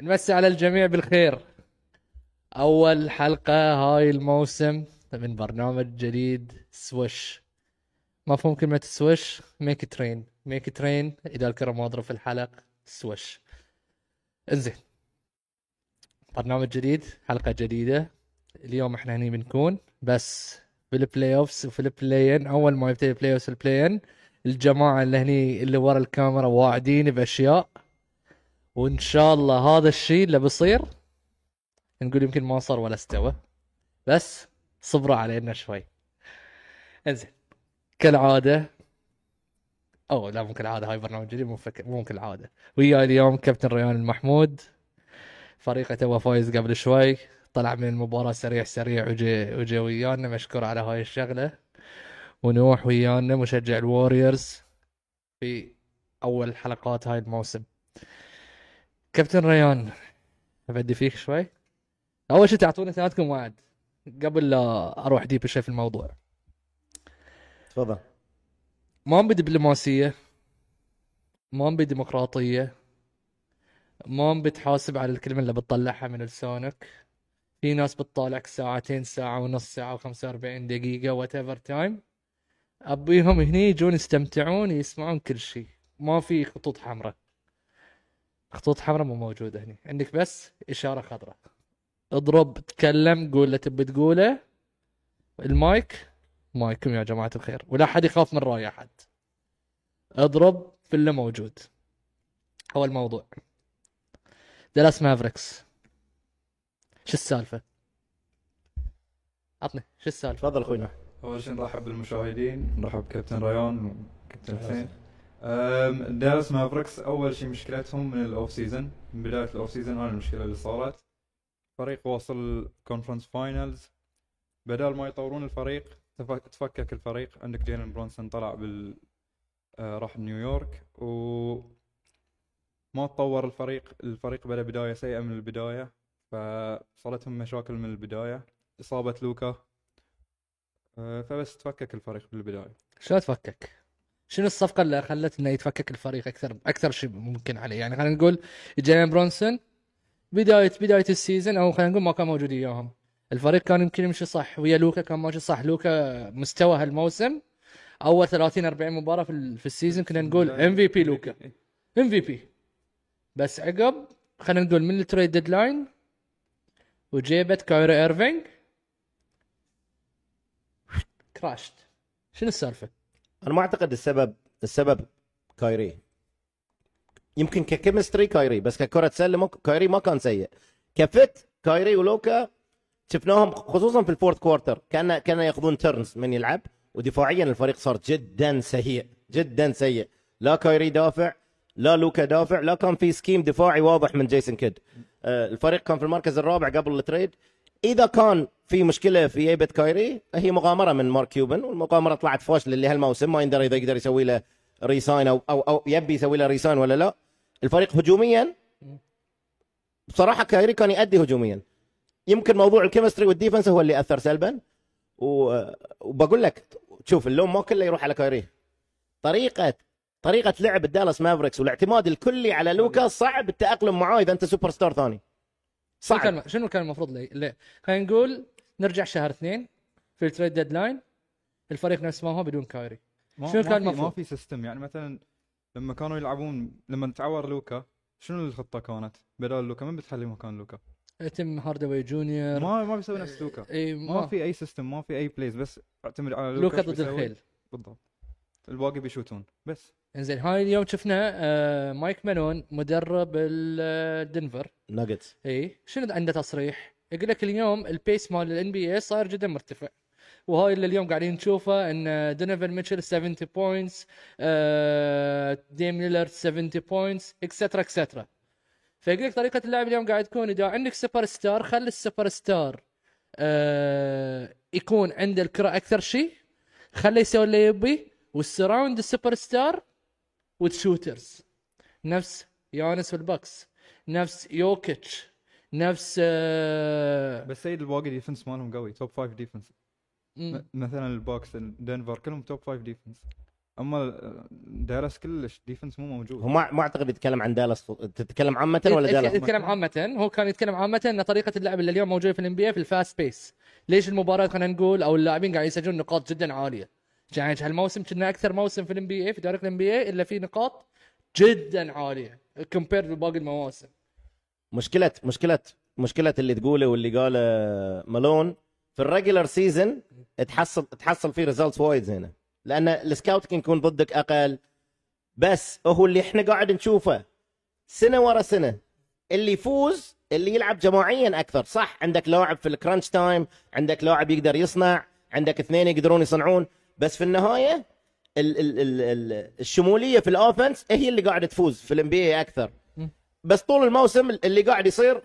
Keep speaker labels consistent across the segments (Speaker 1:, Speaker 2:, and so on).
Speaker 1: نمسي على الجميع بالخير أول حلقة هاي الموسم من برنامج جديد سوش مفهوم كلمة سوش ميك ترين ميك ترين إذا الكرم واضرب في الحلق سوش انزين برنامج جديد حلقة جديدة اليوم احنا هني بنكون بس في البلاي اوفس وفي البلاين اول ما يبتدي البلاي اوفس البلاين الجماعة اللي هني اللي ورا الكاميرا واعدين باشياء وان شاء الله هذا الشيء اللي بيصير نقول يمكن ما صار ولا استوى بس صبروا علينا شوي انزين كالعادة او لا مو كالعادة هاي برنامج جديد مو فك... مو كالعادة وياي اليوم كابتن ريان المحمود فريقه توه فايز قبل شوي طلع من المباراة سريع سريع وجي وجي ويانا مشكور على هاي الشغلة ونوح ويانا مشجع الوريورز في أول حلقات هاي الموسم كابتن ريان أبدي فيك شوي أول شي تعطوني ثلاثكم وعد قبل لا أروح ديب شوي في الموضوع
Speaker 2: تفضل
Speaker 1: ما نبي دبلوماسية ما نبي ديمقراطية ما نبي تحاسب على الكلمة اللي بتطلعها من لسانك في ناس بتطالعك ساعتين ساعة ونص ساعة وخمسة وأربعين دقيقة وات ايفر تايم أبيهم هني يجون يستمتعون يسمعون كل شيء ما في خطوط حمراء خطوط حمراء مو موجودة هني عندك بس إشارة خضراء اضرب تكلم قول اللي تبي تقوله المايك مايكم يا جماعة الخير ولا حد يخاف من رأي أحد اضرب في اللي موجود هو الموضوع دلاس مافريكس شو السالفة عطني شو السالفة
Speaker 2: تفضل اخوي نوح
Speaker 3: اول شيء نرحب بالمشاهدين نرحب بكابتن ريان وكابتن حسين أم، دالاس مافريكس اول شيء مشكلتهم من الاوف سيزون من بدايه الاوف سيزون هاي المشكله اللي صارت فريق وصل كونفرنس فاينلز بدل ما يطورون الفريق تف- تفكك الفريق عندك جيلن برونسون طلع بال آه، راح نيويورك و ما تطور الفريق الفريق بدا بدايه سيئه من البدايه فصارتهم مشاكل من البدايه اصابه لوكا آه، فبس تفكك الفريق بالبدايه
Speaker 1: شلون تفكك؟ شنو الصفقة اللي خلت انه يتفكك الفريق اكثر اكثر شيء ممكن عليه يعني خلينا نقول جيلين برونسون بداية بداية السيزون او خلينا نقول ما كان موجود وياهم الفريق كان يمكن يمشي صح ويا لوكا كان ماشي صح لوكا مستوى هالموسم اول 30 40 مباراة في ال- في السيزون كنا نقول ام في
Speaker 3: يعني
Speaker 1: بي لوكا
Speaker 3: إيه،
Speaker 1: ام في بي بس عقب خلينا نقول من التريد ديدلاين وجيبت كايري ايرفينج كراشت شنو السالفه؟
Speaker 2: انا ما اعتقد السبب السبب كايري يمكن ككيمستري كايري بس ككره سله مو- كايري ما كان سيء كفت كايري ولوكا شفناهم خصوصا في الفورت كوارتر كان كانوا ياخذون تيرنز من يلعب ودفاعيا الفريق صار جدا سيء جدا سيء لا كايري دافع لا لوكا دافع لا كان في سكيم دفاعي واضح من جيسون كيد آه، الفريق كان في المركز الرابع قبل التريد اذا كان في مشكله في جيبه كايري هي مغامره من مارك كيوبن والمغامره طلعت فاشله اللي هالموسم ما يندرى اذا يقدر يسوي له ريساين او او, أو يبي يسوي له ريساين ولا لا الفريق هجوميا بصراحه كايري كان يؤدي هجوميا يمكن موضوع الكيمستري والديفنس هو اللي اثر سلبا و... وبقول لك شوف اللوم ما كله يروح على كايري طريقه طريقه لعب الدالاس مافريكس والاعتماد الكلي على لوكا صعب التاقلم معاه اذا انت سوبر ستار ثاني
Speaker 1: شنو
Speaker 2: صعب
Speaker 1: كان شنو كان المفروض لي؟ لي. خلينا نقول نرجع شهر اثنين في التريد ديدلاين الفريق نفس ما هو بدون كايري
Speaker 3: ما
Speaker 1: شنو
Speaker 3: ما
Speaker 1: كان
Speaker 3: في- ما
Speaker 1: المفروض؟
Speaker 3: في سيستم يعني مثلا لما كانوا يلعبون لما تعور لوكا شنو الخطه كانت بدل لوكا من بتحلي مكان لوكا
Speaker 1: تيم هاردوي جونيور
Speaker 3: ما ما بيسوي نفس لوكا
Speaker 1: اي
Speaker 3: ما في اي سيستم ما في اي بليز بس اعتمد على لوكا
Speaker 1: لوكا
Speaker 3: شو
Speaker 1: ضد
Speaker 3: بيسوي.
Speaker 1: الخيل
Speaker 3: بالضبط الباقي بيشوتون بس
Speaker 1: انزين هاي اليوم شفنا آه مايك مانون مدرب ال- آه، دنفر
Speaker 2: ناجتس
Speaker 1: اي شنو عنده تصريح؟ يقول لك اليوم البيس مال الان بي اي صاير جدا مرتفع وهاي اللي اليوم قاعدين نشوفه آه، ان دونيفن ميتشل 70 بوينتس ديم ليلرد 70 بوينتس اكسترا اكسترا فيقول لك طريقه اللعب اليوم قاعد تكون اذا عندك سوبر ستار خلي السوبر ستار آه، يكون عنده الكره اكثر شيء خليه يسوي اللي يبي والسراوند السوبر ستار والشوترز نفس يانس والبكس نفس يوكيتش نفس آه،
Speaker 3: بس سيد الباقي ديفنس مالهم قوي توب 5 ديفنس
Speaker 1: مم.
Speaker 3: مثلا الباكس دنفر كلهم توب 5 ديفنس اما آه، دالاس كلش ديفنس مو موجود
Speaker 2: هو ما ما اعتقد يتكلم عن دالاس تتكلم عامه ولا
Speaker 1: يت-
Speaker 2: دالاس
Speaker 1: يتكلم عامة هو كان يتكلم عامة ان طريقة اللعب اللي اليوم موجودة في الان بي في الفاست بيس ليش المباراة خلينا نقول او اللاعبين قاعد يسجلون نقاط جدا عالية يعني هالموسم كنا اكثر موسم في الان بي في تاريخ الان بي الا في نقاط جدا عالية كومبيرد بباقي المواسم
Speaker 2: مشكله مشكله مشكله اللي تقوله واللي قاله مالون في الريجلر سيزون تحصل تحصل فيه ريزلتس وايد زينه لان السكاوت كان يكون ضدك اقل بس هو اللي احنا قاعد نشوفه سنه ورا سنه اللي يفوز اللي يلعب جماعيا اكثر صح عندك لاعب في الكرانش تايم عندك لاعب يقدر يصنع عندك اثنين يقدرون يصنعون بس في النهايه ال ال ال ال الشموليه في الاوفنس هي اللي قاعده تفوز في الام بي اكثر بس طول الموسم اللي قاعد يصير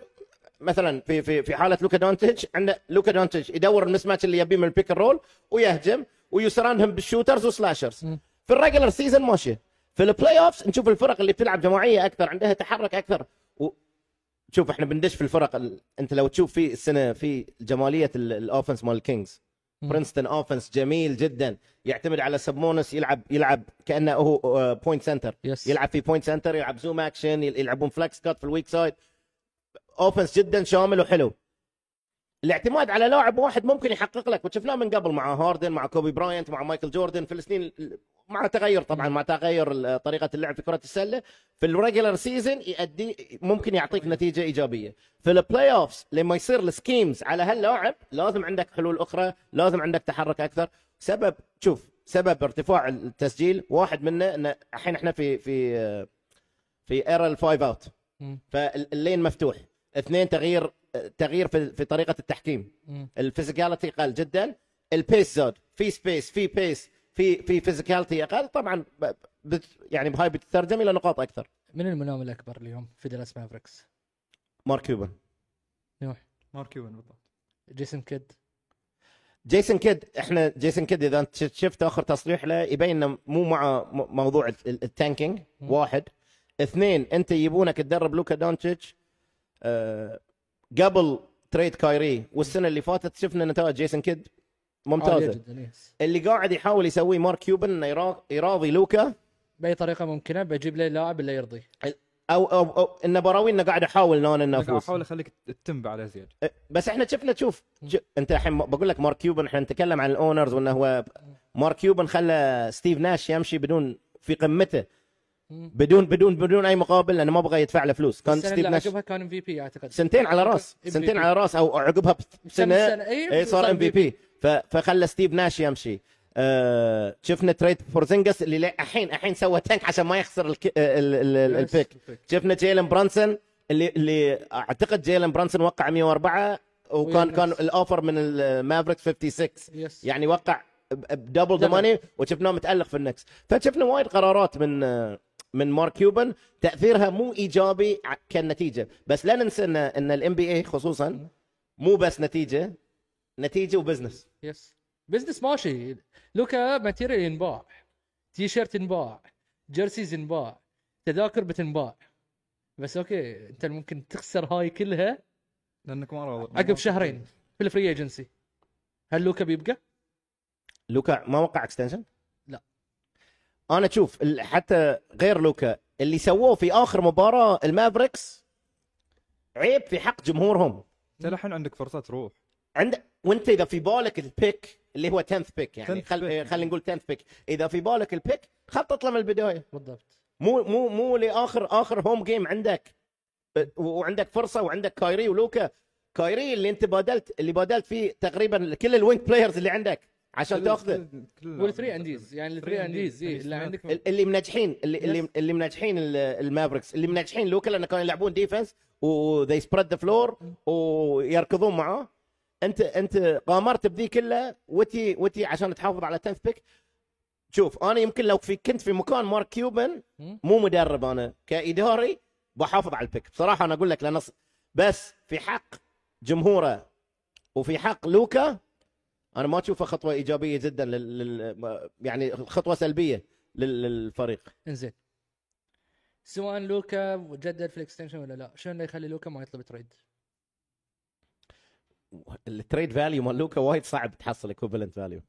Speaker 2: مثلا في في في حاله لوكا دونتج عندنا لوكا دونتج يدور المس ماتش اللي يبيه من البيك أند رول ويهجم ويسراندهم بالشوترز وسلاشرز في الريجلر سيزون ماشي في البلاي اوفز نشوف الفرق اللي بتلعب جماعيه اكثر عندها تحرك اكثر و... شوف احنا بندش في الفرق ال... انت لو تشوف في السنه في جماليه ال- الاوفنس مال الكينجز
Speaker 1: مم.
Speaker 2: برينستون اوفنس جميل جدا يعتمد على سبمونس يلعب يلعب كانه هو آه، بوينت سنتر
Speaker 1: يس
Speaker 2: يلعب في بوينت سنتر يلعب زوم اكشن يل- يلعبون فلكس كات في الويك سايد اوفنس جدا شامل وحلو الاعتماد على لاعب واحد ممكن يحقق لك وشفناه من قبل مع هاردن مع كوبي براينت مع مايكل جوردن في السنين ال- مع تغير طبعا مع تغير ال- طريقه اللعب في كره السله في الريجلر سيزون يؤدي ممكن يعطيك نتيجه ايجابيه في البلاي اوفز لما يصير السكيمز على هاللاعب لازم عندك حلول اخرى لازم عندك تحرك اكثر سبب شوف سبب ارتفاع التسجيل واحد منه ان الحين احنا في في آه، في ايرا الفايف اوت
Speaker 1: مم.
Speaker 2: فاللين مفتوح اثنين تغيير تغيير في في طريقه التحكيم
Speaker 1: مم.
Speaker 2: الفيزيكاليتي قل جدا البيس زاد في سبيس في بيس في في فيزيكاليتي اقل طبعا ب- بت يعني بهاي بتترجم الى نقاط اكثر
Speaker 1: من المنام الاكبر اليوم في دالاس مافريكس
Speaker 2: مارك كيوبن
Speaker 1: نوح
Speaker 3: مارك يوبن بالضبط
Speaker 1: جيسون كيد
Speaker 2: جيسون كيد احنا جيسون كيد اذا انت شفت- شفت اخر تصريح له يبين انه مو مع م- موضوع ال- ال- التانكينج
Speaker 1: مم.
Speaker 2: واحد اثنين انت يبونك تدرب لوكا دونتش آه قبل تريد كايري والسنه اللي فاتت شفنا نتائج جيسون كيد
Speaker 1: عالية
Speaker 2: ممتازه
Speaker 1: جدا يس
Speaker 2: اللي قاعد يحاول يسويه مارك كيوبن انه يرا- يراضي لوكا
Speaker 1: باي طريقة ممكنة بجيب لي لاعب اللي يرضي
Speaker 2: او او, أو انه براوي انه قاعد احاول إن انا انه
Speaker 3: أنا قاعد
Speaker 2: افوز
Speaker 3: احاول اخليك تتنبع على زياد
Speaker 2: بس احنا شفنا شوف ج... انت الحين بقول لك مارك كيوبن احنا نتكلم عن الاونرز وانه هو مارك كيوبن خلى ستيف ناش يمشي بدون في قمته
Speaker 1: مم.
Speaker 2: بدون بدون بدون اي مقابل لانه ما بغى يدفع له فلوس كان
Speaker 1: السنة
Speaker 2: ستيف
Speaker 1: اللي
Speaker 2: ناش
Speaker 1: عقبها كان ام في بي اعتقد
Speaker 2: سنتين على راس
Speaker 1: MVP.
Speaker 2: سنتين على راس او عقبها بسنه
Speaker 1: أيوه.
Speaker 2: اي صار ام في بي فخلى ستيف ناش يمشي آه شفنا تريد بورزنجس اللي لا- الحين الحين سوى تانك عشان ما يخسر الك... آه، ال... ال... ال... البيك شفنا جيلن برانسون اللي اللي اعتقد جيلن برانسون وقع 104 وكان
Speaker 1: ويا
Speaker 2: كان
Speaker 1: ناس.
Speaker 2: الاوفر من المافريكس 56
Speaker 1: يس
Speaker 2: يعني وقع ب- بدبل ذا
Speaker 1: دبل.
Speaker 2: ماني وشفناه متالق في النكس فشفنا وايد قرارات من من مارك كيوبن تاثيرها مو ايجابي ع- كالنتيجه بس لا ننسى ان ان الام بي اي خصوصا مو بس نتيجه نتيجه وبزنس
Speaker 1: يس بزنس ماشي لوكا ماتيريال ينباع تي شيرت ينباع جيرسيز ينباع تذاكر بتنباع بس اوكي انت ممكن تخسر هاي كلها
Speaker 3: لانك ما راضي
Speaker 1: عقب شهرين في الفري ايجنسي هل لوكا بيبقى؟
Speaker 2: لوكا ما وقع اكستنشن؟
Speaker 1: لا.
Speaker 2: انا اشوف ال- حتى غير لوكا اللي سووه في اخر مباراه المافريكس عيب في حق جمهورهم
Speaker 3: انت الحين عندك فرصه تروح
Speaker 2: عند وانت اذا في بالك البيك اللي هو 10th بيك يعني
Speaker 3: 10th
Speaker 2: خل...
Speaker 3: pick.
Speaker 2: خلينا نقول 10th بيك اذا في بالك البيك خطط له من البدايه
Speaker 1: بالضبط
Speaker 2: مو مو مو لاخر اخر هوم جيم عندك أه، وعندك فرصه وعندك كايري ولوكا كايري اللي انت بادلت اللي بادلت فيه تقريبا كل الوينج بلايرز اللي عندك عشان تاخذه
Speaker 1: والثري انديز يعني الثري انديز إيه، اللي عندك
Speaker 2: ال- اللي منجحين اللي اللي,
Speaker 1: Yes.
Speaker 2: اللي منجحين ال- المافريكس اللي منجحين لوكا لانه كانوا يلعبون ديفنس وذي سبريد ذا فلور ويركضون معاه انت انت غامرت بذي كلها وتي وتي عشان تحافظ على 10th بيك شوف انا يمكن لو في كنت في مكان مارك كيوبن
Speaker 1: مم.
Speaker 2: مو مدرب انا كاداري بحافظ على البيك بصراحه انا اقول لك لان بس في حق جمهوره وفي حق لوكا انا ما اشوفها خطوه ايجابيه جدا لل... لل... يعني خطوه سلبيه لل... للفريق
Speaker 1: انزين سواء لوكا جدد في الاكستنشن ولا لا شنو اللي يخلي لوكا ما يطلب تريد؟
Speaker 2: التريد فاليو مال لوكا وايد صعب تحصل اكوفلنت فاليو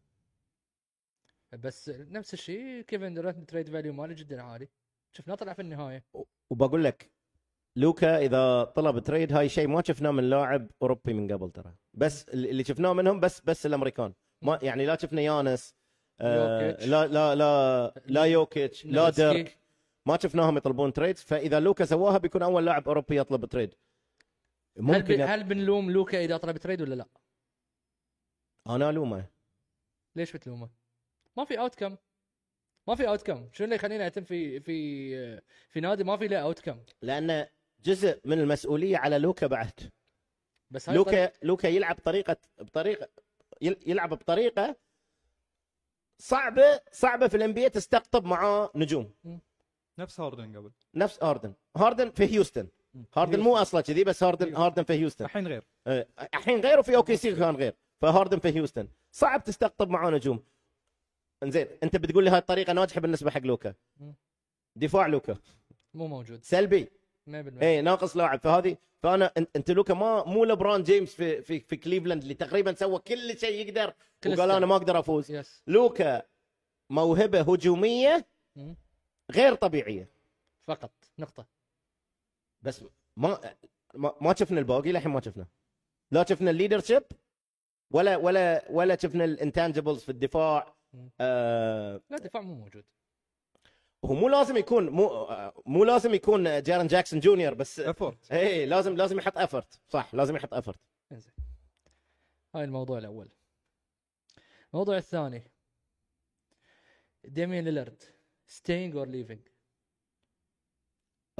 Speaker 1: بس نفس الشيء كيفن دورانت تريد فاليو ماله جدا عالي شفناه طلع في النهايه
Speaker 2: وبقول لك لوكا اذا طلب تريد هاي شيء ما شفناه من لاعب اوروبي من قبل ترى بس اللي شفناه منهم بس بس الامريكان ما يعني لا شفنا يانس آه
Speaker 1: يوكيتش.
Speaker 2: لا لا لا لا يوكيتش لا
Speaker 1: نوفيتسكي.
Speaker 2: ديرك ما شفناهم يطلبون تريد فاذا لوكا سواها بيكون اول لاعب اوروبي يطلب تريد
Speaker 1: هل,
Speaker 2: ممكن
Speaker 1: بن...
Speaker 2: يط...
Speaker 1: هل بنلوم لوكا اذا طلب تريد ولا لا؟
Speaker 2: انا الومه
Speaker 1: ليش بتلومه؟ ما في اوت كم ما في اوت كم شنو اللي يخليني اهتم في في في نادي ما في له اوت كم
Speaker 2: لان جزء من المسؤوليه على لوكا بعد
Speaker 1: بس هاي
Speaker 2: لوكا لوكا يلعب طريقه بطريقه يل- يلعب بطريقه صعبه صعبه في الانبياء تستقطب معاه نجوم
Speaker 3: نفس هاردن قبل
Speaker 2: نفس هاردن هاردن في هيوستن هاردن مو اصلا كذي بس هاردن هاردن في هيوستن
Speaker 3: الحين غير
Speaker 2: آه، الحين غيره في اوكي سي كان غير فهاردن في هيوستن صعب تستقطب معاه نجوم انزين انت بتقول لي هاي الطريقه ناجحه بالنسبه حق لوكا
Speaker 1: مم.
Speaker 2: دفاع لوكا
Speaker 1: مو موجود 100%
Speaker 2: سلبي اي ناقص لاعب فهذه فانا أن- انت لوكا ما مو لبران جيمس في في في كليفلاند اللي تقريبا سوى كل شيء يقدر
Speaker 1: كل
Speaker 2: وقال
Speaker 1: السنة.
Speaker 2: انا ما اقدر افوز
Speaker 1: يس
Speaker 2: لوكا موهبه هجوميه
Speaker 1: مم.
Speaker 2: غير طبيعيه
Speaker 1: فقط نقطه
Speaker 2: بس ما ما, ما شفنا الباقي للحين ما شفنا لا شفنا الليدرشيب ولا ولا ولا شفنا الانتانجبلز في الدفاع
Speaker 1: مم.
Speaker 2: آه
Speaker 1: لا دفاع مو موجود
Speaker 2: هو مو لازم يكون مو آه، مو لازم يكون جارن جاكسون جونيور بس
Speaker 3: افورت
Speaker 2: اي لازم لازم يحط افورت صح لازم يحط افورت
Speaker 1: انزين هاي الموضوع الاول الموضوع الثاني ديمين ليلرد ستينج اور ليفينج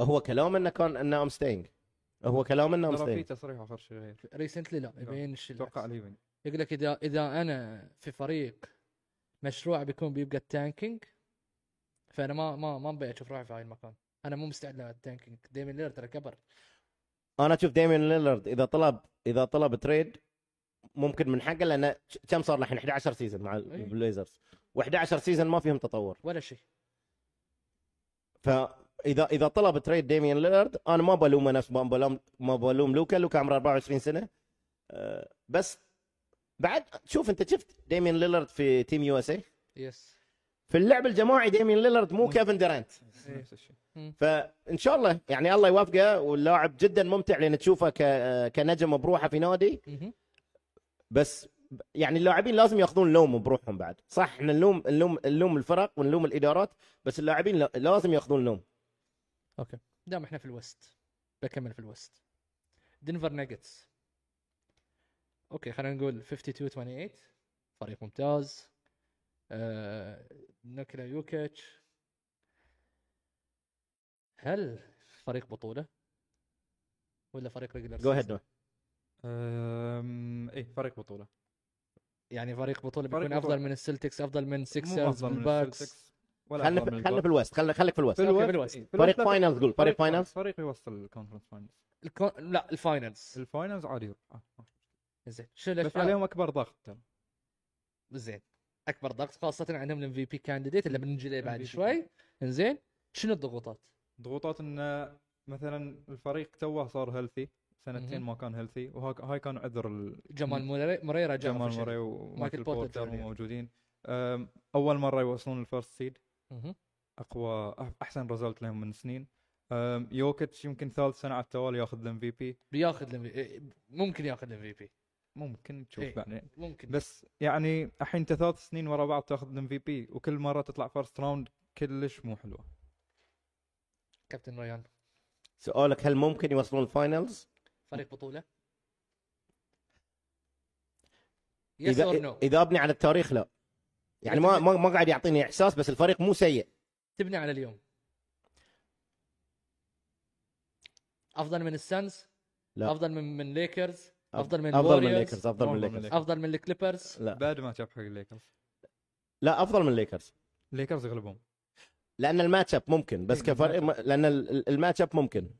Speaker 2: هو كلام انه كان انه ام ستينج هو كلام انه ام
Speaker 3: ترى في
Speaker 2: ستينج
Speaker 3: تصريح اخر شيء غير
Speaker 1: ريسنتلي لا
Speaker 3: لا.
Speaker 1: يبين الشيء
Speaker 3: اتوقع ليفنج
Speaker 1: يقول لك اذا اذا انا في فريق مشروع بيكون بيبقى التانكينج فانا ما ما ما ابي اشوف روحي في هاي المكان انا مو مستعد للتانكينج ديمين ليلر ترى كبر
Speaker 2: انا اشوف ديمين ليلرد اذا طلب اذا طلب تريد ممكن من حقه لانه كم صار الحين 11 سيزون مع
Speaker 1: إي.
Speaker 2: البليزرز و11 سيزون ما فيهم تطور
Speaker 1: ولا شيء
Speaker 2: فاذا اذا طلب تريد ديميان ليلارد انا ما بلومه نفس ما بلوم ما بلوم لوكا لوكا عمره 24 سنه أه، بس بعد شوف انت شفت ديميان ليلارد في تيم يو اس اي
Speaker 1: يس
Speaker 2: في اللعب الجماعي ديميان ليلارد مو كيفن ديرانت
Speaker 3: نفس الشيء
Speaker 2: فان شاء الله يعني الله يوفقه واللاعب جدا ممتع لان تشوفه ك- كنجم بروحه في نادي
Speaker 1: مهم.
Speaker 2: بس ب- يعني اللاعبين لازم ياخذون لوم بروحهم بعد صح احنا نلوم نلوم نلوم الفرق ونلوم الادارات بس اللاعبين لا- لازم ياخذون لوم
Speaker 1: دام احنا في الوست بكمل في الوست دنفر ناجتس اوكي خلينا نقول 52 28 فريق ممتاز آه... نكلا يوكيتش هل فريق بطوله ولا فريق ريجلر
Speaker 2: جو هيد
Speaker 3: أم... ايه فريق بطوله
Speaker 1: يعني فريق بطوله
Speaker 3: فريق
Speaker 1: بيكون
Speaker 3: بطولة.
Speaker 1: افضل من السلتكس افضل من
Speaker 3: مو
Speaker 1: سيكسرز
Speaker 3: افضل من
Speaker 1: الباكس
Speaker 3: السلتكس ولا
Speaker 2: خلنا
Speaker 3: أفضل من
Speaker 2: في خلنا
Speaker 3: الباكس.
Speaker 2: في الوست خلنا خليك في الوست
Speaker 1: في الوست.
Speaker 3: الوست.
Speaker 1: إيه.
Speaker 3: في الوست
Speaker 2: فريق
Speaker 3: لا،
Speaker 2: فاينلز قول فريق فاينلز
Speaker 3: فريق يوصل الكونفرنس فاينلز
Speaker 1: الكون... لا الفاينلز
Speaker 3: الفاينلز عادي يروح آه. آه.
Speaker 1: زين شو
Speaker 3: بس
Speaker 1: الاشياء
Speaker 3: عليهم اكبر ضغط ترى
Speaker 1: زين اكبر ضغط خاصه عندهم الام في بي كانديديت اللي بنجي له بعد
Speaker 3: MVP.
Speaker 1: شوي انزين شنو الضغوطات؟
Speaker 3: ضغوطات انه مثلا الفريق توه صار هيلثي سنتين
Speaker 1: مهم.
Speaker 3: ما كان هيلثي وهاي كان عذر ال-
Speaker 1: جمال موري- موريرا جاء
Speaker 3: جمال
Speaker 1: officially.
Speaker 3: موري ومايكل
Speaker 1: بورتر
Speaker 3: بورتر
Speaker 1: جونيور.
Speaker 3: مو موجودين أم، اول مره يوصلون الفيرست سيد
Speaker 1: مهم.
Speaker 3: اقوى أح- احسن ريزلت لهم من سنين أم، يوكيتش يمكن ثالث سنه على التوالي ياخذ الام في بي
Speaker 1: بياخذ الم- إيه، ممكن ياخذ الام في بي
Speaker 3: ممكن تشوف
Speaker 1: إيه.
Speaker 3: بعدين
Speaker 1: ممكن
Speaker 3: بس يعني الحين انت ثلاث سنين ورا بعض تاخذ الام في بي وكل مره تطلع فيرست راوند كلش مو حلوه
Speaker 1: كابتن ريان
Speaker 2: سؤالك هل ممكن يوصلون الفاينلز؟
Speaker 1: فريق بطوله يس
Speaker 2: اذا
Speaker 1: اور نو
Speaker 2: اذا ابني على التاريخ لا يعني ما ما ما قاعد يعطيني احساس بس الفريق مو سيء
Speaker 1: تبني على اليوم افضل من السانز
Speaker 2: لا.
Speaker 1: افضل من من ليكرز
Speaker 2: أف-
Speaker 1: افضل من
Speaker 2: افضل من
Speaker 1: الوريورز
Speaker 2: الليكرز افضل
Speaker 3: أفضل
Speaker 2: من
Speaker 3: من
Speaker 2: الليكرز
Speaker 3: الليكرز.
Speaker 1: افضل من الكليبرز
Speaker 2: لا
Speaker 3: بعد ما جاب حق الليكرز
Speaker 2: لا افضل من الليكرز
Speaker 3: الليكرز يغلبهم
Speaker 2: لان الماتش اب ممكن بس
Speaker 3: إيه،
Speaker 2: كفريق
Speaker 3: الماتش
Speaker 2: لان ال- ال- الماتش اب ممكن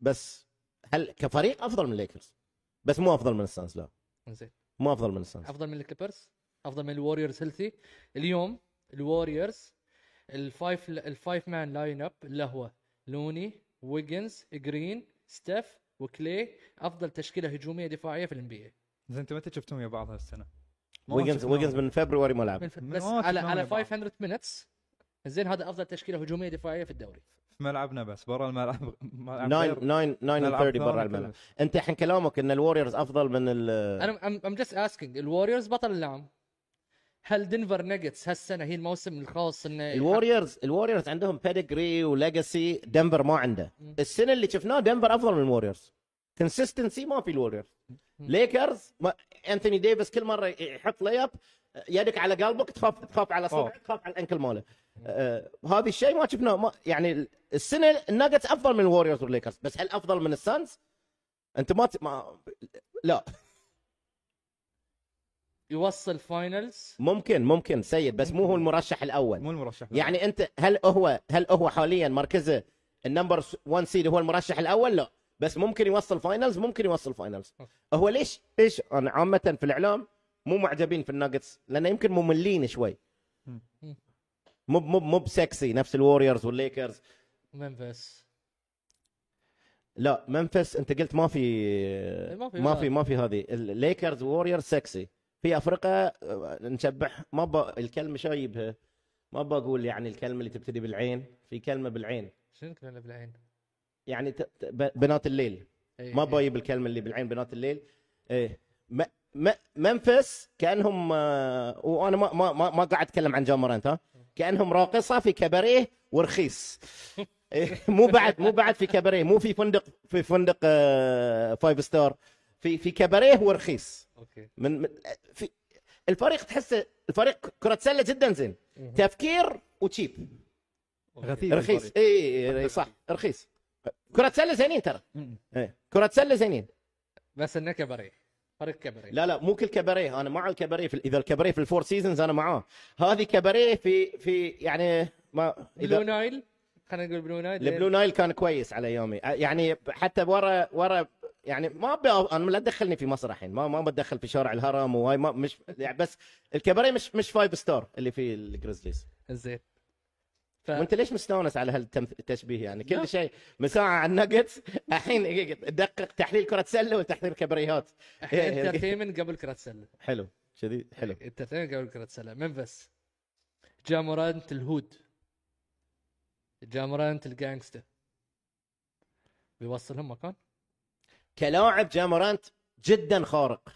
Speaker 2: بس هل كفريق افضل من الليكرز بس مو افضل من السانز لا
Speaker 1: زين
Speaker 2: مو افضل من السانز
Speaker 1: افضل من الكليبرز افضل من الوريورز هيلثي اليوم الوريورز الفايف الفايف مان لاين اب اللي هو لوني ويجنز جرين ستيف وكلي افضل تشكيله هجوميه دفاعيه في الان بي
Speaker 3: زين انت متى شفتهم يا بعض هالسنه؟ ما
Speaker 2: ويجنز
Speaker 3: شفناه.
Speaker 2: ويجنز من فبراير ما لعب
Speaker 1: من ف-
Speaker 3: من
Speaker 1: بس
Speaker 3: وقت
Speaker 1: على
Speaker 3: ما
Speaker 1: على
Speaker 3: لعب.
Speaker 1: 500 مينتس زين هذا افضل تشكيله هجوميه دفاعيه في الدوري
Speaker 3: في ملعبنا بس برا الملعب ملعب
Speaker 2: 9
Speaker 3: غير.
Speaker 2: 9 9
Speaker 3: ملعب
Speaker 2: 30 برا
Speaker 3: ثاني
Speaker 2: الملعب
Speaker 3: كله.
Speaker 2: انت الحين كلامك ان الوريورز افضل من ال
Speaker 1: انا ام ام جاست اسكينج الوريورز بطل العام هل دنفر ناجتس هالسنه هي الموسم الخاص انه
Speaker 2: الوريورز الوريورز عندهم بيدجري وليجاسي دنفر ما عنده
Speaker 1: مم.
Speaker 2: السنه اللي شفناه دنفر افضل من الوريورز كونسستنسي ما في الوريورز
Speaker 1: مم.
Speaker 2: ليكرز ما... انثوني ديفيس كل مره يحط لي اب يدك على قلبك تخاف تخاف على صدعك
Speaker 3: أوه.
Speaker 2: تخاف على الانكل ماله آه... هذا الشيء ما شفناه ما... يعني السنه الناجتس افضل من الوريورز والليكرز بس هل افضل من السانز؟ انت ما, ت... ما... لا
Speaker 1: يوصل فاينلز
Speaker 2: ممكن ممكن سيد بس مو هو المرشح الاول
Speaker 3: مو المرشح
Speaker 2: يعني انت هل هو هل هو حاليا مركزه النمبر 1 سيد هو المرشح الاول لا بس ممكن يوصل فاينلز ممكن يوصل فاينلز هو ليش ليش انا عامه في الاعلام مو معجبين في الناجتس لانه يمكن مملين شوي مو مو مو بسكسي نفس الوريورز والليكرز
Speaker 1: ممفيس
Speaker 2: لا منفس انت قلت ما في
Speaker 1: ما في
Speaker 2: ما
Speaker 1: لا.
Speaker 2: في ما في هذه الليكرز ووريورز سكسي في افريقيا آه، نشبح ما ب... الكلمه شايبها ما بقول يعني الكلمه اللي تبتدي بالعين في كلمه بالعين
Speaker 1: شنو كلنا بالعين
Speaker 2: يعني ت... ت- ب- بنات الليل
Speaker 1: إي-
Speaker 2: ما
Speaker 1: إي.
Speaker 2: بايب الكلمه اللي بالعين بنات الليل ايه م... م... منفس كانهم آه، وانا ما ما ما, ما قاعد اتكلم عن جامرانت ها كانهم راقصه في كباريه ورخيص إيه، مو بعد مو بعد في كباريه مو في فندق في فندق آه، فايف ستار في في كباريه ورخيص
Speaker 1: اوكي
Speaker 2: من, من في الفريق تحسه الفريق كره سله جدا زين
Speaker 1: مهم.
Speaker 2: تفكير وتشيب
Speaker 3: غثيث
Speaker 2: رخيص اي إي، إي، صح رخيص كره سله زينين ترى ايه كرة سلة زينين
Speaker 1: بس انه كبري فريق كبري
Speaker 2: لا لا مو كل كباريه انا مع الكباريه في اذا الكباريه في الفور سيزونز انا معاه هذه كباريه في في يعني ما
Speaker 1: بلو
Speaker 2: اذا
Speaker 1: نايل خلينا نقول بلو نايل
Speaker 2: البلو نايل كان كويس على يومي أ- يعني حتى ورا ورا يعني ما ب... انا لا تدخلني في مصر الحين ما ما بتدخل في شارع الهرم وهاي ما مش يعني بس الكباريه مش مش فايف ستار اللي في الجريزليز
Speaker 1: إيه، زين
Speaker 2: إيه،
Speaker 1: ف...
Speaker 2: وانت ليش مستانس على هالتشبيه يعني
Speaker 1: لا.
Speaker 2: كل شيء من ساعه عن نجتس الحين دقق تحليل كره سله وتحليل كباريهات
Speaker 1: احنا انترتينمنت قبل كره سله
Speaker 2: حلو كذي إيه، حلو
Speaker 1: انترتينمنت قبل كره سله منفس جامورانت الهود جامورانت الجانجستا بيوصلهم مكان
Speaker 2: كلاعب جامرانت جدا خارق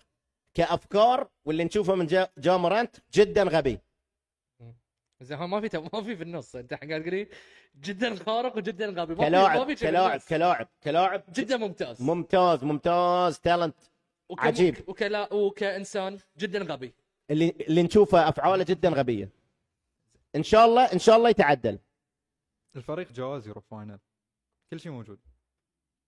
Speaker 2: كافكار واللي نشوفه من جا- جامرانت جدا غبي
Speaker 1: زين هو ما في ما في في النص انت قاعد تقول لي جدا خارق وجدا غبي ما في- ما
Speaker 2: كلاعب
Speaker 1: في شيء
Speaker 2: كلاعب
Speaker 1: بالنص.
Speaker 2: كلاعب كلاعب
Speaker 1: جدا ممتاز
Speaker 2: ممتاز ممتاز تالنت
Speaker 1: وك-
Speaker 2: عجيب.
Speaker 1: وكلا وكانسان جدا غبي
Speaker 2: اللي اللي نشوفه افعاله جدا غبيه ان شاء الله ان شاء الله يتعدل
Speaker 3: الفريق جواز يروح فاينل كل شيء موجود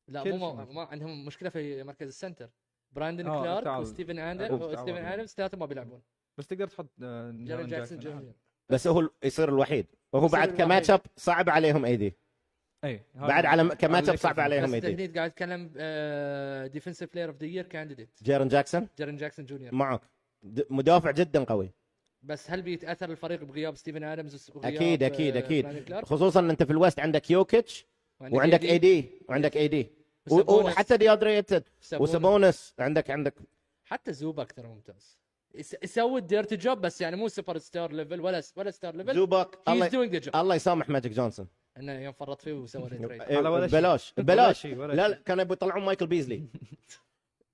Speaker 1: لا
Speaker 3: كل
Speaker 1: مو ما,
Speaker 3: شيء.
Speaker 1: ما عندهم مشكله في مركز السنتر براندن
Speaker 3: آه،
Speaker 1: كلارك
Speaker 3: تعال.
Speaker 1: وستيفن
Speaker 3: أوف،
Speaker 1: اندر وستيفن
Speaker 3: تعال.
Speaker 1: ادمز ثلاثه ما بيلعبون
Speaker 3: بس تقدر تحط آه،
Speaker 1: جارين
Speaker 3: جارين
Speaker 1: جاكسون جونيور
Speaker 2: بس هو ال- يصير الوحيد وهو
Speaker 1: يصير
Speaker 2: بعد
Speaker 1: الوحيد.
Speaker 2: كماتش اب صعب عليهم ايدي
Speaker 3: اي هذا-
Speaker 2: بعد على كماتش اب صعب
Speaker 3: عليك.
Speaker 2: عليهم
Speaker 1: بس
Speaker 2: ايدي
Speaker 1: تهديد قاعد آه، اتكلم ديفنسيف بلاير اوف ذا يير كانديديت
Speaker 2: جيرن جاكسون
Speaker 1: جارين جاكسون جونيور
Speaker 2: معك د- مدافع جدا قوي
Speaker 1: بس هل بيتاثر الفريق بغياب ستيفن ادمز وغياب
Speaker 2: اكيد
Speaker 1: آه،
Speaker 2: اكيد
Speaker 1: براندن
Speaker 2: اكيد
Speaker 1: كلارك؟
Speaker 2: خصوصا انت في الويست عندك يوكيتش وعندك اي دي وعندك اي دي
Speaker 1: وسابونس.
Speaker 2: وحتى ديادريتد
Speaker 1: سابونس.
Speaker 2: وسابونس عندك عندك
Speaker 1: حتى زوبا اكثر ممتاز يس- يسوي الديرت جوب بس يعني مو سوبر ستار ليفل ولا ولا ستار ليفل
Speaker 2: زوباك
Speaker 1: هيز
Speaker 2: الله
Speaker 1: دوينج ذا جوب
Speaker 2: الله يسامح ماجيك جونسون
Speaker 1: انه يوم فرط فيه وسوى له تريد
Speaker 2: إيه،
Speaker 3: على ولا شيء.
Speaker 2: بلاش
Speaker 3: ولا
Speaker 2: بلاش
Speaker 3: شيء، ولا
Speaker 2: لا لا
Speaker 3: شيء.
Speaker 2: كانوا يبغوا يطلعون مايكل بيزلي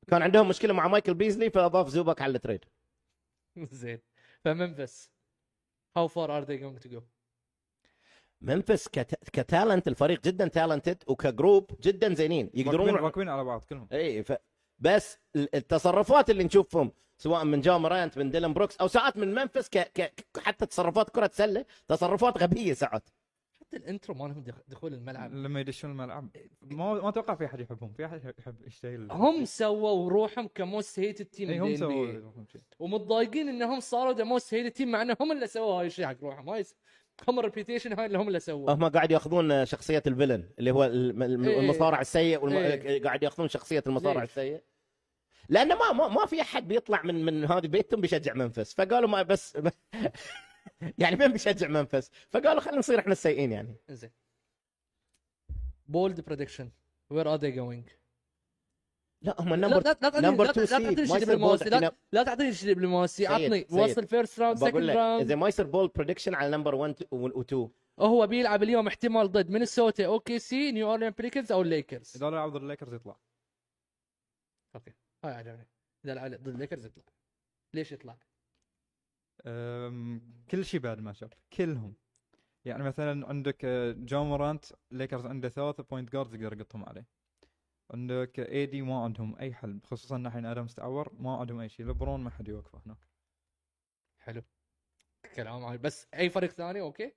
Speaker 2: كان عندهم مشكله مع مايكل بيزلي فاضاف زوباك على التريد
Speaker 1: زين فمنفس هاو فار ار ذي جوينج تو جو
Speaker 2: منفس كت... كتالنت الفريق جدا تالنتد وكجروب جدا زينين
Speaker 3: راكبين-
Speaker 2: يقدرون
Speaker 3: راكبين على بعض كلهم
Speaker 2: اي ف... بس ال- التصرفات اللي نشوفهم سواء من جامرانت من ديلن بروكس او ساعات من منفس ك... ك... ك- حتى تصرفات كره سله تصرفات غبيه ساعات
Speaker 1: حتى الانترو مالهم دخ- دخول الملعب
Speaker 3: لما يدشون الملعب ما ما اتوقع في احد يحبهم في احد يحب يشتهي ال-
Speaker 1: هم سووا روحهم كموست هيتد تيم
Speaker 2: إيه،
Speaker 3: اي هم
Speaker 1: هم
Speaker 3: سووا شيء.
Speaker 1: ومتضايقين انهم صاروا ذا موست هيتد تيم مع انهم هم اللي سووا هاي الشيء حق روحهم هاي س- هم الريبيتيشن هاي اللي هم اللي سووه
Speaker 2: هم قاعد ياخذون شخصيه الفيلن اللي هو الم- الم-
Speaker 1: إيه.
Speaker 2: المصارع السيء والم...
Speaker 1: إيه.
Speaker 2: قاعد ياخذون شخصيه المصارع
Speaker 1: ليش؟
Speaker 2: السيء لانه ما ما, ما في احد بيطلع من من هذه بيتهم بيشجع منفس فقالوا ما بس يعني مين بيشجع منفس فقالوا خلينا نصير احنا السيئين يعني
Speaker 1: زين بولد بريدكشن وير ار ذي جوينج
Speaker 2: لا هم
Speaker 1: لا
Speaker 2: النمبر
Speaker 1: لا لا تعطيني
Speaker 2: نمبر
Speaker 1: لا
Speaker 2: 2
Speaker 1: لا
Speaker 2: سيد
Speaker 1: تعطيني
Speaker 2: ما
Speaker 1: شيء
Speaker 2: يصير بول
Speaker 1: دبلوماسي
Speaker 2: تحكي
Speaker 1: لا لا تعطيني شيء دبلوماسي
Speaker 2: سيد،
Speaker 1: عطني
Speaker 2: سيد.
Speaker 1: وصل فيرست راوند
Speaker 2: بقول
Speaker 1: سكند
Speaker 2: لك
Speaker 1: راوند
Speaker 2: اذا ما يصير بول بريدكشن على نمبر 1 و2
Speaker 1: هو بيلعب اليوم احتمال ضد مينيسوتا اوكي سي نيو اورلين بليكنز او الليكرز
Speaker 3: اذا لعب ضد الليكرز يطلع
Speaker 1: اوكي هاي عجبني اذا لعب ضد الليكرز يطلع ليش يطلع؟
Speaker 3: أم، كل شيء بعد ما شاف كلهم يعني مثلا عندك آه، جون مورانت ليكرز عنده ثلاثة بوينت جاردز يقدر يقطهم عليه عندك اي دي ما عندهم اي حل خصوصا الحين ادمز تعور ما عندهم اي شيء لبرون ما حد يوقفه هناك
Speaker 1: حلو كلام عادي. بس اي فريق ثاني اوكي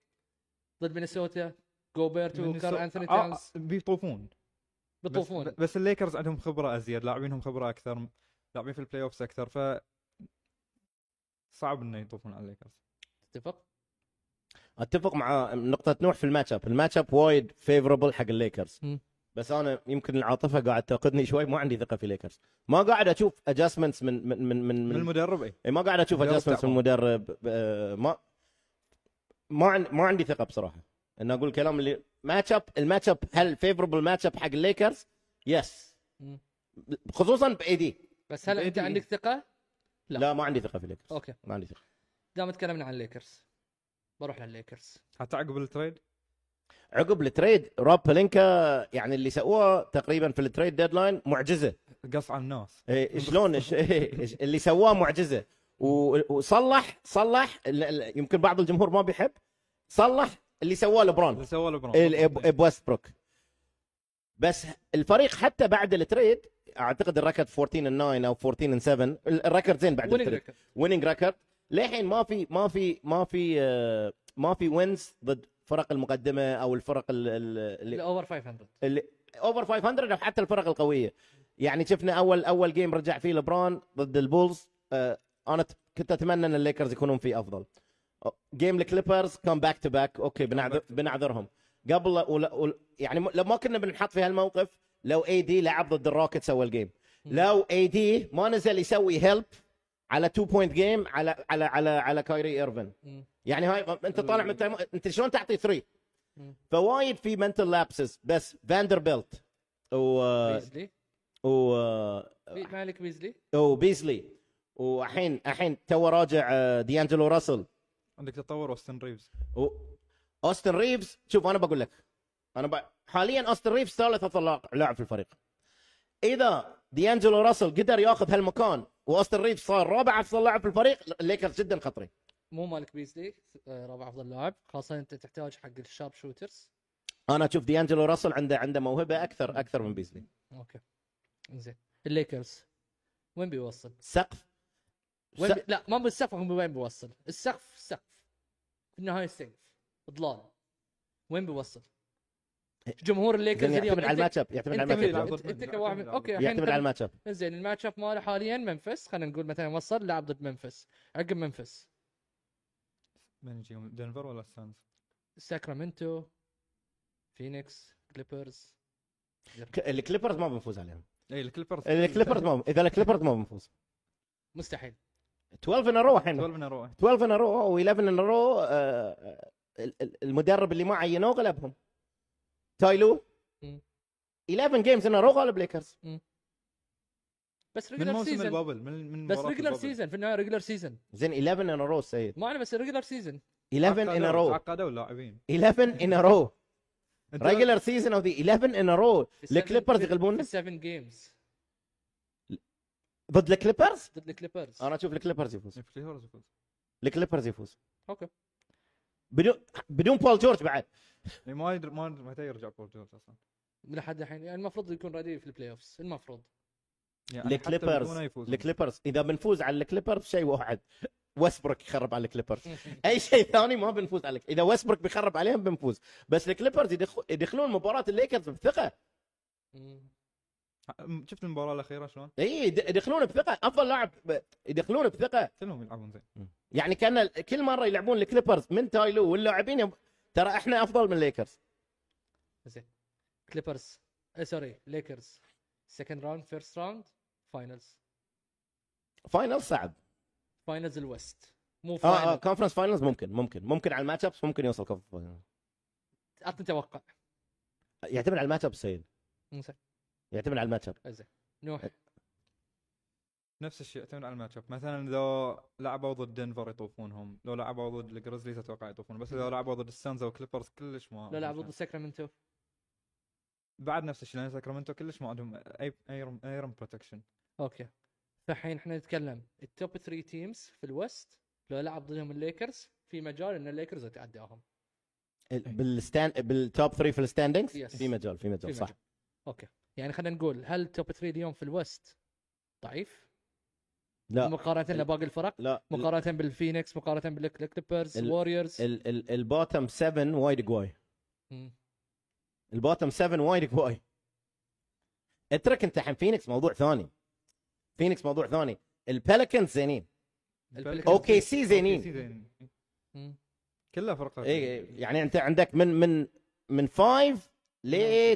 Speaker 1: ضد مينيسوتا جوبرتو
Speaker 3: من السو-
Speaker 1: وكار انثوني
Speaker 3: آه،
Speaker 1: تاونز
Speaker 3: آه، بيطوفون بس-
Speaker 1: بيطوفون
Speaker 3: بس الليكرز عندهم خبره ازيد لاعبينهم خبره اكثر لاعبين في البلاي اوفس اكثر ف صعب انه يطوفون على الليكرز
Speaker 1: تتفق؟
Speaker 2: اتفق مع نقطه نوح في الماتش اب الماتش اب وايد فيفربل حق الليكرز
Speaker 1: مم.
Speaker 2: بس انا يمكن العاطفه قاعد تاخذني شوي ما عندي ثقه في الليكرز ما قاعد اشوف ادجستمنتس من من من من,
Speaker 3: من
Speaker 2: من
Speaker 3: المدرب اي
Speaker 2: إيه، ما قاعد اشوف
Speaker 3: مدرب
Speaker 2: ادجستمنتس من
Speaker 3: تعبان.
Speaker 2: المدرب آه، ما ما عن- ما عندي ثقه بصراحه ان اقول كلام اللي ماتش اب الماتش اب هل فيفربل ماتش اب حق الليكرز؟ يس
Speaker 1: مم.
Speaker 2: خصوصا باي دي
Speaker 1: بس هل انت
Speaker 3: بدي-
Speaker 1: عندك ثقه؟ لا.
Speaker 2: لا. ما عندي ثقه في الليكرز
Speaker 1: اوكي
Speaker 2: ما عندي ثقه
Speaker 1: دام تكلمنا عن الليكرز بروح للليكرز
Speaker 3: حتى عقب التريد
Speaker 2: عقب التريد روب بلينكا يعني اللي سووه تقريبا في التريد ديدلاين معجزه
Speaker 3: قص على الناس
Speaker 2: إيه، شلون إيش- إيه، إيش- اللي سواه معجزه و- وصلح صلح ال- ال- يمكن بعض الجمهور ما بيحب صلح اللي سواه لبرون
Speaker 3: اللي سواه لبرون
Speaker 2: ال- ب- بويست بروك بس الفريق حتى بعد التريد اعتقد الركض 14 ان 9 او 14 ان 7 الركض زين بعد
Speaker 1: وين
Speaker 2: التريد
Speaker 1: الركب؟
Speaker 2: ويننج ريكورد للحين ما في ما في ما في آه، ما في وينز ضد فرق المقدمه او الفرق ال- ال- اللي
Speaker 1: الاوفر 500
Speaker 2: اللي- اوفر 500 او حتى الفرق القويه يعني شفنا اول اول جيم رجع فيه لبران ضد البولز آه انا ت- كنت اتمنى ان الليكرز يكونون فيه افضل أو- جيم الكليبرز كم باك تو باك اوكي بنعذر بنعذرهم قبل ولا ولا- يعني م- لما كنا بنحط في هالموقف لو اي دي لعب ضد الروكيتس اول جيم لو اي دي ما نزل يسوي هيلب على 2 بوينت جيم على على على على كايري ايرفن يعني هاي انت طالع من التايم- انت شلون تعطي 3
Speaker 1: مم.
Speaker 2: فوايد في منتل لابسز بس فاندربيلت و
Speaker 1: بيزلي
Speaker 2: و
Speaker 1: بي- مالك بيزلي
Speaker 2: وبيزلي والحين الحين تو راجع آه، ديانجلو راسل
Speaker 3: عندك تطور اوستن ريفز
Speaker 2: و- اوستن ريفز شوف انا بقول لك انا ب... حاليا اوستن ريفز ثالث افضل لاع- لاعب في الفريق اذا ديانجلو راسل قدر ياخذ هالمكان واوستن ريفز صار رابع افضل لاعب في الفريق الليكرز جدا خطري
Speaker 1: مو مالك بيزلي آه، رابع افضل لاعب خاصه انت تحتاج حق الشارب شوترز
Speaker 2: انا اشوف ديانجلو راسل عنده عنده موهبه اكثر اكثر من بيزلي
Speaker 1: اوكي زين الليكرز وين بيوصل؟
Speaker 2: سقف
Speaker 1: وين
Speaker 2: س-
Speaker 1: بي... لا ما بالسقف هم وين بيوصل السقف سقف في النهايه سقف ضلال وين بيوصل جمهور الليكرز
Speaker 2: زين
Speaker 1: اليوم
Speaker 2: إيه. يعتمد على
Speaker 1: انت
Speaker 2: الماتش اب يعتمد على
Speaker 1: انت,
Speaker 2: الماتش اب
Speaker 3: بيلعب.
Speaker 1: انت, انت كواحد من- اوكي الحين
Speaker 2: يعتمد على الماتش اب
Speaker 1: زين الماتش اب ماله حاليا منفس خلينا نقول مثلا وصل لعب ضد منفس عقب منفس
Speaker 3: من يجيهم دنفر ولا السانز
Speaker 1: ساكرامنتو فينيكس كليبرز
Speaker 2: ك- الكليبرز ما بنفوز عليهم
Speaker 3: اي الكليبرز
Speaker 2: إيه، الكليبرز ما اذا الكليبرز ما بنفوز
Speaker 1: مستحيل
Speaker 2: 12 ان رو الحين
Speaker 3: 12 نروح
Speaker 2: 12 ان رو و11 ان رو آه، المدرب اللي ما عينوه غلبهم تايلو
Speaker 1: مم.
Speaker 2: 11 جيمز ان رو غلب ليكرز
Speaker 1: بس
Speaker 3: من
Speaker 1: ريجلر
Speaker 3: موسم
Speaker 1: سيزون
Speaker 3: البابل من من
Speaker 1: بس
Speaker 3: مباراة
Speaker 1: ريجلر
Speaker 3: البابل.
Speaker 1: سيزون في النهايه ريجلر سيزون
Speaker 2: زين 11 ان رو سيد
Speaker 1: ما انا بس ريجلر سيزون
Speaker 2: 11 ان
Speaker 3: عقدوا-
Speaker 2: رو
Speaker 3: عقدوا اللاعبين
Speaker 2: 11 ان رو
Speaker 3: أنت-
Speaker 2: ريجلر سيزون او ذا 11 ان رو الكليبرز يغلبون
Speaker 1: 7 جيمز
Speaker 2: ضد الكليبرز
Speaker 1: ضد الكليبرز
Speaker 2: انا اشوف الكليبرز يفوز
Speaker 3: الكليبرز يفوز.
Speaker 2: الكليبرز يفوز
Speaker 1: اوكي
Speaker 2: بدون بدون بول جورج بعد
Speaker 3: يعني ما يدري ما يدري متى يرجع بول جورج اصلا
Speaker 1: من لحد الحين يعني المفروض يكون رديء في البلاي اوفز المفروض
Speaker 3: يعني حتى
Speaker 2: الكليبرز
Speaker 3: بدونه يفوز
Speaker 2: الكليبرز اذا بنفوز على الكليبرز شيء واحد ويسبروك يخرب على الكليبرز اي شيء ثاني ما بنفوز عليك اذا ويسبروك بيخرب عليهم بنفوز بس الكليبرز يدخ- يدخلون مباراه الليكرز بثقه
Speaker 1: مم.
Speaker 3: م- شفت المباراه الاخيره شلون؟
Speaker 2: اي يد- يدخلون بثقه افضل لاعب ب- يدخلون بثقه
Speaker 3: كلهم يلعبون زين
Speaker 2: يعني كان ال- كل مره يلعبون الكليبرز من تايلو واللاعبين يب- ترى احنا افضل من الليكرز
Speaker 1: زين كليبرز آه، سوري ليكرز سكند راوند فيرست راوند فاينلز
Speaker 2: فاينل صعب
Speaker 1: فاينلز الويست مو
Speaker 2: اه اه
Speaker 1: فاينل
Speaker 2: كونفرنس فاينلز ممكن ممكن ممكن على الماتش ابس ممكن يوصل كونفرنس فاينلز
Speaker 1: اعطني توقع
Speaker 2: يعتمد على الماتش اب سيد
Speaker 1: زين
Speaker 2: يعتمد على الماتش اب
Speaker 1: زين نوح
Speaker 3: نفس الشيء يعتمد على الماتش اب مثلا لو لعبوا ضد دنفر يطوفونهم لو لعبوا ضد الجريزليز اتوقع يطوفون بس لو لعبوا ضد السانز او كليبرز كلش
Speaker 2: آه،
Speaker 3: ما
Speaker 1: لو لعبوا
Speaker 3: مش-
Speaker 1: ضد ساكرامنتو
Speaker 3: بعد نفس الشيء لان ساكرامنتو كلش ما عندهم اي اي رم اي رم بروتكشن
Speaker 1: اوكي فالحين احنا نتكلم التوب 3 تيمز في الوست لو لعب ضدهم الليكرز في مجال ان الليكرز يتعداهم
Speaker 2: بالستان بالتوب 3 في الستاندنجز
Speaker 1: أيوه. Yes.
Speaker 2: في مجال في
Speaker 1: في
Speaker 2: مجال صح
Speaker 1: مجال. اوكي يعني خلينا نقول هل التوب 3 اليوم في الوست ضعيف
Speaker 2: لا
Speaker 1: مقارنه
Speaker 2: ال-
Speaker 1: لباقي الفرق
Speaker 2: لا ال-
Speaker 1: مقارنه بالفينيكس مقارنه بالكليبرز
Speaker 2: ال-
Speaker 1: ووريرز
Speaker 2: ال- ال- البوتم 7 وايد قوي البوتم 7 وايد قوي اترك انت حين فينيكس موضوع ثاني فينيكس موضوع ثاني البلكنز زينين اوكي سي زينين
Speaker 3: كلها فرق
Speaker 2: اي يعني انت عندك من من من 5 ل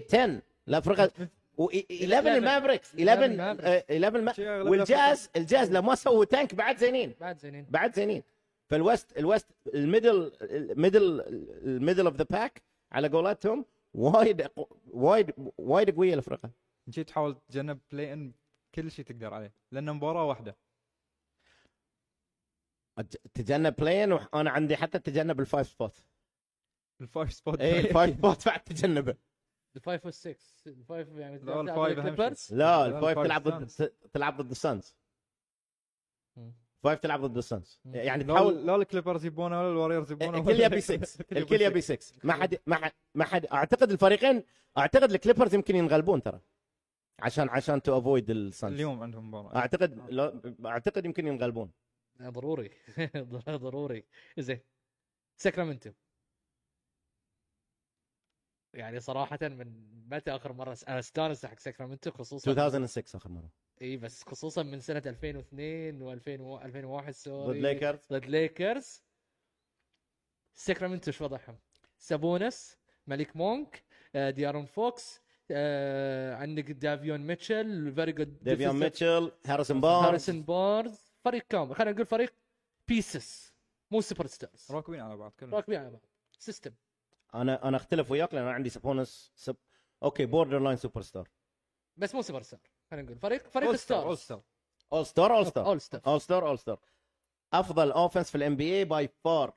Speaker 2: 10 لا فرقه و 11 المافريكس 11 آه، 11 ما- والجاز الجاز لما سووا تانك بعد زينين
Speaker 1: بعد زينين
Speaker 2: بعد زينين فالوست الوست الميدل الميدل الميدل اوف ذا باك على قولتهم وايد أق- وايد وايد قويه الفرقه
Speaker 3: جيت تحاول تتجنب بلاي ان كل شيء تقدر عليه لان مباراه واحده
Speaker 2: أت- تجنب بلين وانا عندي حتى تجنب الفايف سبوت
Speaker 3: الفايف سبوت
Speaker 2: اي الفايف سبوت بعد تجنبه
Speaker 1: الفايف والسكس الفايف يعني
Speaker 3: لا، الفايف أهم شيء.
Speaker 1: الكليبرز
Speaker 2: لا
Speaker 3: لا،
Speaker 2: الفايف
Speaker 3: الفايف
Speaker 2: تلعب ضد
Speaker 3: Suns.
Speaker 2: تلعب ضد السانز فايف تلعب ضد السانز
Speaker 1: مم.
Speaker 2: يعني
Speaker 3: لا,
Speaker 2: تحاول إيه،
Speaker 3: لا الكليبرز يبونه ولا الوريورز يبونه
Speaker 2: الكل يبي 6 الكل يبي 6 ما حد ما حد ما حد اعتقد الفريقين اعتقد الكليبرز يمكن ينغلبون ترى عشان عشان تو افويد السانز
Speaker 3: اليوم عندهم مباراه
Speaker 2: اعتقد لا اعتقد يمكن ينغلبون
Speaker 1: ضروري ضروري زين ساكرامنتو يعني صراحة من متى آخر مرة س- أنا استانس حق ساكرامنتو خصوصا
Speaker 2: 2006 اخر مره
Speaker 1: إي بس خصوصا من سنة 2002 و2001 سوري
Speaker 2: ضد ليكرز
Speaker 1: ضد ليكرز ساكرامنتو ايش وضعهم؟ سابونس مالك مونك آه، ديارون فوكس آه، عندك دافيون ميتشل فيري جود
Speaker 2: ديفيون ميتشل هاريسون بارنز
Speaker 1: هاريسون بارز فريق كامل خلينا نقول فريق بيسس مو سوبر ستارز
Speaker 3: راكبين على بعض كلهم
Speaker 1: راكبين على بعض سيستم
Speaker 2: انا انا اختلف وياك لان انا عندي سبونس سب... اوكي بوردر لاين سوبر ستار
Speaker 1: بس مو سوبر ستار خلينا نقول فريق فريق
Speaker 3: اول
Speaker 1: ستارز
Speaker 3: ستار
Speaker 2: اول ستار اول ستار
Speaker 1: اول ستار
Speaker 2: اول ستار اول ستار افضل اوفنس في الام بي اي باي فار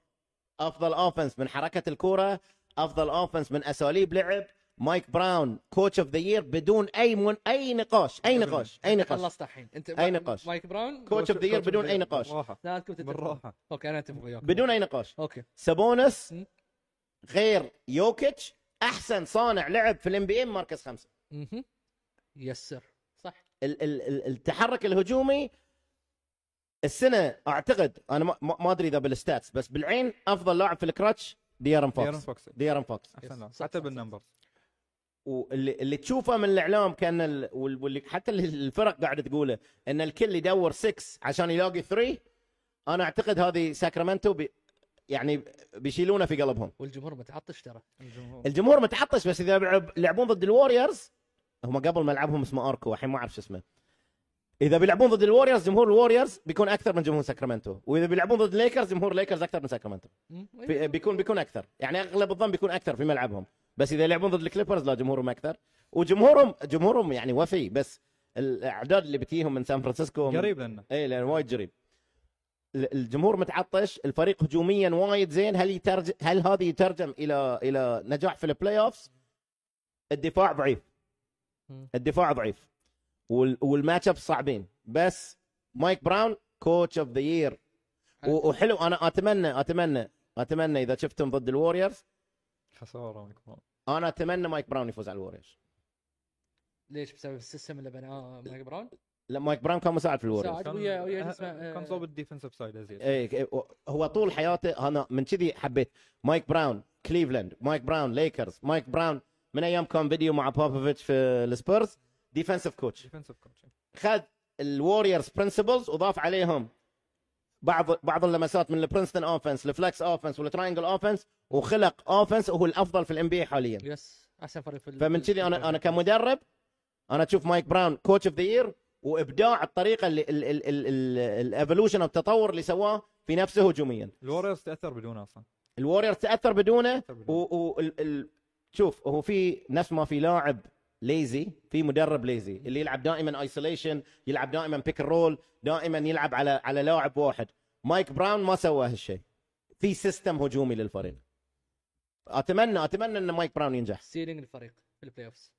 Speaker 2: افضل اوفنس من حركه الكوره افضل اوفنس من اساليب لعب مايك براون كوتش اوف ذا يير بدون اي من اي نقاش اي نقاش اي نقاش
Speaker 1: خلصت الحين انت
Speaker 2: أي نقاش.
Speaker 1: مايك براون
Speaker 2: كوتش اوف ذا يير بدون اي نقاش
Speaker 3: بالراحه
Speaker 1: لا انتم تتفقون
Speaker 3: بالراحه
Speaker 1: اوكي انا اتفق وياك
Speaker 2: بدون اي نقاش
Speaker 1: اوكي
Speaker 2: سابونس
Speaker 1: م.
Speaker 2: غير يوكيتش احسن صانع لعب في الام بي اي مركز خمسه
Speaker 1: مهم. يس سر صح
Speaker 2: ال- ال- ال- التحرك الهجومي السنه اعتقد انا ما- ما ما ادري اذا بالستاتس بس بالعين افضل لاعب في الكراتش ديارن
Speaker 3: ديارن
Speaker 2: فوكس
Speaker 3: فوكس
Speaker 2: ديارن فوكس
Speaker 1: Yes.
Speaker 3: احسن لاعب
Speaker 1: صح،
Speaker 3: حتى
Speaker 1: صح، صح.
Speaker 3: بالنمبرز
Speaker 2: واللي اللي تشوفه من الاعلام كان ال... وال- واللي حتى اللي الفرق قاعده تقوله ان الكل يدور 6 عشان يلاقي 3 انا اعتقد هذه ساكرامنتو بي... يعني بيشيلونه في قلبهم
Speaker 1: والجمهور متعطش ترى
Speaker 3: الجمهور
Speaker 2: الجمهور متعطش بس اذا بيلعب- يلعبون ضد الوريورز هم قبل ملعبهم اسمه اركو الحين ما اعرف شو اسمه اذا بيلعبون ضد الوريورز جمهور الوريورز بيكون اكثر من جمهور ساكرامنتو واذا بيلعبون ضد ليكرز جمهور ليكرز اكثر من ساكرامنتو
Speaker 1: مم.
Speaker 2: بي- بيكون بيكون اكثر يعني اغلب الظن بيكون اكثر في ملعبهم بس اذا يلعبون ضد الكليبرز لا جمهورهم اكثر وجمهورهم جمهورهم يعني وفي بس الاعداد اللي بتجيهم من سان فرانسيسكو من-
Speaker 3: قريب لنا
Speaker 2: اي لان إيه، وايد قريب ال- الجمهور متعطش الفريق هجوميا وايد زين هل يترجم هل هذا يترجم الى الى نجاح في البلاي اوفز الدفاع ضعيف
Speaker 1: مم.
Speaker 2: الدفاع ضعيف وال والماتش اب صعبين بس مايك براون كوتش اوف ذا يير
Speaker 1: حلو.
Speaker 2: وحلو انا اتمنى اتمنى اتمنى اذا شفتهم ضد الوريورز
Speaker 3: خساره مايك براون.
Speaker 2: انا اتمنى مايك براون يفوز على الوريورز
Speaker 1: ليش بسبب السيستم اللي بناه مايك
Speaker 2: إيه.
Speaker 1: براون
Speaker 2: لا مايك براون كان مساعد في الوريورز
Speaker 1: ساعد
Speaker 3: كان- أه،
Speaker 1: ويا ويا شو اسمه آه.
Speaker 3: كان صوب الديفنسيف سايد ازيد
Speaker 2: ايه هو طول حياته انا من كذي حبيت مايك براون كليفلاند مايك براون ليكرز مايك براون من ايام كان فيديو مع بوبوفيتش في السبيرز ديفنسيف كوتش
Speaker 3: ديفنسيف كوتش
Speaker 2: خذ الوريورز برنسبلز وضاف عليهم بعض بعض اللمسات من البرنستون اوفنس الفلكس اوفنس والتراينجل اوفنس وخلق اوفنس وهو الافضل في الام بي حاليا
Speaker 1: يس احسن فريق في ال-
Speaker 2: فمن كذي انا انا كمدرب انا اشوف مايك براون كوتش اوف ذا يير وابداع الطريقه اللي الايفولوشن او التطور اللي سواه في نفسه هجوميا
Speaker 3: الوريورز تاثر بدونه اصلا
Speaker 2: الوريور تاثر بدونه
Speaker 3: تاثر بدونه
Speaker 2: و, و ال... ال... شوف هو في نفس ما في لاعب ليزي في مدرب ليزي اللي يلعب دائما ايسوليشن يلعب دائما بيك رول دائما يلعب على على لاعب واحد مايك براون ما سوى هالشيء في سيستم هجومي للفريق اتمنى اتمنى ان مايك براون ينجح
Speaker 1: سيلينج الفريق في البلاي اوفز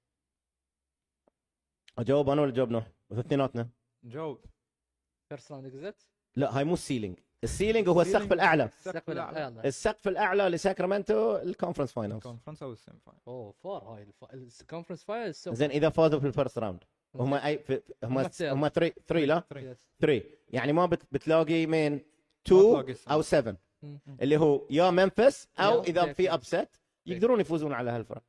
Speaker 2: اجاوب انا ولا جاوب نوح اثنيناتنا
Speaker 3: جاوب
Speaker 1: فيرست راوند اكزت
Speaker 2: لا هاي مو السيلينج السيلينج هو السقف الاعلى
Speaker 3: السقف الاعلى
Speaker 1: يلا
Speaker 2: السقف الاعلى لساكرامنتو الكونفرنس فاينلز
Speaker 3: الكونفرنس او السيمي فاينل
Speaker 1: اوه فور هاي الف... الكونفرنس فاير السوق
Speaker 2: زين اذا فازوا في الفيرست راوند هم اي في- هم
Speaker 1: هم تصير.
Speaker 2: هم 3 3 لا
Speaker 3: ثري
Speaker 2: 3 يعني ما بت- بتلاقي مين 2
Speaker 3: تلاقي
Speaker 2: او 7
Speaker 1: مم.
Speaker 2: اللي هو يا منفس او
Speaker 1: يا
Speaker 2: اذا في
Speaker 1: Clippers.
Speaker 2: ابسет يقدرون يفوزون على هالفرق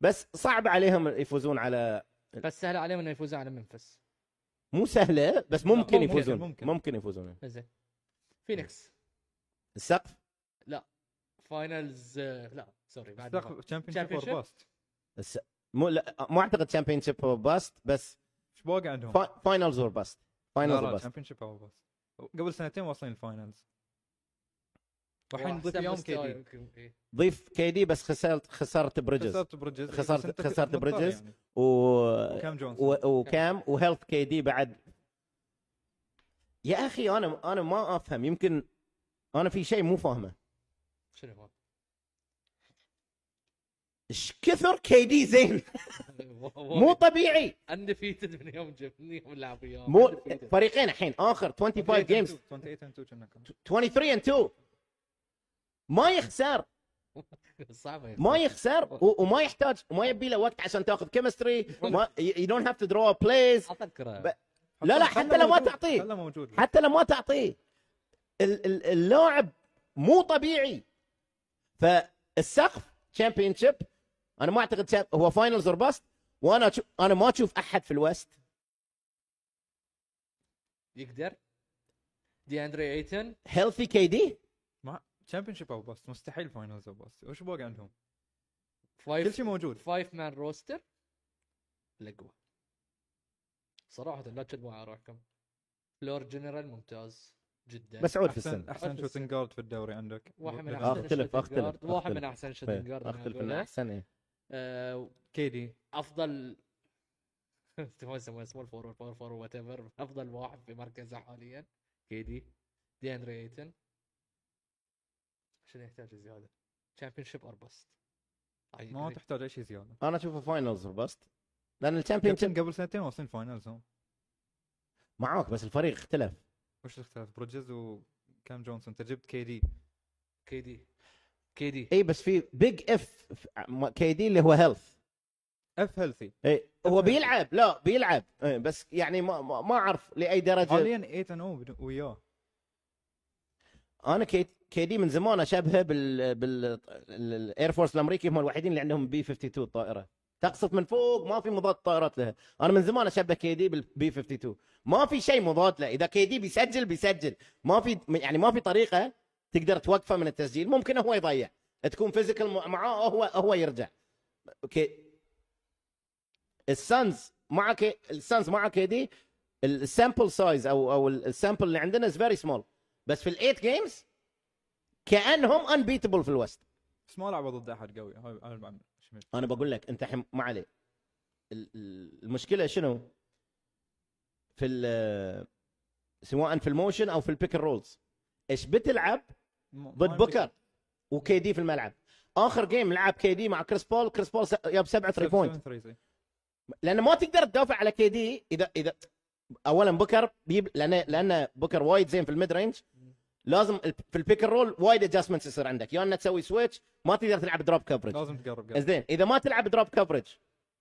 Speaker 2: بس صعب عليهم يفوزون على
Speaker 1: بس سهل عليهم انه يفوزون على منفس
Speaker 2: مو سهله بس ممكن
Speaker 1: ممكن،
Speaker 2: يفوزون
Speaker 3: ممكن.
Speaker 2: ممكن يفوزون
Speaker 1: زين فينيكس
Speaker 2: السقف إيه.
Speaker 1: فاينلز آه، لا سوري بعد ما-
Speaker 3: سقف تشامبيون
Speaker 1: Championship؟
Speaker 3: شيب باست
Speaker 2: الس... مو لا ما اعتقد تشامبيون شيب باست بس
Speaker 3: ايش باقي عندهم؟
Speaker 2: فاينلز اور باست فاينلز اور باست
Speaker 3: تشامبيون شيب او باست قبل سنتين واصلين الفاينلز والحين
Speaker 1: والله
Speaker 3: نضيف
Speaker 1: أحسن
Speaker 3: يوم
Speaker 1: مستوى
Speaker 3: كذي
Speaker 1: يمكن، إيه.
Speaker 2: ضيف كيدي بس خسرت خسرت بريدجز
Speaker 3: خسرت بريدجز
Speaker 2: خسرت-
Speaker 3: بس أنت
Speaker 2: خسرت
Speaker 3: مضطر
Speaker 2: بريدجز.
Speaker 3: يعني.
Speaker 2: و...
Speaker 3: وكام جونسون
Speaker 2: و... وكام وهيلث كيدي بعد يا اخي انا انا ما افهم يمكن انا في شيء مو فاهمه
Speaker 1: شنو هو؟
Speaker 2: ايش كثر كيدي زين مو طبيعي
Speaker 1: اندفيتد من يوم جبني يوم لعب وياه
Speaker 2: مو
Speaker 1: Undefeated.
Speaker 2: فريقين الحين اخر 25 جيمز
Speaker 3: 28 and 2 كنا كم.
Speaker 2: 23 and 2 ما يخسر
Speaker 1: صعبه
Speaker 2: ما يخسر و- وما يحتاج وما يبي له وقت عشان تاخذ كيمستري يو دونت هاف تو درو بلايز
Speaker 1: اذكره
Speaker 2: ب- لا لا
Speaker 3: خله-
Speaker 2: حتى
Speaker 3: خله
Speaker 2: لو ما
Speaker 3: موجود،
Speaker 2: تعطيه
Speaker 3: خله موجود
Speaker 2: حتى لو ما تعطيه ال- ال- اللاعب مو طبيعي فالسقف تشامبيون شيب انا ما اعتقد شا- هو فاينلز اور باست وانا أشو- انا ما اشوف احد في الوست
Speaker 1: يقدر دي اندري ايتن
Speaker 2: هيلثي كي دي
Speaker 3: ما تشامبيون شيب او باست مستحيل فاينلز او باست وش باقي عندهم؟ كل
Speaker 1: فايف
Speaker 3: شيء موجود
Speaker 1: فايف مان روستر لقوه صراحه لا تشدوا على روحكم فلور جنرال ممتاز جدا
Speaker 2: مسعود في السن
Speaker 3: احسن احسن
Speaker 1: أحسن
Speaker 3: شوتنج جارد في الدوري عندك
Speaker 1: واحد من
Speaker 2: أختلف-
Speaker 1: احسن الشوتنج
Speaker 2: أختلف-
Speaker 1: جارد، واحد
Speaker 2: أختلف. طيب،
Speaker 1: من احسن شوتنج جارد أنا
Speaker 2: اختلف
Speaker 1: أقوله.
Speaker 2: انه احسن إيه.
Speaker 1: آه،
Speaker 3: كيدي
Speaker 1: افضل ما يسمونه اسمه الفور فور فور وات ايفر افضل واحد في مركزه حاليا كيدي دي اندري ايتن شنو يحتاج زياده؟ تشامبيون شيب اور بست
Speaker 3: ما تحتاج اي شيء زياده
Speaker 2: انا اشوفه فاينلز اور باست لان الشامبيون شيب
Speaker 3: يمكن قبل سنتين واصلين فاينلز هم
Speaker 2: معاك بس الفريق اختلف
Speaker 3: وش الاختلاف بريدجز وكام جونسون انت جبت كي دي
Speaker 1: كيدي كيدي
Speaker 3: إيه.
Speaker 2: اي إيه، بس في بيج اف كي دي اللي هو هيلث
Speaker 3: اف هيلثي
Speaker 2: اي هو بيلعب لا بيلعب إيه، بس يعني ما ما ما اعرف لاي درجه
Speaker 3: حاليا 8 ان او oh وياه
Speaker 2: انا كي كي دي من زمان اشبهه بال بال الاير فورس الامريكي هم الوحيدين اللي عندهم بي 52 الطائره تقصف من فوق ما في مضاد طائرات لها انا من زمان اشبه كي دي بالبي 52 ما في شيء مضاد له اذا كي دي بيسجل بيسجل ما في يعني ما في طريقه تقدر توقفه من التسجيل ممكن هو يضيع تكون فيزيكال معاه هو هو يرجع اوكي السانز مع كي السانز مع كي دي السامبل سايز او او السامبل اللي عندنا از فيري سمول بس في الايت جيمز كانهم انبيتبل في الوست
Speaker 3: بس ما لعبوا ضد احد قوي هاي هاي بعمل. شمل.
Speaker 2: انا بقول لك انت حم... ما عليه ال- ال- المشكله شنو في ال- سواء في الموشن او في البيك رولز ايش بتلعب
Speaker 3: ما- ما
Speaker 2: ضد
Speaker 3: يمكن.
Speaker 2: بوكر وكي دي في الملعب اخر جيم لعب كي دي مع كريس بول كريس بول س- جاب سبعه 3
Speaker 3: سبعة-
Speaker 2: بوينت
Speaker 3: سبعة threes، إي.
Speaker 2: لانه ما تقدر تدافع على كي دي اذا اذا اولا بكر بيب لان لان بكر وايد زين في الميد رينج لازم ال- في البيك رول وايد ادجستمنتس يصير عندك يا انك تسوي سويتش ما تقدر تلعب دروب كفرج
Speaker 3: لازم تقرب قبل
Speaker 2: زين اذا ما تلعب دروب كفرج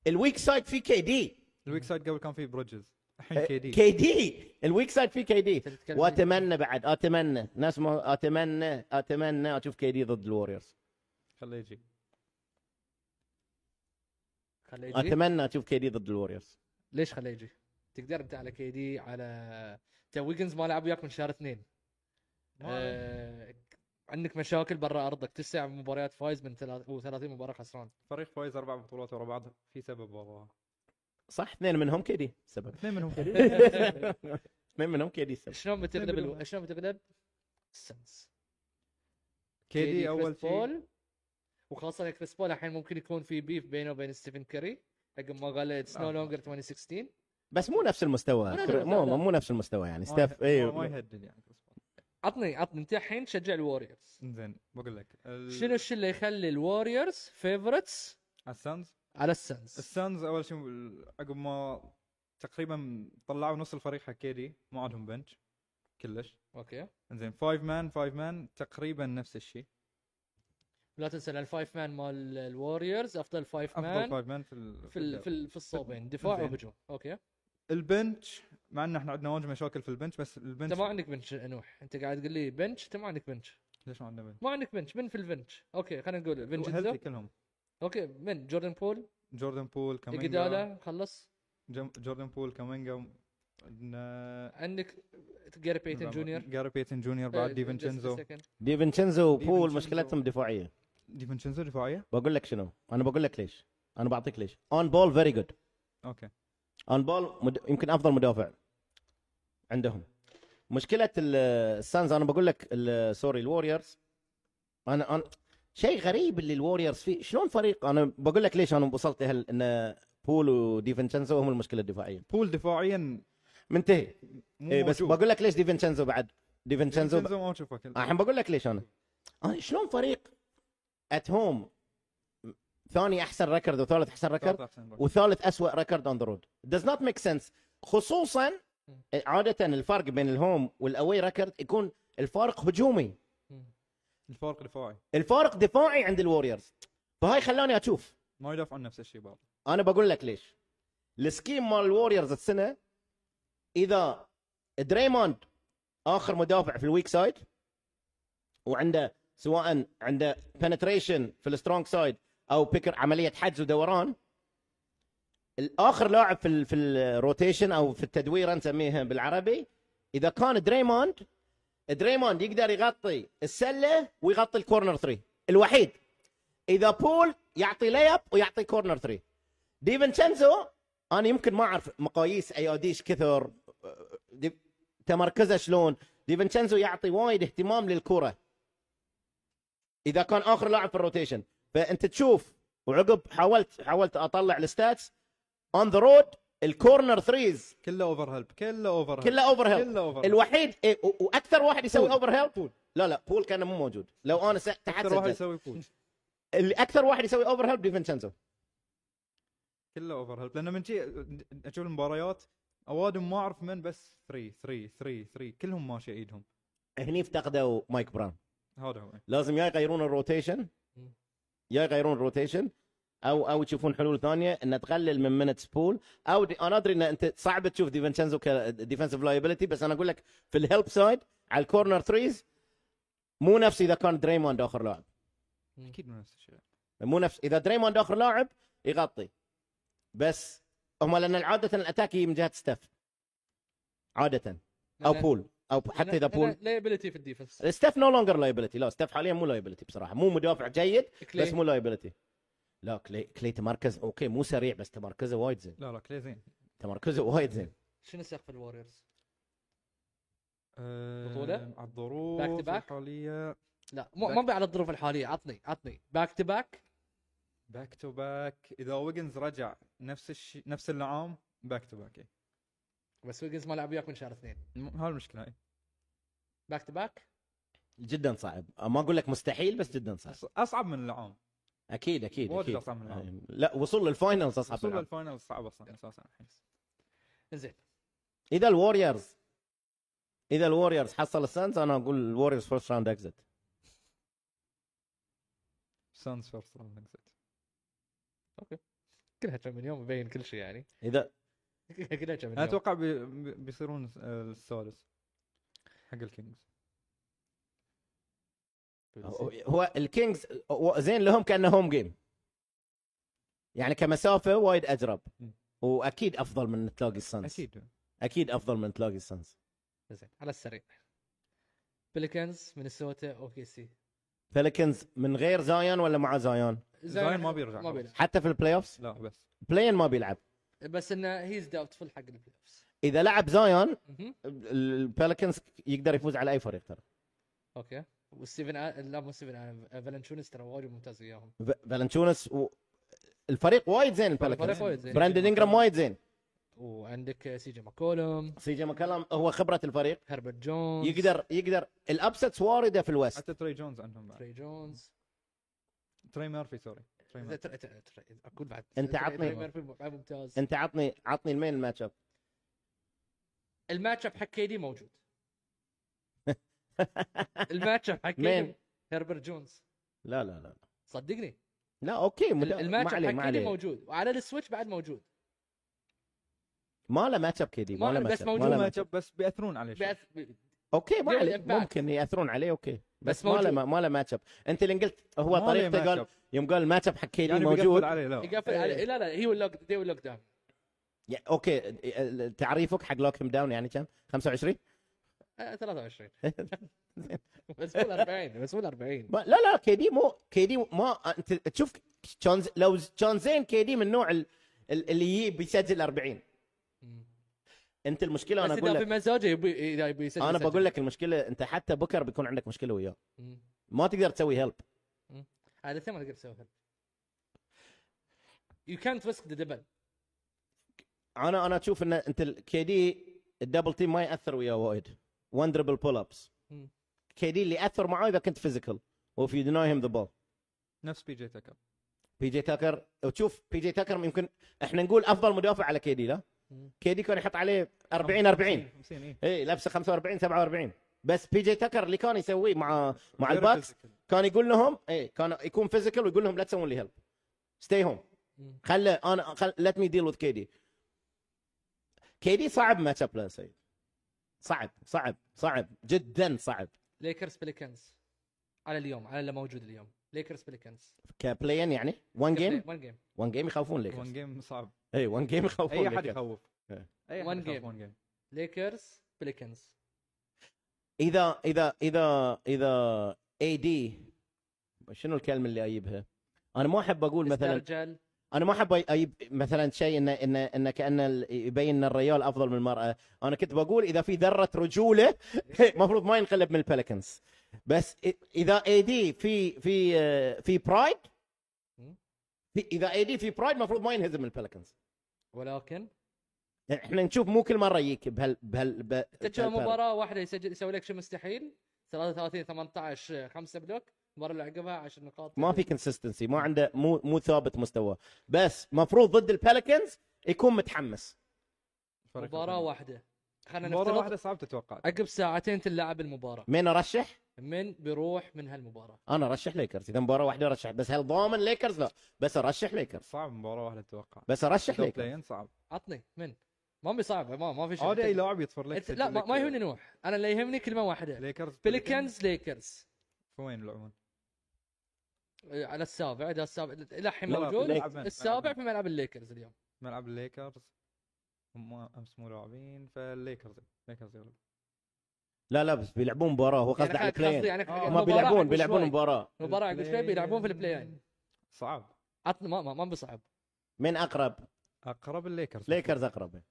Speaker 2: الويك سايد في كي دي
Speaker 3: الويك سايد قبل كان في بريدجز
Speaker 2: إيه،
Speaker 3: الحين كي دي
Speaker 2: كي دي الويك سايد في كي دي
Speaker 1: تتكلم-
Speaker 2: واتمنى بعد اتمنى ناس ما اتمنى اتمنى اشوف كي دي ضد الوريورز
Speaker 3: خليه يجي
Speaker 1: خليه يجي
Speaker 2: اتمنى اشوف كي دي ضد الوريورز
Speaker 1: ليش خليه يجي؟ تقدر انت على كيدي على تو ويجنز ما لعب وياك من شهر اثنين
Speaker 3: ما-
Speaker 1: آه... عندك مشاكل برا ارضك تسع مباريات فايز من 30 مباراه خسران
Speaker 3: فريق فايز اربع بطولات ورا بعض في سبب وراها
Speaker 2: صح اثنين منهم كي دي سبب
Speaker 3: اثنين منهم
Speaker 2: اثنين منهم كي دي سبب
Speaker 1: شلون بتغلب
Speaker 3: بالمباراة.
Speaker 1: الو... شلون بتغلب؟ السنس
Speaker 3: كي دي
Speaker 1: كريس
Speaker 3: اول شيء
Speaker 1: بول وخاصه إن كريس بول الحين ممكن يكون في بيف بينه وبين ستيفن كاري حق ما قال اتس
Speaker 3: آه.
Speaker 1: نو لونجر 2016
Speaker 2: بس مو نفس المستوى
Speaker 1: لا، لا،
Speaker 2: مو
Speaker 1: لا.
Speaker 2: مو نفس المستوى يعني
Speaker 3: ما
Speaker 2: ستاف
Speaker 3: يهدد-
Speaker 2: ايوه
Speaker 3: ما يهدد يعني كريس بول
Speaker 1: عطني عطني انت الحين تشجع الوريورز
Speaker 3: زين بقول لك ال-
Speaker 1: شنو الشيء اللي يخلي الوريورز فيفورتس
Speaker 3: السانز
Speaker 1: على السنس
Speaker 3: السانز اول شيء عقب ما تقريبا طلعوا نص الفريق حق كيدي ما عندهم بنش كلش
Speaker 1: اوكي
Speaker 3: زين فايف مان فايف مان تقريبا نفس الشيء
Speaker 1: لا تنسى إن الفايف مان مال الوريورز افضل فايف
Speaker 3: افضل
Speaker 1: مان
Speaker 3: فايف مان في ال...
Speaker 1: في ال- في ال- في الصوبين دفاع
Speaker 3: زين.
Speaker 1: وهجوم اوكي
Speaker 3: البنش مع ان احنا عندنا واجد مشاكل في البنش بس البنش
Speaker 1: انت ما عندك بنش نوح انت قاعد تقول لي بنش انت ما عندك بنش
Speaker 3: ليش ما عندنا بنش؟
Speaker 1: ما عندك بنش من في البنش اوكي خلينا نقول
Speaker 3: وهيلثي
Speaker 1: فينجنزو
Speaker 3: كلهم
Speaker 1: اوكي من جوردن بول
Speaker 3: جوردن بول كامينجا
Speaker 1: ايجدالا خلص
Speaker 3: جم... جوردن بول كامينجا عندنا
Speaker 1: عندك جاري بيتن جونيور آه،
Speaker 3: جاري بيتن جونيور
Speaker 1: إيه،
Speaker 3: بعد دي فينشنزو
Speaker 2: دي فينشنزو وبول
Speaker 3: فينشنزو.
Speaker 2: مشكلتهم دفاعيه
Speaker 3: دي فينشنزو دفاعيه
Speaker 2: بقول لك شنو انا بقول لك ليش انا بعطيك ليش اون بول فيري جود
Speaker 3: اوكي
Speaker 2: اون بول مد... يمكن افضل مدافع عندهم مشكله ال- السانز انا بقول لك ال- سوري الوريورز انا انا شيء غريب اللي الوريورز فيه شلون فريق انا بقول لك ليش انا انبسطت هل ان بول وديفنشنزو هم المشكله الدفاعيه
Speaker 3: بول دفاعيا
Speaker 2: منتهي
Speaker 3: مو
Speaker 2: إيه بس
Speaker 3: موجود.
Speaker 2: بقول لك ليش ديفنشنزو بعد ديفنشنزو ب...
Speaker 3: ديفينشينزو ما اشوفه كله.
Speaker 2: الحين بقول لك ليش انا انا آه، شلون فريق ات هوم ثاني احسن ركرد وثالث احسن ركرد
Speaker 3: ثالث أحسن ركض.
Speaker 2: وثالث أسوأ ريكورد اون ذا رود does not make sense خصوصا عادة الفرق بين الهوم والاوي ريكورد يكون الفارق هجومي
Speaker 3: الفرق دفاعي
Speaker 2: الفارق دفاعي عند الوريورز فهاي خلاني اشوف
Speaker 3: ما يدافع عن نفس الشيء برضه
Speaker 2: انا بقول لك ليش السكيم مال الوريورز السنه اذا دريموند اخر مدافع في الويك سايد وعنده سواء عنده بنتريشن في السترونج سايد او بيكر عمليه حجز ودوران الاخر لاعب في ال في الروتيشن او في التدويره نسميها بالعربي اذا كان دريموند دريموند يقدر يغطي السله ويغطي الكورنر 3 الوحيد اذا بول يعطي ليب ويعطي كورنر 3 ديفنشنزو انا يمكن ما اعرف مقاييس اي اوديش كثر دي- تمركزه شلون ديفنشنزو يعطي وايد اهتمام للكره اذا كان اخر لاعب في الروتيشن فانت تشوف وعقب حاولت حاولت اطلع الستاتس اون ذا رود الكورنر ثريز
Speaker 3: كله اوفر هيلب كله اوفر
Speaker 2: كلها اوفر هيلب
Speaker 3: كله اوفر هيلب
Speaker 2: الوحيد إيه، و- واكثر واحد يسوي
Speaker 3: بول.
Speaker 2: اوفر هيلب لا لا بول كان مو موجود لو انا س- تحت
Speaker 3: اكثر واحد
Speaker 2: سجل
Speaker 3: يسوي بوش
Speaker 2: اللي اكثر واحد يسوي اوفر هيلب ديفنشنزو
Speaker 3: كله اوفر هيلب لان من شي اشوف المباريات اوادم ما اعرف من بس 3 3 3 3 كلهم ماشي ايدهم
Speaker 2: هني افتقدوا مايك براون
Speaker 3: هذا هو
Speaker 2: لازم يا يغيرون الروتيشن يا يغيرون الروتيشن او او تشوفون حلول ثانيه ان تقلل من مينتس بول او دي انا ادري ان انت صعب تشوف ديفنشنزو كديفنسيف لايبيلتي بس انا اقول لك في الهيلب سايد على الكورنر ثريز مو نفس اذا كان دريموند اخر لاعب
Speaker 3: اكيد مو نفس الشيء
Speaker 2: مو نفس اذا دريموند اخر لاعب يغطي بس هم لان عاده الاتاك يجي من جهه ستاف عاده او بول او حتى اذا بول
Speaker 1: ليبلتي في الديفنس
Speaker 2: ستيف نو لونجر لايبلتي لا ستيف حاليا مو لايبلتي بصراحه مو مدافع جيد
Speaker 1: كلي.
Speaker 2: إيه، بس مو لايبلتي لا كلي كلي تمركز اوكي مو سريع بس تمركزه وايد زين
Speaker 3: لا لا كلي زين
Speaker 2: تمركزه وايد زين
Speaker 1: شنو سقف الوريورز؟
Speaker 3: أه،
Speaker 1: بطولة؟
Speaker 3: على الظروف
Speaker 1: Back to back؟
Speaker 3: الحاليه
Speaker 1: لا مو ما على الظروف الحاليه عطني عطني باك تو باك
Speaker 3: باك تو باك اذا ويجنز رجع نفس الشيء نفس اللعام باك تو باك إي.
Speaker 1: بس ويجنز ما لعب وياك من شهر اثنين
Speaker 3: م- هاي المشكله إي.
Speaker 1: باك تو باك
Speaker 2: جدا صعب ما اقول لك مستحيل بس جدا صعب
Speaker 3: أص- اصعب من اللعام
Speaker 2: اكيد اكيد
Speaker 3: واجد
Speaker 2: اكيد
Speaker 3: أصعب من العالم.
Speaker 2: يعني لا وصول للفاينلز اصعب من
Speaker 3: وصول
Speaker 2: العالم.
Speaker 3: للفاينل صعب اصلا اساسا الحين
Speaker 1: زين
Speaker 2: اذا الوريورز اذا الوريورز حصل السانز انا اقول الوريورز فيرست راوند اكزت
Speaker 3: سانز فيرست راوند اكزت
Speaker 1: كلها كم من يوم يبين كل شيء يعني
Speaker 2: اذا
Speaker 1: كلها كم من
Speaker 3: انا
Speaker 1: يوم
Speaker 3: اتوقع بي- بي- بيصيرون الس- السادس حق الكينجز
Speaker 2: هو الكينجز زين لهم كانه هوم جيم يعني كمسافه وايد اجرب
Speaker 3: م.
Speaker 2: واكيد افضل من تلاقي السانز
Speaker 3: اكيد
Speaker 2: اكيد افضل من تلاقي السانز
Speaker 1: زين على السريع بليكنز مينيسوتا اوكي سي
Speaker 2: بلكنز من غير زايان ولا مع زايان
Speaker 3: زاين ما بيرجع.
Speaker 1: ما بيرجع
Speaker 2: حتى في البلاي اوفز
Speaker 3: لا بس
Speaker 2: بلاين ما بيلعب
Speaker 1: بس انه هيز داوتفul حق البلاي اوفز
Speaker 2: اذا لعب زايان البلكنز يقدر يفوز على اي فريق ترى
Speaker 1: اوكي وستيفن آ... لا مو ستيفن آ... فالنشونس ترى واجد ممتاز وياهم
Speaker 2: ف- فالنشونس و... الفريق وايد زين
Speaker 1: فريق
Speaker 2: البلكنز
Speaker 1: وايد زين.
Speaker 2: براندن انجرام وايد زين
Speaker 1: وعندك سي جي ماكولوم
Speaker 2: سي جي مكلم هو خبره الفريق
Speaker 1: هربرت جونز
Speaker 2: يقدر يقدر الابسيتس وارده في الوست
Speaker 3: حتى تري جونز عندهم بعد
Speaker 1: تري جونز
Speaker 3: تري مارفي سوري تري
Speaker 1: إذا تر-
Speaker 3: مارفي
Speaker 1: تر- تر- اقول بعد
Speaker 2: أنت عطني-
Speaker 1: تري ميرفي لاعب ممتاز
Speaker 2: انت عطني عطني المين الماتش اب
Speaker 1: الماتش اب حق كيدي موجود الماتش اب حق
Speaker 2: مين؟
Speaker 1: كيدي هربرت جونز
Speaker 2: لا لا لا
Speaker 1: صدقني
Speaker 2: لا اوكي مد...
Speaker 1: الماتش
Speaker 2: ما عليه
Speaker 1: اب
Speaker 2: ما
Speaker 1: حق كيدي
Speaker 2: عليه
Speaker 1: موجود وعلى السويتش بعد موجود
Speaker 2: ما له ماتش اب كذي ما له
Speaker 1: ما- بس
Speaker 2: ماتش اب
Speaker 1: موجود
Speaker 2: ما له
Speaker 1: match
Speaker 3: ماتش
Speaker 2: ماتش
Speaker 3: اب بس بياثرون عليه شوي.
Speaker 1: بعد-
Speaker 2: اوكي ما
Speaker 1: There
Speaker 2: عليه
Speaker 1: is impact.
Speaker 2: ممكن ياثرون عليه اوكي بس,
Speaker 1: بس
Speaker 2: ما له
Speaker 1: موجود.
Speaker 2: ما له ماتش اب انت اللي قلت هو
Speaker 3: ما له
Speaker 2: طريقته
Speaker 3: match
Speaker 2: قال
Speaker 3: up.
Speaker 2: يوم قال الماتش اب حق كيدي
Speaker 3: يعني
Speaker 2: موجود
Speaker 3: بيقفل عليه لا
Speaker 1: يقفل على
Speaker 2: إيه.
Speaker 1: لا لا هي واللوك دي واللوك داون
Speaker 2: يا- اوكي تعريفك حق لوك هيم داون يعني كم 25
Speaker 1: آه، 23 بس مو 40 بس مو 40
Speaker 2: ما لا لا كيدي مو كيدي ما انت تشوف جونز لو جونزين كيدي من نوع ال- ال- اللي يجي بيسجل 40 انت المشكله
Speaker 1: بس
Speaker 2: انا اقول
Speaker 1: اذا في
Speaker 2: لك
Speaker 1: مزاجه يبي اذا يبي يسجل
Speaker 2: انا
Speaker 1: يسجل.
Speaker 2: بقول لك المشكله انت حتى بكر بيكون عندك مشكله وياه
Speaker 1: مم.
Speaker 2: ما تقدر تسوي هيلب
Speaker 1: مم. هذا الاثنين ما تقدر تسويها يو كانت ريسك ذا دبل
Speaker 2: انا انا اشوف ان انت الكيدي الدبل تيم ما ياثر وياه وايد وان دربل بول ابس
Speaker 1: مم.
Speaker 2: كيدي اللي اثر معاه اذا كنت فيزيكال وفي يو ديناي هيم ذا بول
Speaker 3: نفس بي جي تكر
Speaker 2: بي جي تاكر وتشوف بي جي تاكر يمكن احنا نقول افضل مدافع على كيدي لا
Speaker 1: مم.
Speaker 2: كيدي كان يحط عليه 40 40
Speaker 3: 50 اي
Speaker 2: اي لابسه 45 47 بس بي جي تاكر اللي كان يسويه مع مع
Speaker 3: غير
Speaker 2: الباكس
Speaker 3: physical.
Speaker 2: كان يقول لهم اي كان يكون فيزيكال ويقول لهم لا تسوون لي هيلب ستي هوم
Speaker 1: مم.
Speaker 2: خله انا خل ليت مي ديل وذ كيدي كيدي صعب ماتش اب له سيد صعب صعب صعب جدا صعب
Speaker 1: ليكرز بليكنز على اليوم على اللي موجود اليوم ليكرز بليكنز
Speaker 2: كبلاين يعني 1 جيم
Speaker 1: 1 جيم
Speaker 2: 1 جيم يخافون
Speaker 3: وان
Speaker 2: ليكرز
Speaker 3: جيم صعب
Speaker 2: اي 1 جيم يخافون
Speaker 3: اي احد
Speaker 2: Lakers.
Speaker 3: يخوف
Speaker 2: إيه.
Speaker 3: اي
Speaker 1: One
Speaker 3: احد يخوف
Speaker 1: game.
Speaker 3: وان جيم
Speaker 1: ليكرز بليكنز
Speaker 2: اذا اذا اذا اذا اي دي شنو الكلمه اللي اجيبها؟ انا ما احب اقول مثلا
Speaker 1: استرجل
Speaker 2: انا ما احب اجيب مثلا شيء انه انه انه كانه ال- يبين ان الرجال افضل من المراه، انا كنت بقول اذا في ذره رجوله المفروض ما ينقلب من البلكنز بس إ- اذا اي دي في في آه، في برايد في اذا اي دي في برايد المفروض ما ينهزم من البلكنز
Speaker 1: ولكن
Speaker 2: يعني احنا نشوف مو كل مره يجيك بهال بهال ب-
Speaker 1: تجي
Speaker 2: بهالفرق.
Speaker 1: مباراه واحده يسجل يسوي لك شيء مستحيل 33 18 5 بلوك المباراه اللي عقبها 10 نقاط
Speaker 2: ما في كونسستنسي ما عنده مو مو ثابت مستواه بس مفروض ضد البلكنز يكون متحمس
Speaker 3: فريق
Speaker 1: مباراه
Speaker 3: الفريق.
Speaker 1: واحده خلينا
Speaker 3: مباراه
Speaker 1: نفترض
Speaker 3: واحده صعب تتوقع
Speaker 1: عقب ساعتين تلعب المباراه
Speaker 2: مين ارشح؟
Speaker 1: من بيروح من هالمباراه
Speaker 2: انا ارشح ليكرز اذا مباراه واحده ارشح بس هل ضامن ليكرز؟ لا بس ارشح ليكرز
Speaker 3: صعب مباراه واحده تتوقع
Speaker 2: بس ارشح
Speaker 3: لو
Speaker 2: ليكرز
Speaker 3: بلاين صعب
Speaker 1: عطني من ما بصعب ما ما في شيء
Speaker 3: عادي اي لاعب يطفر لك
Speaker 1: أنت- لا ما, ما يهمني نوح انا اللي يهمني كلمه واحده
Speaker 3: ليكرز
Speaker 1: بليكنز ليكرز
Speaker 3: وين يلعبون؟
Speaker 1: آه، على السابع اذا السابع الى الحين
Speaker 2: لا،
Speaker 1: موجود
Speaker 2: ليكرز.
Speaker 1: السابع في ملعب الليكرز اليوم
Speaker 3: ملعب الليكرز هم امس مو لاعبين فالليكرز ليكرز يغلب
Speaker 2: لا لا بس بيلعبون مباراه هو قصده على
Speaker 1: يعني قصدي
Speaker 2: البلاين
Speaker 1: يعني
Speaker 3: آه،
Speaker 2: هم
Speaker 1: مباراة
Speaker 2: بيلعبون
Speaker 1: عقب
Speaker 2: بيلعبون
Speaker 1: شوي.
Speaker 2: مباراه
Speaker 1: مباراة عقب شوي بيلعبون في البلاي
Speaker 3: إن.
Speaker 1: ان
Speaker 3: صعب
Speaker 1: عطنا ما ما, ما بصعب
Speaker 2: مين اقرب؟
Speaker 3: اقرب الليكرز
Speaker 2: ليكرز اقرب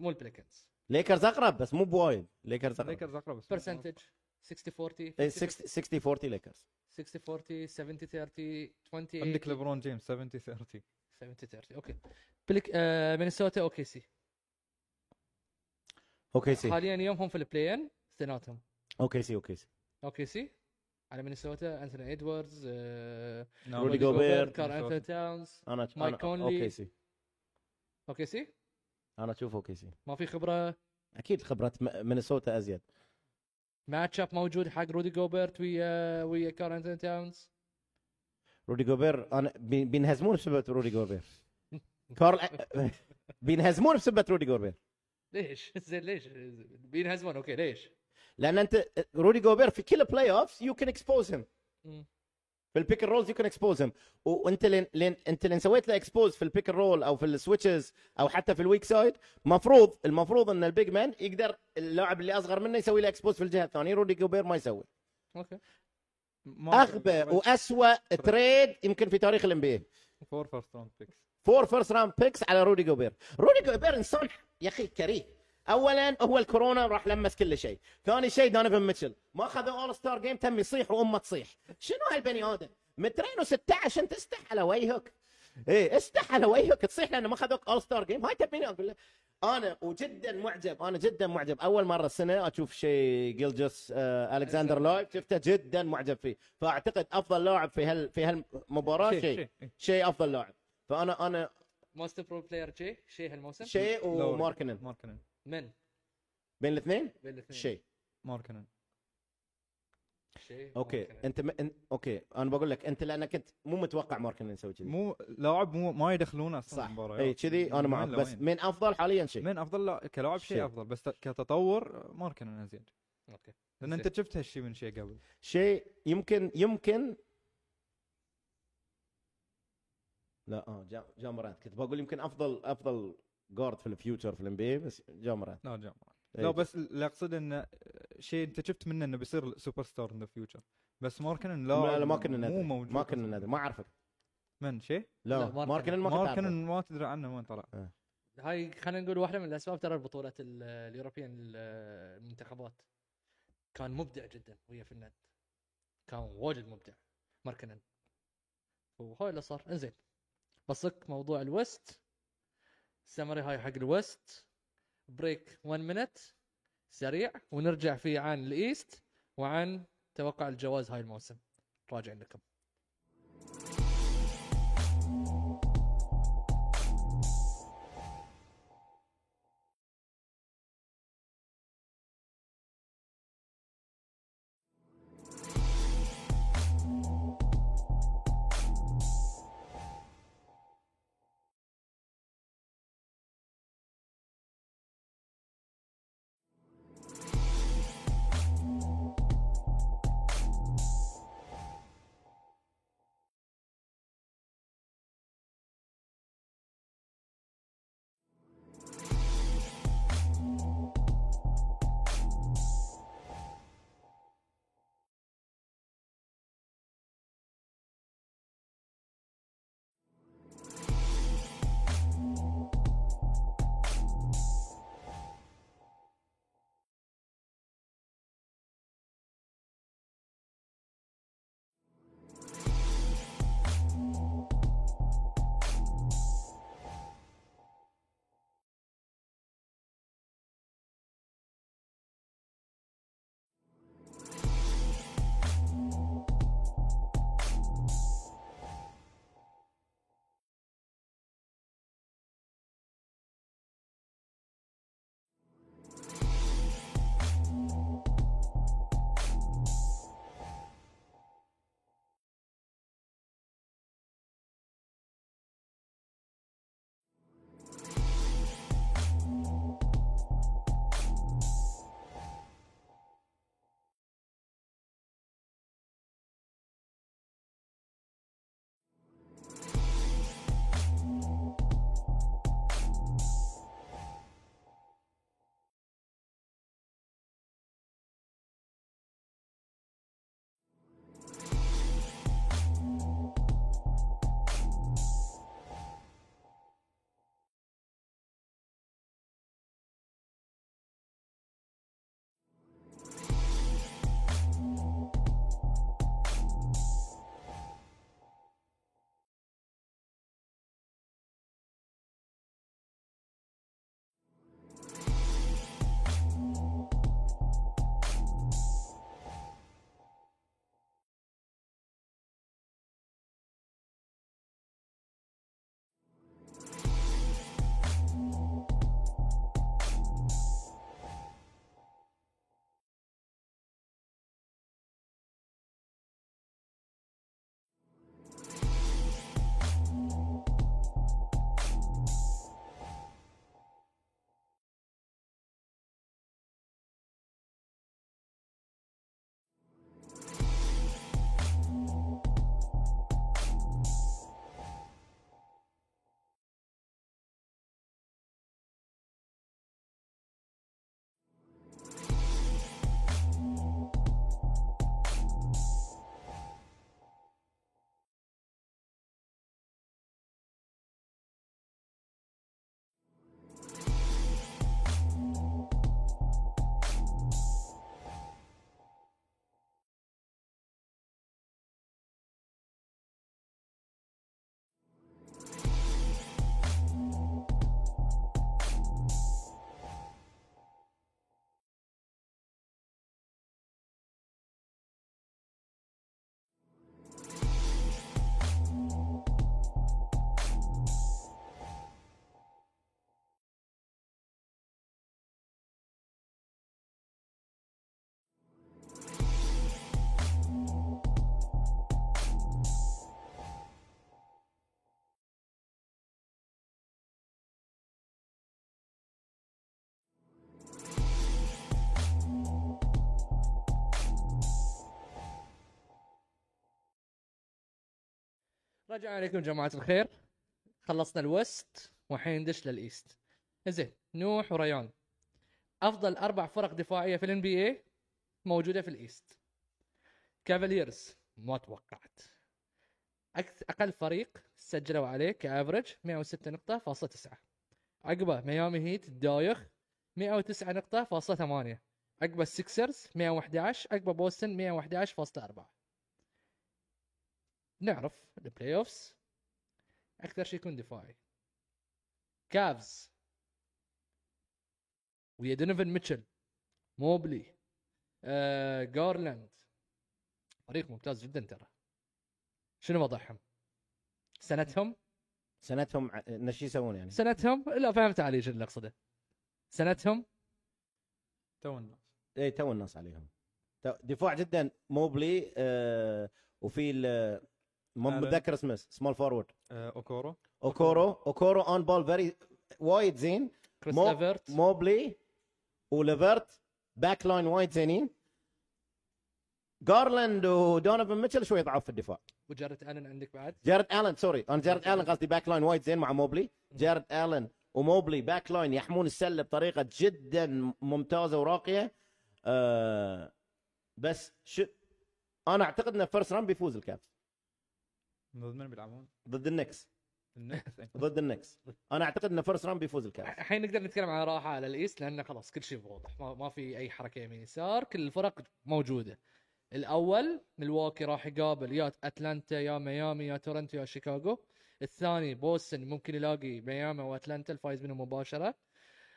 Speaker 1: مو البليكنز
Speaker 2: ليكرز اقرب بس مو بوايد ليكرز اقرب
Speaker 3: الليكرز اقرب بس
Speaker 1: برسنتج 60 40
Speaker 2: إيه، 60 60 40 ليكرز
Speaker 1: 60 40 70 30 20
Speaker 3: عندك ليبرون جيمس 70 30
Speaker 1: 70 30 اوكي بليك آه مينيسوتا اوكي سي
Speaker 2: اوكي سي
Speaker 1: حاليا يوم هم في البلاي ان اثنيناتهم
Speaker 2: اوكي سي اوكي سي
Speaker 1: اوكي سي على مينيسوتا انثوني ادواردز آه
Speaker 2: رودي
Speaker 1: رودي
Speaker 2: جوبير.
Speaker 1: جوبير كار انثوني تاونز
Speaker 2: انا أنا-
Speaker 1: مايك كونلي.
Speaker 2: اوكي سي
Speaker 1: اوكي سي
Speaker 2: انا اشوف اوكي سي
Speaker 1: ما في خبره
Speaker 2: اكيد خبره م- مينيسوتا ازيد
Speaker 1: ماتش اب موجود حق رودي جوبرت ويا ويا كار انثوني تاونز
Speaker 2: رودي جوبير انا بي- بينهزمون بسبه رودي جوبير كارل بينهزمون بسبه رودي جوبير
Speaker 1: ليش؟ زين ليش؟ بينهزمون اوكي ليش؟
Speaker 2: لان انت رودي جوبير في كل بلاي اوف يو كان اكسبوز هيم
Speaker 1: مم.
Speaker 2: في البيك اند رولز يو كان اكسبوز هيم وانت لين لين انت لين سويت له اكسبوز في البيك اند رول او في السويتشز او حتى في الويك سايد مفروض المفروض ان البيج مان يقدر اللاعب اللي اصغر منه يسوي له اكسبوز في الجهه الثانيه رودي جوبير ما يسوي
Speaker 1: اوكي
Speaker 2: اغبى واسوء تريد يمكن في تاريخ الام بي
Speaker 3: فور فيرست راوند بيكس
Speaker 2: فور فيرست راوند بيكس على رودي جوبير رودي جوبير انسان يا اخي كريه اولا هو الكورونا راح لمس كل شيء ثاني شيء دونيفن ميتشل ما اخذ اول ستار جيم تم يصيح وامه تصيح شنو هالبني ادم مترين و16 انت استح على وجهك ايه استحى لو وجهك تصيح لانه ما خذوك اول ستار جيم هاي تبيني اقول لك انا وجدا معجب انا جدا معجب اول مره السنه اشوف شيء جيلجس آه الكساندر لايف شفته جدا معجب فيه فاعتقد افضل لاعب في هال في هالمباراه
Speaker 4: شيء-
Speaker 2: شيء شيء,
Speaker 4: شيء.
Speaker 2: افضل لاعب فانا انا
Speaker 1: موست برو بلاير شيء شيء هالموسم
Speaker 2: شيء
Speaker 3: لوري.
Speaker 2: وماركنن
Speaker 3: ماركنن
Speaker 1: من
Speaker 2: بين الاثنين
Speaker 1: بين الاثنين
Speaker 2: شيء
Speaker 3: ماركنن
Speaker 1: شيء
Speaker 2: اوكي
Speaker 1: ممكن.
Speaker 2: انت م... إن... اوكي انا بقول لك انت لانك انت مو متوقع ماركنن يسوي كذي
Speaker 3: مو لاعب مو ما يدخلونه اصلا
Speaker 2: صح
Speaker 3: المباريات.
Speaker 2: اي كذي انا
Speaker 3: من
Speaker 2: معك
Speaker 3: يعني وين
Speaker 2: بس
Speaker 3: لوين.
Speaker 2: من افضل حاليا شيء
Speaker 3: من افضل لا كلاعب
Speaker 2: شيء.
Speaker 3: شيء افضل بس كتطور ماركنن ازين
Speaker 1: اوكي
Speaker 3: لان انت شفت هالشيء من شيء قبل
Speaker 2: شيء يمكن يمكن لا اه جا... جامرانت كنت بقول يمكن افضل افضل جارد في الفيوتشر في الام بي بس جامرانت
Speaker 3: لا جامعة
Speaker 2: إيه.
Speaker 3: لا بس اللي اقصد انه شيء انت شفت منه انه بيصير سوبر ستار ان ذا فيوتشر بس ماركنن لا
Speaker 2: لا لا ما كنا
Speaker 3: مو
Speaker 2: ندري
Speaker 3: موجود
Speaker 2: ما كنا ندري ما اعرفك
Speaker 3: من شيء
Speaker 1: لا،
Speaker 2: لا
Speaker 1: ماركنن-
Speaker 2: ماركنن ما كنت أعرفه.
Speaker 3: ماركنن ما تدري عنه وين طلع
Speaker 1: هاي خلينا نقول واحده من الاسباب ترى بطوله ال- اليوروبيان ال- المنتخبات كان مبدع جدا ويا فنلند كان واجد مبدع ماركنن وهاي اللي صار انزين بصك موضوع الوست سمري هاي حق الوست بريك 1 مينت سريع ونرجع فيه عن الايست وعن توقع الجواز هاي الموسم راجعين لكم رجعنا عليكم جماعه الخير خلصنا الوست والحين ندش للايست زين نوح وريان افضل اربع فرق دفاعيه في الان بي اي موجوده في الايست كافاليرز ما توقعت أكث- اقل فريق سجلوا عليه كافرج 106 نقطه فاصلة 9 عقبه ميامي هيت دايخ 109 نقطه فاصلة 8 عقبه السكسرز 111 عقبه بوسطن 111.4 نعرف البلاي اوفس اكثر شيء يكون دفاعي كافز ويا دونيفن ميتشل موبلي آه، جارلاند فريق ممتاز جدا ترى شنو وضعهم؟ سنتهم
Speaker 2: سنتهم ع- إن شو يسوون يعني
Speaker 1: سنتهم لا فهمت علي شنو اللي اقصده سنتهم
Speaker 3: تو الناس
Speaker 2: اي إيه، تو الناس عليهم تو- دفاع جدا موبلي آه وفي ال- ما
Speaker 3: آلن.
Speaker 2: متذكر اسمه سمول فورورد
Speaker 3: آه، اوكورو
Speaker 2: اوكورو اوكورو اون بول فيري وايد زين
Speaker 1: كريس
Speaker 2: مو-
Speaker 1: لافيرت
Speaker 2: موبلي وليفرت باك لاين وايد زينين جارلاند ودونيفن ميتشل شوي ضعف في الدفاع
Speaker 1: وجارد الن عندك بعد
Speaker 2: جارد الن سوري انا جارد الن قصدي باك لاين وايد زين مع موبلي جارد الن وموبلي باك لاين يحمون السله بطريقه جدا ممتازه وراقيه آه بس ش... انا اعتقد ان فيرست راوند بيفوز الكابس
Speaker 3: ضد من بيلعبون؟
Speaker 2: ضد النكس
Speaker 3: النكس إيه.
Speaker 2: ضد النكس انا اعتقد ان فيرست راوند بيفوز الكابس
Speaker 1: الحين نقدر نتكلم على راحه على الايست لان خلاص كل شيء واضح ما, ما في اي حركه يمين يسار كل الفرق موجوده الاول ملواكي راح يقابل يا اتلانتا يا ميامي يا تورنتو يا شيكاغو الثاني بوسن ممكن يلاقي ميامي واتلانتا الفايز منهم مباشره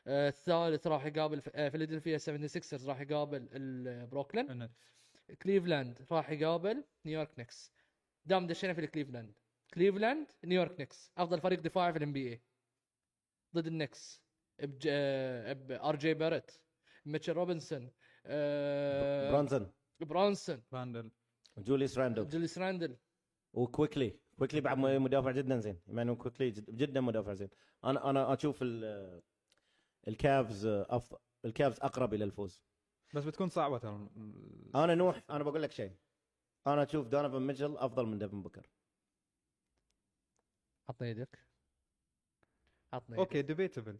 Speaker 1: آه، الثالث راح يقابل ف- آه، فيلادلفيا 76 راح يقابل ال- آه، بروكلين
Speaker 3: النكس
Speaker 1: كليفلاند راح يقابل نيويورك نيكس دام دشينا في الكليفلاند كليفلاند نيويورك نيكس افضل فريق دفاعي في الام بي اي ضد النكس بج... ار آه، جي بارت ميتشل روبنسون آه،
Speaker 2: برونزون
Speaker 1: برونسون
Speaker 3: راندل
Speaker 2: جوليس راندل
Speaker 1: جوليس راندل
Speaker 2: وكويكلي كويكلي بعد م- مدافع جدا زين ايمانويل كويكلي جد- جدا مدافع زين انا انا اشوف ال- الكافز أف... الكافز اقرب الى الفوز
Speaker 3: بس بتكون صعبه ترى
Speaker 1: آه.
Speaker 2: انا نوح انا بقول لك شيء انا اشوف دونيفن ميتشل افضل من ديفن بوكر
Speaker 1: عطني يدك عطني يدك.
Speaker 3: اوكي ديبيتبل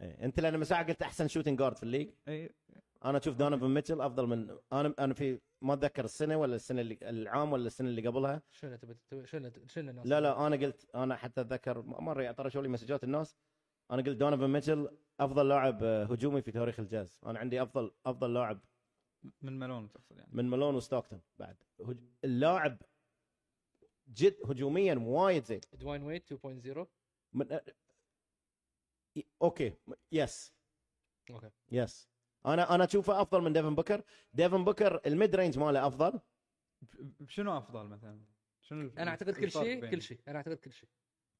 Speaker 2: إيه. انت لان من ساعه قلت احسن شوتنج جارد في الليج
Speaker 3: اي
Speaker 2: انا اشوف دونيفن ميتشل افضل من انا انا في ما اتذكر السنه ولا السنه اللي العام ولا السنه اللي قبلها
Speaker 1: شنو تبي تسوي؟ شنو شنو الناس
Speaker 2: لا لا انا قلت انا حتى اتذكر م- مره ترى شو لي مسجات الناس انا قلت دونيفن ميتشل افضل لاعب آه، هجومي في تاريخ الجاز انا عندي افضل افضل لاعب
Speaker 3: من مالون تقصد يعني
Speaker 2: من مالون وستوكتون بعد هج... اللاعب جد هجوميا وايد زين
Speaker 1: دوين ويت 2.0
Speaker 2: من... أ- ي- اوكي م- يس
Speaker 1: اوكي
Speaker 2: يس انا انا اشوفه افضل من ديفن بوكر ديفن بوكر الميد رينج ماله افضل
Speaker 3: ب- شنو افضل مثلا؟ شنو ال-
Speaker 1: انا اعتقد كل
Speaker 3: الفرق
Speaker 1: شيء
Speaker 3: بين-
Speaker 1: كل شيء انا اعتقد كل شيء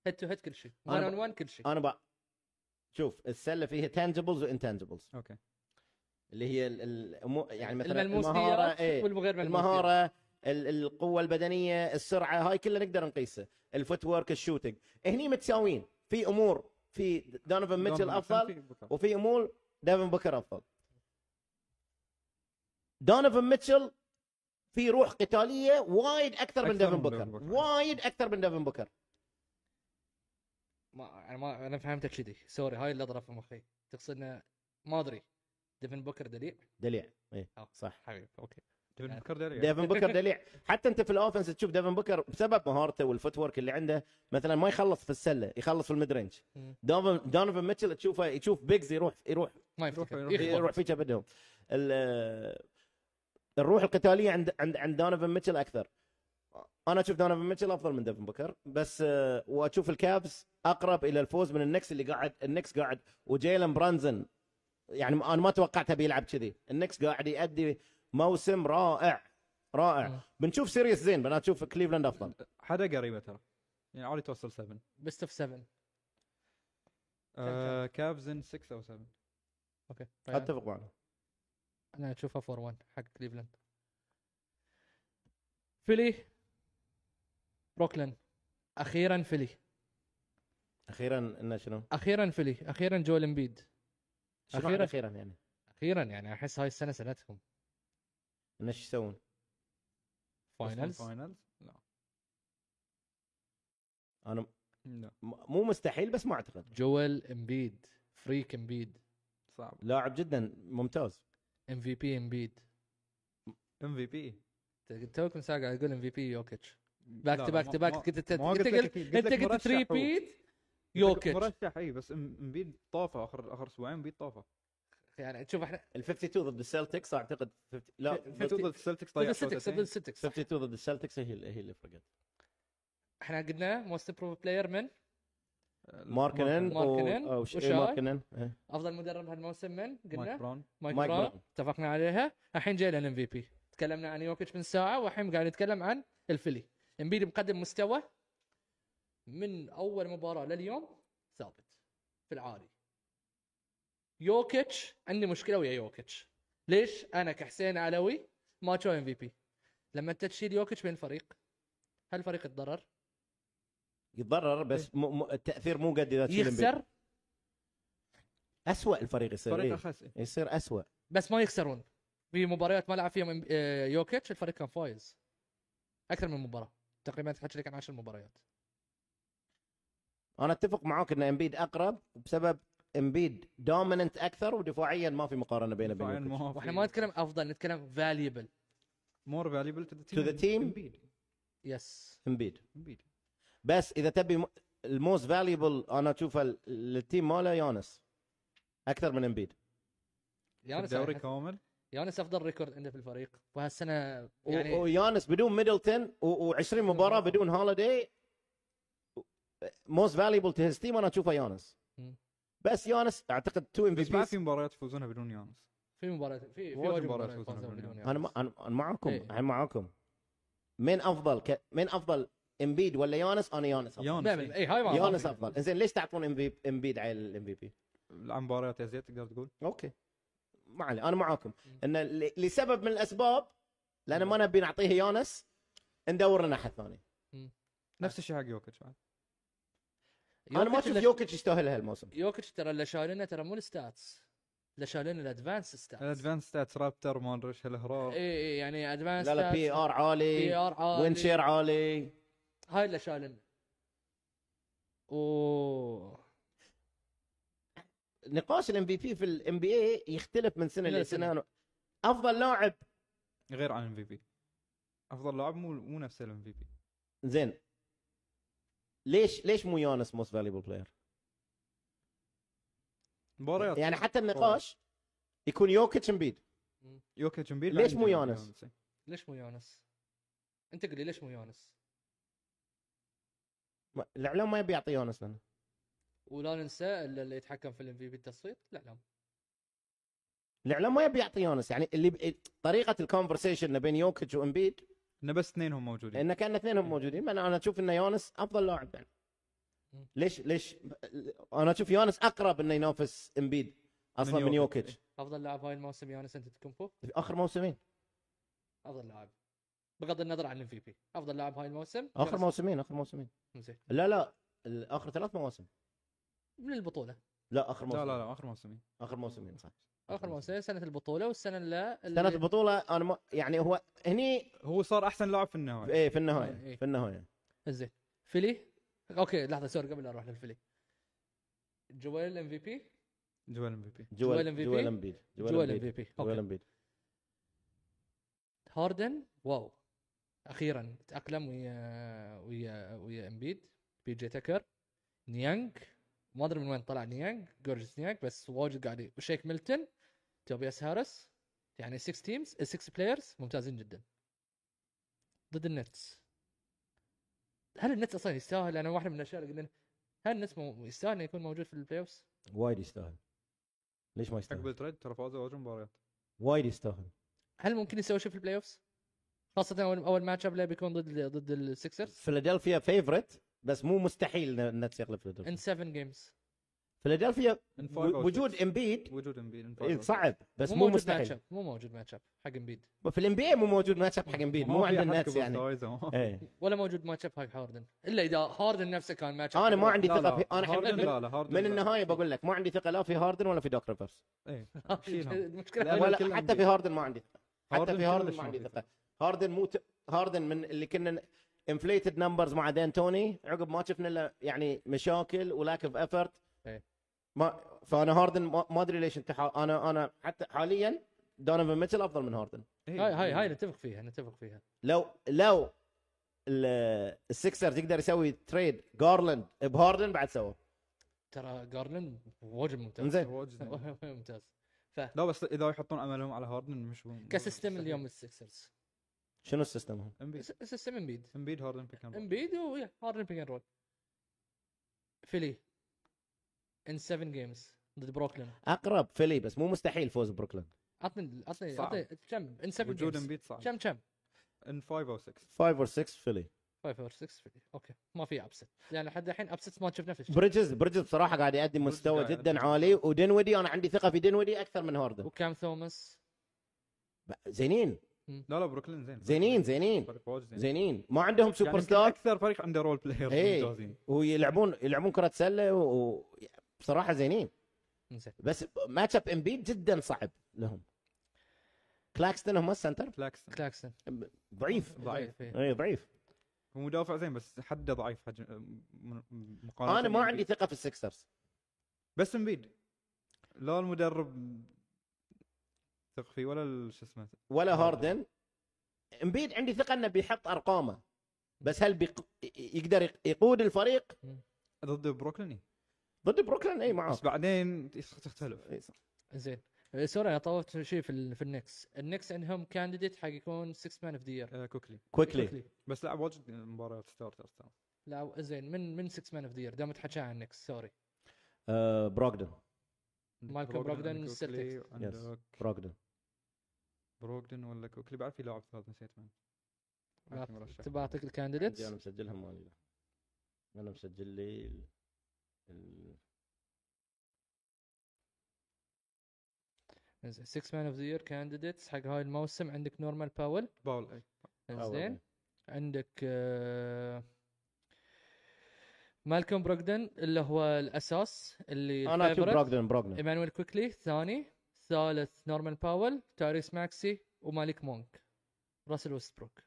Speaker 1: هيد تو هيد كل شيء وان
Speaker 2: أنا
Speaker 1: اون وان كل شيء
Speaker 2: انا ب... شوف السله فيها تانجبلز وانتانجبلز
Speaker 3: اوكي
Speaker 2: اللي هي ال... ال... مو... يعني مثلا
Speaker 1: الملموس
Speaker 2: المهاره
Speaker 1: ديات
Speaker 2: ايه
Speaker 1: والغير ملموس ديات.
Speaker 2: المهاره ال- القوه البدنيه السرعه هاي كلها نقدر نقيسه الفوت ورك الشوتنج هني متساويين في امور في دونيفن ميتشل
Speaker 3: دونيفن
Speaker 2: افضل
Speaker 3: في بوكر.
Speaker 2: وفي امور ديفن بوكر افضل دونيفن ميتشل في روح قتاليه وايد اكثر من
Speaker 3: أكثر
Speaker 2: ديفن
Speaker 3: من ديفن
Speaker 2: بوكر
Speaker 3: بوكر.
Speaker 2: وايد اكثر من ديفن بوكر
Speaker 1: ما انا ما انا فهمتك كذي سوري هاي اللي ضرب في مخي تقصد انه ما ادري ديفن بوكر دليع
Speaker 2: دليع اي
Speaker 1: أوه.
Speaker 2: صح
Speaker 1: حبيبي اوكي
Speaker 3: ديفن بوكر داري
Speaker 2: ديفن بوكر دليع حتى انت في الاوفنس تشوف ديفن بوكر بسبب مهارته والفوت ورك اللي عنده مثلا ما يخلص في السله يخلص في الميد رينج
Speaker 1: مم.
Speaker 2: دونيفن دونيفن ميتشل تشوفه يشوف بيجز يروح يروح
Speaker 1: ما
Speaker 3: يروح-
Speaker 1: يفتكر
Speaker 3: يروح-
Speaker 1: يخبط.
Speaker 2: يروح إيه، في كبدهم ال- الروح القتاليه عند عند عند دونيفن ميتشل اكثر انا اشوف دونيفن ميتشل افضل من ديفن بوكر بس آه، واشوف الكابز اقرب الى الفوز من النكس اللي قاعد النكس قاعد وجيلن برانزن يعني انا ما توقعته بيلعب كذي النكس قاعد يؤدي موسم رائع
Speaker 1: مم.
Speaker 2: رائع بنشوف سيريس زين بنشوف تشوف كليفلاند افضل
Speaker 3: حدا قريبه ترى يعني عادي توصل 7
Speaker 1: بيست اوف 7
Speaker 3: آه كافز ان 6 او 7
Speaker 1: اوكي طيب.
Speaker 2: اتفق معنا
Speaker 1: انا اشوفها 4 1 حق كليفلاند فيلي بروكلين اخيرا فيلي
Speaker 2: اخيرا انه شنو؟
Speaker 1: اخيرا فيلي اخيرا جول امبيد
Speaker 2: شنو
Speaker 1: أخيراً.
Speaker 2: اخيرا اخيرا يعني
Speaker 1: اخيرا يعني احس هاي السنه سنتهم
Speaker 2: انه شو يسوون؟
Speaker 1: فاينلز
Speaker 3: فاينلز لا
Speaker 2: انا م-
Speaker 3: لا
Speaker 2: مو مستحيل بس ما اعتقد
Speaker 1: جوال امبيد فريك امبيد
Speaker 3: صعب
Speaker 2: لاعب جدا ممتاز
Speaker 1: ام في بي امبيد
Speaker 3: ام في بي
Speaker 1: توك من ساعه قاعد اقول ام في بي يوكيتش باك تو باك تو باك كنت انت
Speaker 3: ما قلت لك
Speaker 1: قلت
Speaker 3: أكيد،
Speaker 1: انت
Speaker 3: قلت لك
Speaker 1: قلت
Speaker 3: مرشح
Speaker 1: 3
Speaker 3: هو.
Speaker 1: بيت يوكيتش
Speaker 3: مرشح اي بس إم- امبيد طافه اخر اخر اسبوعين امبيد طافه
Speaker 1: يعني شوف احنا
Speaker 2: ال 52 ضد السلتكس اعتقد 50 لا
Speaker 1: فتو-
Speaker 3: ضد السلتكس
Speaker 1: ضد
Speaker 3: ضيع
Speaker 1: الستكس ضد
Speaker 3: 37.
Speaker 1: الستكس
Speaker 2: 52 ضد السلتكس هي هي اللي فرقت
Speaker 1: احنا قلنا موست بروف بلاير من
Speaker 3: آه،
Speaker 2: ماركنن
Speaker 1: ماركنن
Speaker 2: و- أو ش-
Speaker 1: وشاي.
Speaker 2: ماركنن إيه.
Speaker 1: افضل مدرب هالموسم من
Speaker 3: مايك
Speaker 1: قلنا
Speaker 3: براون
Speaker 1: مايك
Speaker 2: مايك
Speaker 1: براون
Speaker 2: براون.
Speaker 1: اتفقنا عليها الحين جاي الام في بي تكلمنا عن يوكيتش من ساعه والحين قاعد نتكلم عن الفيلي امبيد مقدم مستوى من اول مباراه لليوم ثابت في العالي يوكيتش عندي مشكله ويا يوكيتش ليش انا كحسين علوي ما تشو ام في بي لما انت تشيل يوكيتش من الفريق هل الفريق يتضرر؟
Speaker 2: يتضرر بس م... م... التاثير مو قد اذا تشيل إمبيد.
Speaker 1: يخسر
Speaker 2: اسوء الفريق يصير
Speaker 3: فريق
Speaker 2: إيه.
Speaker 3: اخس
Speaker 2: يصير اسوء
Speaker 1: بس ما يخسرون في مباريات ما لعب فيها إم- آه، يوكيتش الفريق كان فايز اكثر من مباراه تقريبا تحكي لك عن 10 مباريات
Speaker 2: انا اتفق معاك ان امبيد اقرب بسبب امبيد دوميننت اكثر ودفاعيا ما في مقارنه بينه
Speaker 3: دفاعياً
Speaker 2: وبين
Speaker 3: ما
Speaker 1: واحنا ما نتكلم افضل نتكلم فاليبل
Speaker 3: مور فاليبل تو ذا
Speaker 2: To the team.
Speaker 3: امبيد
Speaker 1: يس
Speaker 2: امبيد
Speaker 3: امبيد
Speaker 2: بس اذا تبي م- الموست فاليبل انا اشوفه ال- للتيم ماله يونس اكثر من امبيد
Speaker 1: يانس
Speaker 3: الدوري كامل
Speaker 1: يانس افضل ريكورد عنده في الفريق وهالسنه
Speaker 2: يعني
Speaker 1: يعني
Speaker 2: ويانس بدون ميدلتون و20 مباراه بدون هوليدي موست فاليبل تو هيز تيم انا اشوفه يانس
Speaker 1: مم.
Speaker 2: بس يانس اعتقد تو ام
Speaker 3: بس ما
Speaker 2: في
Speaker 3: في مباريات يفوزونها بدون يانس
Speaker 1: في مباراه في في
Speaker 3: واجد
Speaker 1: واجد
Speaker 3: مباريات
Speaker 1: مباريات
Speaker 3: فوزنا
Speaker 1: فازوا
Speaker 3: باليوم.
Speaker 1: بدون
Speaker 2: انا أنا- انا معاكم
Speaker 1: إيه.
Speaker 2: انا معاكم مين افضل ك... مين افضل امبيد ولا يانس انا يانس افضل
Speaker 3: يانس
Speaker 1: بيعمل- اي إيه، هاي ما
Speaker 2: يانس
Speaker 1: ما-
Speaker 2: افضل زين ليش تعطون إمبي- امبيد على الام في بي
Speaker 3: عن مباريات ازيد تقدر تقول
Speaker 2: اوكي ما علي انا معاكم ان ل- لسبب من الاسباب لان ما نبي نعطيه يانس ندور لنا احد ثاني
Speaker 3: نفس الشيء حق يوكيتش بعد
Speaker 2: انا ما
Speaker 1: يوكيتش
Speaker 2: اشوف
Speaker 1: اللي-
Speaker 2: يوكيتش يستاهل هالموسم
Speaker 1: يوكيتش ترى اللي شايلينه ترى مو الستاتس اللي شايلينه الادفانس ستاتس
Speaker 3: الادفانس ستاتس رابتر ما ادري ايش الاهرار
Speaker 1: اي اي يعني ادفانس
Speaker 2: لا لا بي ار عالي
Speaker 1: بي ار عالي.
Speaker 2: وين شير عالي
Speaker 1: هاي اللي شايلينه و
Speaker 2: نقاش الام في بي في الام بي اي يختلف من سنه
Speaker 1: لا،
Speaker 2: لسنه افضل لاعب
Speaker 3: غير عن ام في بي افضل لاعب مو مو نفس الام في بي
Speaker 2: زين ليش ليش مو يانس موست فاليبل بلاير؟
Speaker 3: مباريات
Speaker 2: يعني حتى النقاش يكون يوكيتش امبيد
Speaker 3: يوكيتش امبيد
Speaker 2: ليش
Speaker 3: بعد
Speaker 2: مو
Speaker 3: يانس.
Speaker 2: يانس؟
Speaker 1: ليش مو يونس؟ انت قل لي ليش مو يونس؟
Speaker 2: ما- الاعلام ما يبي يعطي يونس لنا
Speaker 1: ولا ننسى اللي اللي يتحكم في الام في بي التصويت لا لا
Speaker 2: الاعلام ما يبي يعطي يونس يعني اللي ب... طريقه الكونفرسيشن بين يوكيتش وامبيد
Speaker 3: انه بس اثنينهم موجودين
Speaker 2: ان كان اثنينهم موجودين من انا اشوف ان يونس افضل لاعب يعني
Speaker 1: مم.
Speaker 2: ليش ليش انا اشوف يونس اقرب انه ينافس امبيد اصلا
Speaker 3: من
Speaker 2: من
Speaker 3: يوكيتش.
Speaker 2: يوكيتش
Speaker 1: افضل لاعب هاي الموسم يونس انت تكمبو
Speaker 2: في اخر موسمين
Speaker 1: افضل لاعب بغض النظر عن الام في بي افضل لاعب هاي الموسم
Speaker 2: اخر
Speaker 1: يونس.
Speaker 2: موسمين اخر موسمين
Speaker 1: زين
Speaker 2: لا لا اخر ثلاث مواسم
Speaker 1: من البطوله
Speaker 2: لا اخر موسم
Speaker 3: لا لا لا اخر موسمين
Speaker 2: اخر موسمين صح
Speaker 1: اخر موسم سنه البطوله والسنه اللي
Speaker 2: سنه البطوله انا ما يعني هو هني
Speaker 3: هو صار احسن لاعب في النهايه
Speaker 2: ايه في
Speaker 1: إيه.
Speaker 2: النهايه في النهايه
Speaker 1: زين فيلي اوكي لحظه سوري قبل لا اروح للفيلي جوال الام في بي
Speaker 3: جوال ام في بي
Speaker 1: جوال
Speaker 2: جوال
Speaker 1: MVP.
Speaker 2: جوال امبيد
Speaker 1: جوال MVP. أوكي.
Speaker 2: جوال امبيد
Speaker 1: هاردن واو اخيرا تاقلم ويا ويا ويا امبيد بي جي تكر نيانج ما ادري من وين طلع نيانج جورجس نيانج بس واجد قاعد وشيك ميلتون توبياس هارس يعني 6 تيمز 6 بلايرز ممتازين جدا ضد النتس هل النتس اصلا يستاهل انا واحده من الاشياء اللي قلنا هل النتس مو- يستاهل انه يكون موجود في البلاي اوفز؟
Speaker 2: وايد يستاهل ليش ما
Speaker 3: عقب
Speaker 2: يستاهل؟
Speaker 3: التريد ترى فازوا واجد مباريات
Speaker 2: وايد يستاهل
Speaker 1: هل ممكن يسوي شيء في البلاي اوفز؟ خاصة اول اول ماتش اب بيكون ضد ضد السكسرز
Speaker 2: فيلادلفيا فيفرت بس مو مستحيل انها تغلب
Speaker 1: ان
Speaker 2: فيلادلفيا
Speaker 1: 7 جيمز
Speaker 2: فيلادلفيا
Speaker 3: In five
Speaker 2: و-
Speaker 3: or
Speaker 2: وجود
Speaker 3: six.
Speaker 2: امبيد
Speaker 3: وجود امبيد
Speaker 2: صعب بس مو
Speaker 1: موجود match
Speaker 2: مستحيل
Speaker 1: up، مو موجود ماتش اب حق امبيد
Speaker 2: في الام بي مو موجود ماتش اب حق امبيد مو عند النتس يعني ايه
Speaker 1: ولا موجود ماتش اب حق هاردن الا اذا هاردن نفسه كان ماتش
Speaker 2: انا ما عندي ثقه في انا الحين
Speaker 3: هاردن لا
Speaker 2: من-
Speaker 3: لا هاردن
Speaker 2: من
Speaker 3: لا.
Speaker 2: النهايه بقول لك ما عندي ثقه لا في هاردن ولا في دوك ريفرز
Speaker 3: ايه شيلهم
Speaker 1: المشكله
Speaker 3: لأن
Speaker 2: ولا
Speaker 3: كل
Speaker 2: حتى
Speaker 3: NBA.
Speaker 2: في هاردن ما عندي ثقة. حتى
Speaker 3: هاردن
Speaker 2: في
Speaker 3: كلش
Speaker 2: هاردن ما
Speaker 3: ما
Speaker 2: عندي
Speaker 3: في
Speaker 2: ثقه هاردن مو ت... هاردن من اللي كنا انفليتد نمبرز مع دين توني عقب ما شفنا الا يعني مشاكل ولاك اوف افورت
Speaker 1: إيه.
Speaker 2: ما فانا هاردن ما ما ادري ليش انت حا... انا انا حتى حاليا دونيفن ميتشل افضل من هاردن
Speaker 3: إيه،
Speaker 1: هاي هاي هاي نتفق فيها نتفق فيها
Speaker 2: لو لو ال- السكسرز يقدر يسوي تريد جارلاند بهاردن بعد سوى
Speaker 1: ترى جارلين واجد ممتاز
Speaker 2: زين
Speaker 3: واجد.
Speaker 1: ممتاز ف
Speaker 3: لا بس اذا يحطون املهم على هاردن مش هو-
Speaker 1: كسيستم اليوم السكسرز
Speaker 2: شنو السيستم هو؟
Speaker 3: امبيد
Speaker 1: س- سيستم امبيد
Speaker 3: امبيد هاردن بيك اند رول.
Speaker 1: امبيد وهاردن بيك اند رول فيلي ان 7 جيمز ضد بروكلين
Speaker 2: اقرب فيلي بس مو مستحيل فوز بروكلين
Speaker 1: عطني عطني
Speaker 3: صعب.
Speaker 1: عطني كم ان 7
Speaker 3: وجود
Speaker 1: جيمز
Speaker 3: امبيد صعب
Speaker 1: كم كم
Speaker 3: ان 5 او 6
Speaker 2: 5 اور 6 فيلي
Speaker 1: 5 اور 6 فيلي اوكي ما في ابست لان لحد الحين ابست ما شفنا في الشارع.
Speaker 2: بريدجز بريدجز بصراحه قاعد يقدم
Speaker 3: بريدجز
Speaker 2: مستوى
Speaker 3: قاعد
Speaker 2: جدا
Speaker 3: يقدم.
Speaker 2: عالي ودينودي انا عندي ثقه في دينودي اكثر من هاردن
Speaker 1: وكام ثوماس
Speaker 2: زينين
Speaker 3: لا لا بروكلين زين
Speaker 2: زينين زينين
Speaker 3: فريق واجد زين
Speaker 2: زينين إيه. ما عندهم سوبر
Speaker 3: يعني يمكن
Speaker 2: ستار
Speaker 3: اكثر فريق عنده رول بلاير
Speaker 2: اي
Speaker 3: ممتازين
Speaker 2: ويلعبون يلعبون كره سله و- و- بصراحه زينين
Speaker 1: زين
Speaker 2: بس ماتش اب امبيد جدا صعب لهم كلاكستن هم السنتر
Speaker 3: كلاكسون
Speaker 1: كلاكسون
Speaker 2: ضعيف
Speaker 3: ضعيف.
Speaker 1: إيه.
Speaker 2: اي ضعيف
Speaker 3: هو مدافع زين بس حده ضعيف حجم م- م- مقارنة
Speaker 2: انا ما
Speaker 3: بإمبيد.
Speaker 2: عندي ثقه في السكسرز
Speaker 3: بس امبيد لا المدرب ثق فيه ولا ال- شو اسمه
Speaker 2: ولا هاردن امبيد عندي ثقه انه بيحط ارقامه بس هل بيق... يقدر يق- يقود الفريق
Speaker 3: ضد بروكلين
Speaker 2: ضد بروكلين إيه، اي معاه
Speaker 3: بس بعدين تختلف
Speaker 2: إي إيه، صح.
Speaker 1: زين أه، سوري انا طولت شيء في ال- في النكس النكس عندهم كانديديت حق يكون 6 مان اوف ذا يير
Speaker 3: آه، كوكلي
Speaker 2: كويكلي
Speaker 3: بس لعب واجد مباريات ستارترز ترى
Speaker 1: لا زين من من 6 مان اوف ذا يير دام تحكي عن النكس سوري
Speaker 2: آه بروغدن
Speaker 1: مالكوم بروغدن
Speaker 3: عندك
Speaker 1: السلتكس.
Speaker 3: كوكلي، عندك
Speaker 2: بروغدن
Speaker 3: بروغدن ولا كوكلي بعد في لاعب ثالث نسيت من
Speaker 1: لا،
Speaker 3: عندي مرشح.
Speaker 1: تبى اعطيك
Speaker 2: عندي
Speaker 1: الكانديديتس
Speaker 2: انا مسجلهم مالي لا. انا مسجل لي ال... ال...
Speaker 1: 6 مان اوف ذا يير كانديديتس حق هاي الموسم عندك نورمان باول
Speaker 3: باول إيه. اي
Speaker 1: زين عندك آه، مالكوم بروغدن اللي هو الاساس اللي
Speaker 2: انا اشوف
Speaker 1: الفيفورت.
Speaker 2: بروغدن بروغدن
Speaker 1: ايمانويل كويكلي الثاني ثالث نورمان باول تاريس ماكسي ومالك مونك راسل وستبروك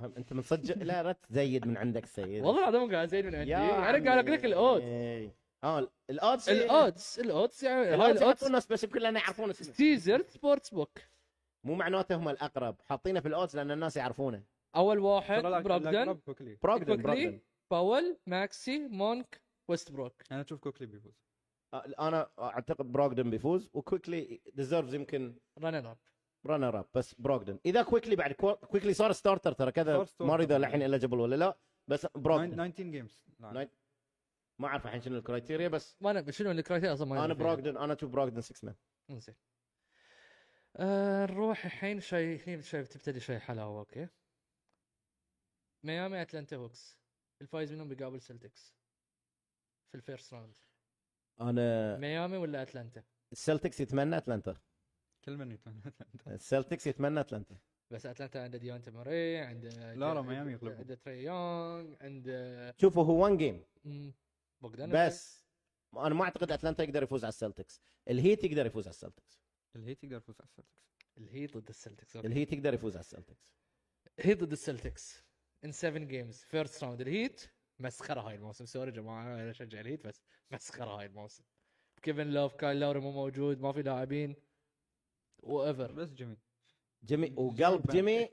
Speaker 2: انت مسجل لا لا تزيد من عندك سيد
Speaker 1: والله العظيم قاعد زين من عندي انا قاعد اقول لك الاودز
Speaker 2: اه الاودز
Speaker 1: الاودز الاودز يعني هاي
Speaker 2: الاودز
Speaker 1: الاودز
Speaker 2: الناس بس يمكن لان يعرفون اسمه
Speaker 1: سيزر سبورتس بوك
Speaker 2: مو معناته هم الاقرب حاطينه في الاودز لان الناس يعرفونه
Speaker 1: اول واحد
Speaker 3: ترى لا- لا،
Speaker 1: بروبدن
Speaker 3: قرب كوكلي
Speaker 2: بروغدن بروغدن
Speaker 1: كوكلي باول ماكسي مونك وستبروك
Speaker 3: انا اشوف كوكلي بيفوز
Speaker 2: انا اعتقد بروغدن بيفوز وكويكلي ديزيرفز يمكن
Speaker 1: رانر اب
Speaker 2: رانر اب بس بروغدن اذا كويكلي بعد كو- كويكلي صار ستارتر ترى كذا
Speaker 3: صار starter.
Speaker 2: ما اريد الحين اليجبل ولا لا بس بروغدن
Speaker 3: 19 جيمز
Speaker 2: ناين- ما اعرف الحين شنو الكرايتيريا بس
Speaker 1: ما انا شنو الكرايتيريا اصلا ما
Speaker 2: انا
Speaker 1: أدري فيها.
Speaker 2: بروغدن انا اشوف بروغدن 6 مان
Speaker 1: انزين آه نروح الحين شيء هني شيء بتبتدي شيء حلاوه اوكي ميامي اتلانتا هوكس الفايز منهم بيقابل سلتكس في الفيرست راوند
Speaker 3: آه.
Speaker 2: انا
Speaker 1: ميامي ولا اتلانتا
Speaker 2: السلتكس يتمنى اتلانتا
Speaker 3: كل من يتمنى
Speaker 2: السلتكس يتمنى اتلانتا
Speaker 1: بس اتلانتا عنده ديونتا موري عنده
Speaker 3: لا، لا، ميامي يغلبهم.
Speaker 1: عنده تري يونغ عنده
Speaker 2: شوفوا هو وان جيم
Speaker 1: مم، بوغدان
Speaker 2: بس انا ما اعتقد اتلانتا يقدر يفوز على السلتكس الهيت يقدر يفوز على السلتكس
Speaker 3: الهيت يقدر يفوز على السلتكس
Speaker 1: الهي ضد السلتكس أوكي.
Speaker 2: الهيت يقدر يفوز على السلتكس
Speaker 1: هي ضد السلتكس ان 7 جيمز فيرست راوند الهيت مسخره هاي الموسم سوري يا جماعه انا اشجع الهيت بس مسخره هاي الموسم كيفن لوف كايل لاوري مو موجود ما في لاعبين وايفر
Speaker 3: بس جميل
Speaker 2: جيمي وقلب جيمي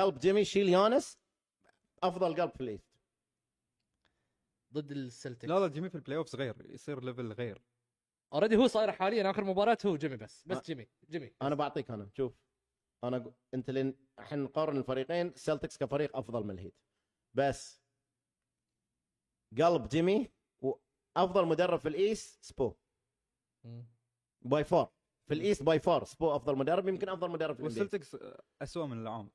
Speaker 2: قلب جيمي شيل يانس افضل قلب في الليست
Speaker 1: ضد السلتكس
Speaker 3: لا لا جيمي في البلاي اوف غير يصير ليفل غير
Speaker 1: اوريدي هو صاير حاليا اخر مباراه هو جيمي بس
Speaker 2: آه.
Speaker 1: بس جيمي جيمي
Speaker 2: انا بعطيك انا شوف انا أقو- انت لين الحين نقارن الفريقين سلتكس كفريق افضل من الهيت بس قلب جيمي وافضل مدرب في الايست سبو
Speaker 1: مم.
Speaker 2: باي فار في الايست باي فار سبو افضل مدرب يمكن افضل مدرب في السلتكس
Speaker 3: والسلتكس اسوء من العام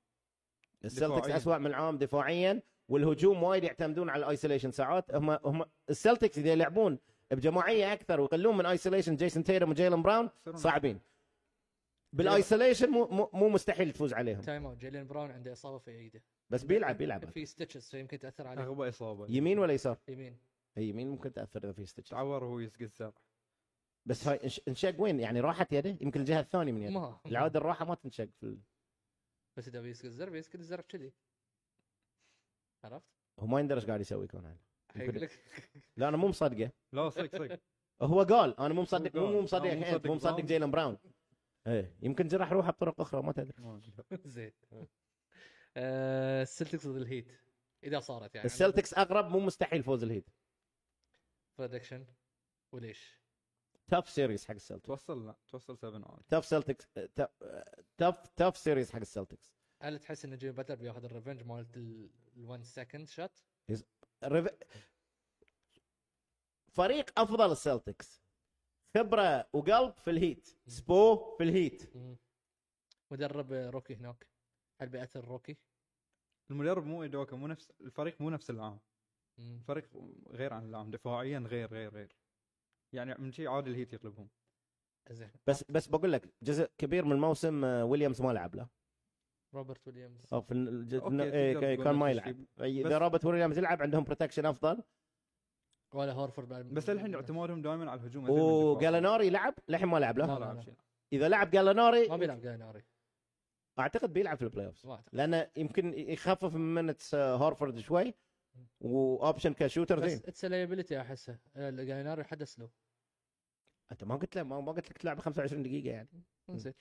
Speaker 2: السلتكس
Speaker 3: دفاعياً.
Speaker 2: اسوء من العام دفاعيا والهجوم وايد يعتمدون على الايسوليشن ساعات هم هم السلتكس اذا يلعبون بجماعيه اكثر ويقلون من ايسوليشن جيسون تيرم وجيلن براون صعبين بالايسوليشن مو مو- مو مستحيل تفوز عليهم
Speaker 1: تايم اوت جيلين براون عنده اصابه في ايده
Speaker 2: بس بيلعب بيلعب آه.
Speaker 1: في ستيتشز فيمكن تاثر عليه
Speaker 3: اغبى اصابه
Speaker 2: يمين ولا يسار؟
Speaker 1: يمين
Speaker 2: هي يمين ممكن تاثر اذا في ستيتش
Speaker 3: تعور وهو يسقي الزرع
Speaker 2: بس هاي انش- انشق وين يعني راحت يده يمكن الجهه الثانيه من يده
Speaker 1: ما
Speaker 2: العاده الراحه ما تنشق في ال...
Speaker 1: بس اذا بيسكت الزر بيسكت الزر كذي عرفت؟
Speaker 2: هو ما يندرى ايش قاعد يسوي كون هايلاند
Speaker 1: حيقول لك
Speaker 2: لا انا مو مصدقه
Speaker 3: لا صدق صدق
Speaker 2: هو قال انا مو مصدق
Speaker 3: هو
Speaker 2: مو
Speaker 3: قال.
Speaker 2: مو مصدق
Speaker 3: آه، مو
Speaker 2: الحين
Speaker 3: مصدق
Speaker 2: مو مصدق
Speaker 3: براون.
Speaker 2: جيلن براون ايه يمكن جرح روحه بطرق اخرى ما تدري
Speaker 1: زين آه، السلتكس ضد الهيت اذا صارت يعني
Speaker 2: السلتكس اقرب مو مستحيل فوز الهيت
Speaker 1: بريدكشن وليش؟
Speaker 2: تاف سيريز حق السلتكس
Speaker 3: توصل لا توصل 7 اول
Speaker 2: تاف سلتكس تاف تاف سيريز حق السلتكس
Speaker 1: هل تحس ان جيمي باتلر بياخذ الريفنج مالت ال 1 سكند شوت؟
Speaker 2: الريف- فريق افضل السلتكس خبره وقلب في الهيت سبو في الهيت
Speaker 1: مدرب روكي هناك هل بياثر روكي؟
Speaker 3: المدرب مو ايدوكا مو نفس الفريق مو نفس العام
Speaker 1: مم.
Speaker 3: الفريق غير عن العام دفاعيا غير غير غير يعني من شيء عادي الهيت يغلبهم
Speaker 1: زين
Speaker 2: بس بس بقول لك جزء كبير من الموسم آه، ويليامز ما لعب له
Speaker 1: روبرت ويليامز
Speaker 2: أو في الج...
Speaker 3: أوكي،
Speaker 2: إنه- إيه،
Speaker 3: تقدر تقول
Speaker 2: كان ما
Speaker 3: نفس
Speaker 2: يلعب
Speaker 3: الشيء.
Speaker 2: أي- اذا
Speaker 3: بس-
Speaker 2: روبرت ويليامز يلعب عندهم بروتكشن افضل
Speaker 1: ولا هورفورد بعد
Speaker 3: بس الحين اعتمادهم دائما على الهجوم أكثر من الدفاع.
Speaker 2: وجالانوري لعب للحين ما لعب
Speaker 1: لا،
Speaker 2: له
Speaker 3: ما
Speaker 1: لا، لا.
Speaker 3: لعب شيء
Speaker 2: اذا لعب
Speaker 1: ما
Speaker 2: جالانوري
Speaker 1: بيلعب جاليناري
Speaker 2: اعتقد بيلعب في البلاي اوف
Speaker 1: ما أعتقد.
Speaker 2: لانه يمكن يخفف من منتس آه، هورفورد شوي واوبشن كشوتر زين
Speaker 1: بس اتس ليابيلتي احسها جاليناري حد اسلو
Speaker 2: انت ما قلت له ما ما قلت لك تلعب 25 دقيقه يعني
Speaker 1: زين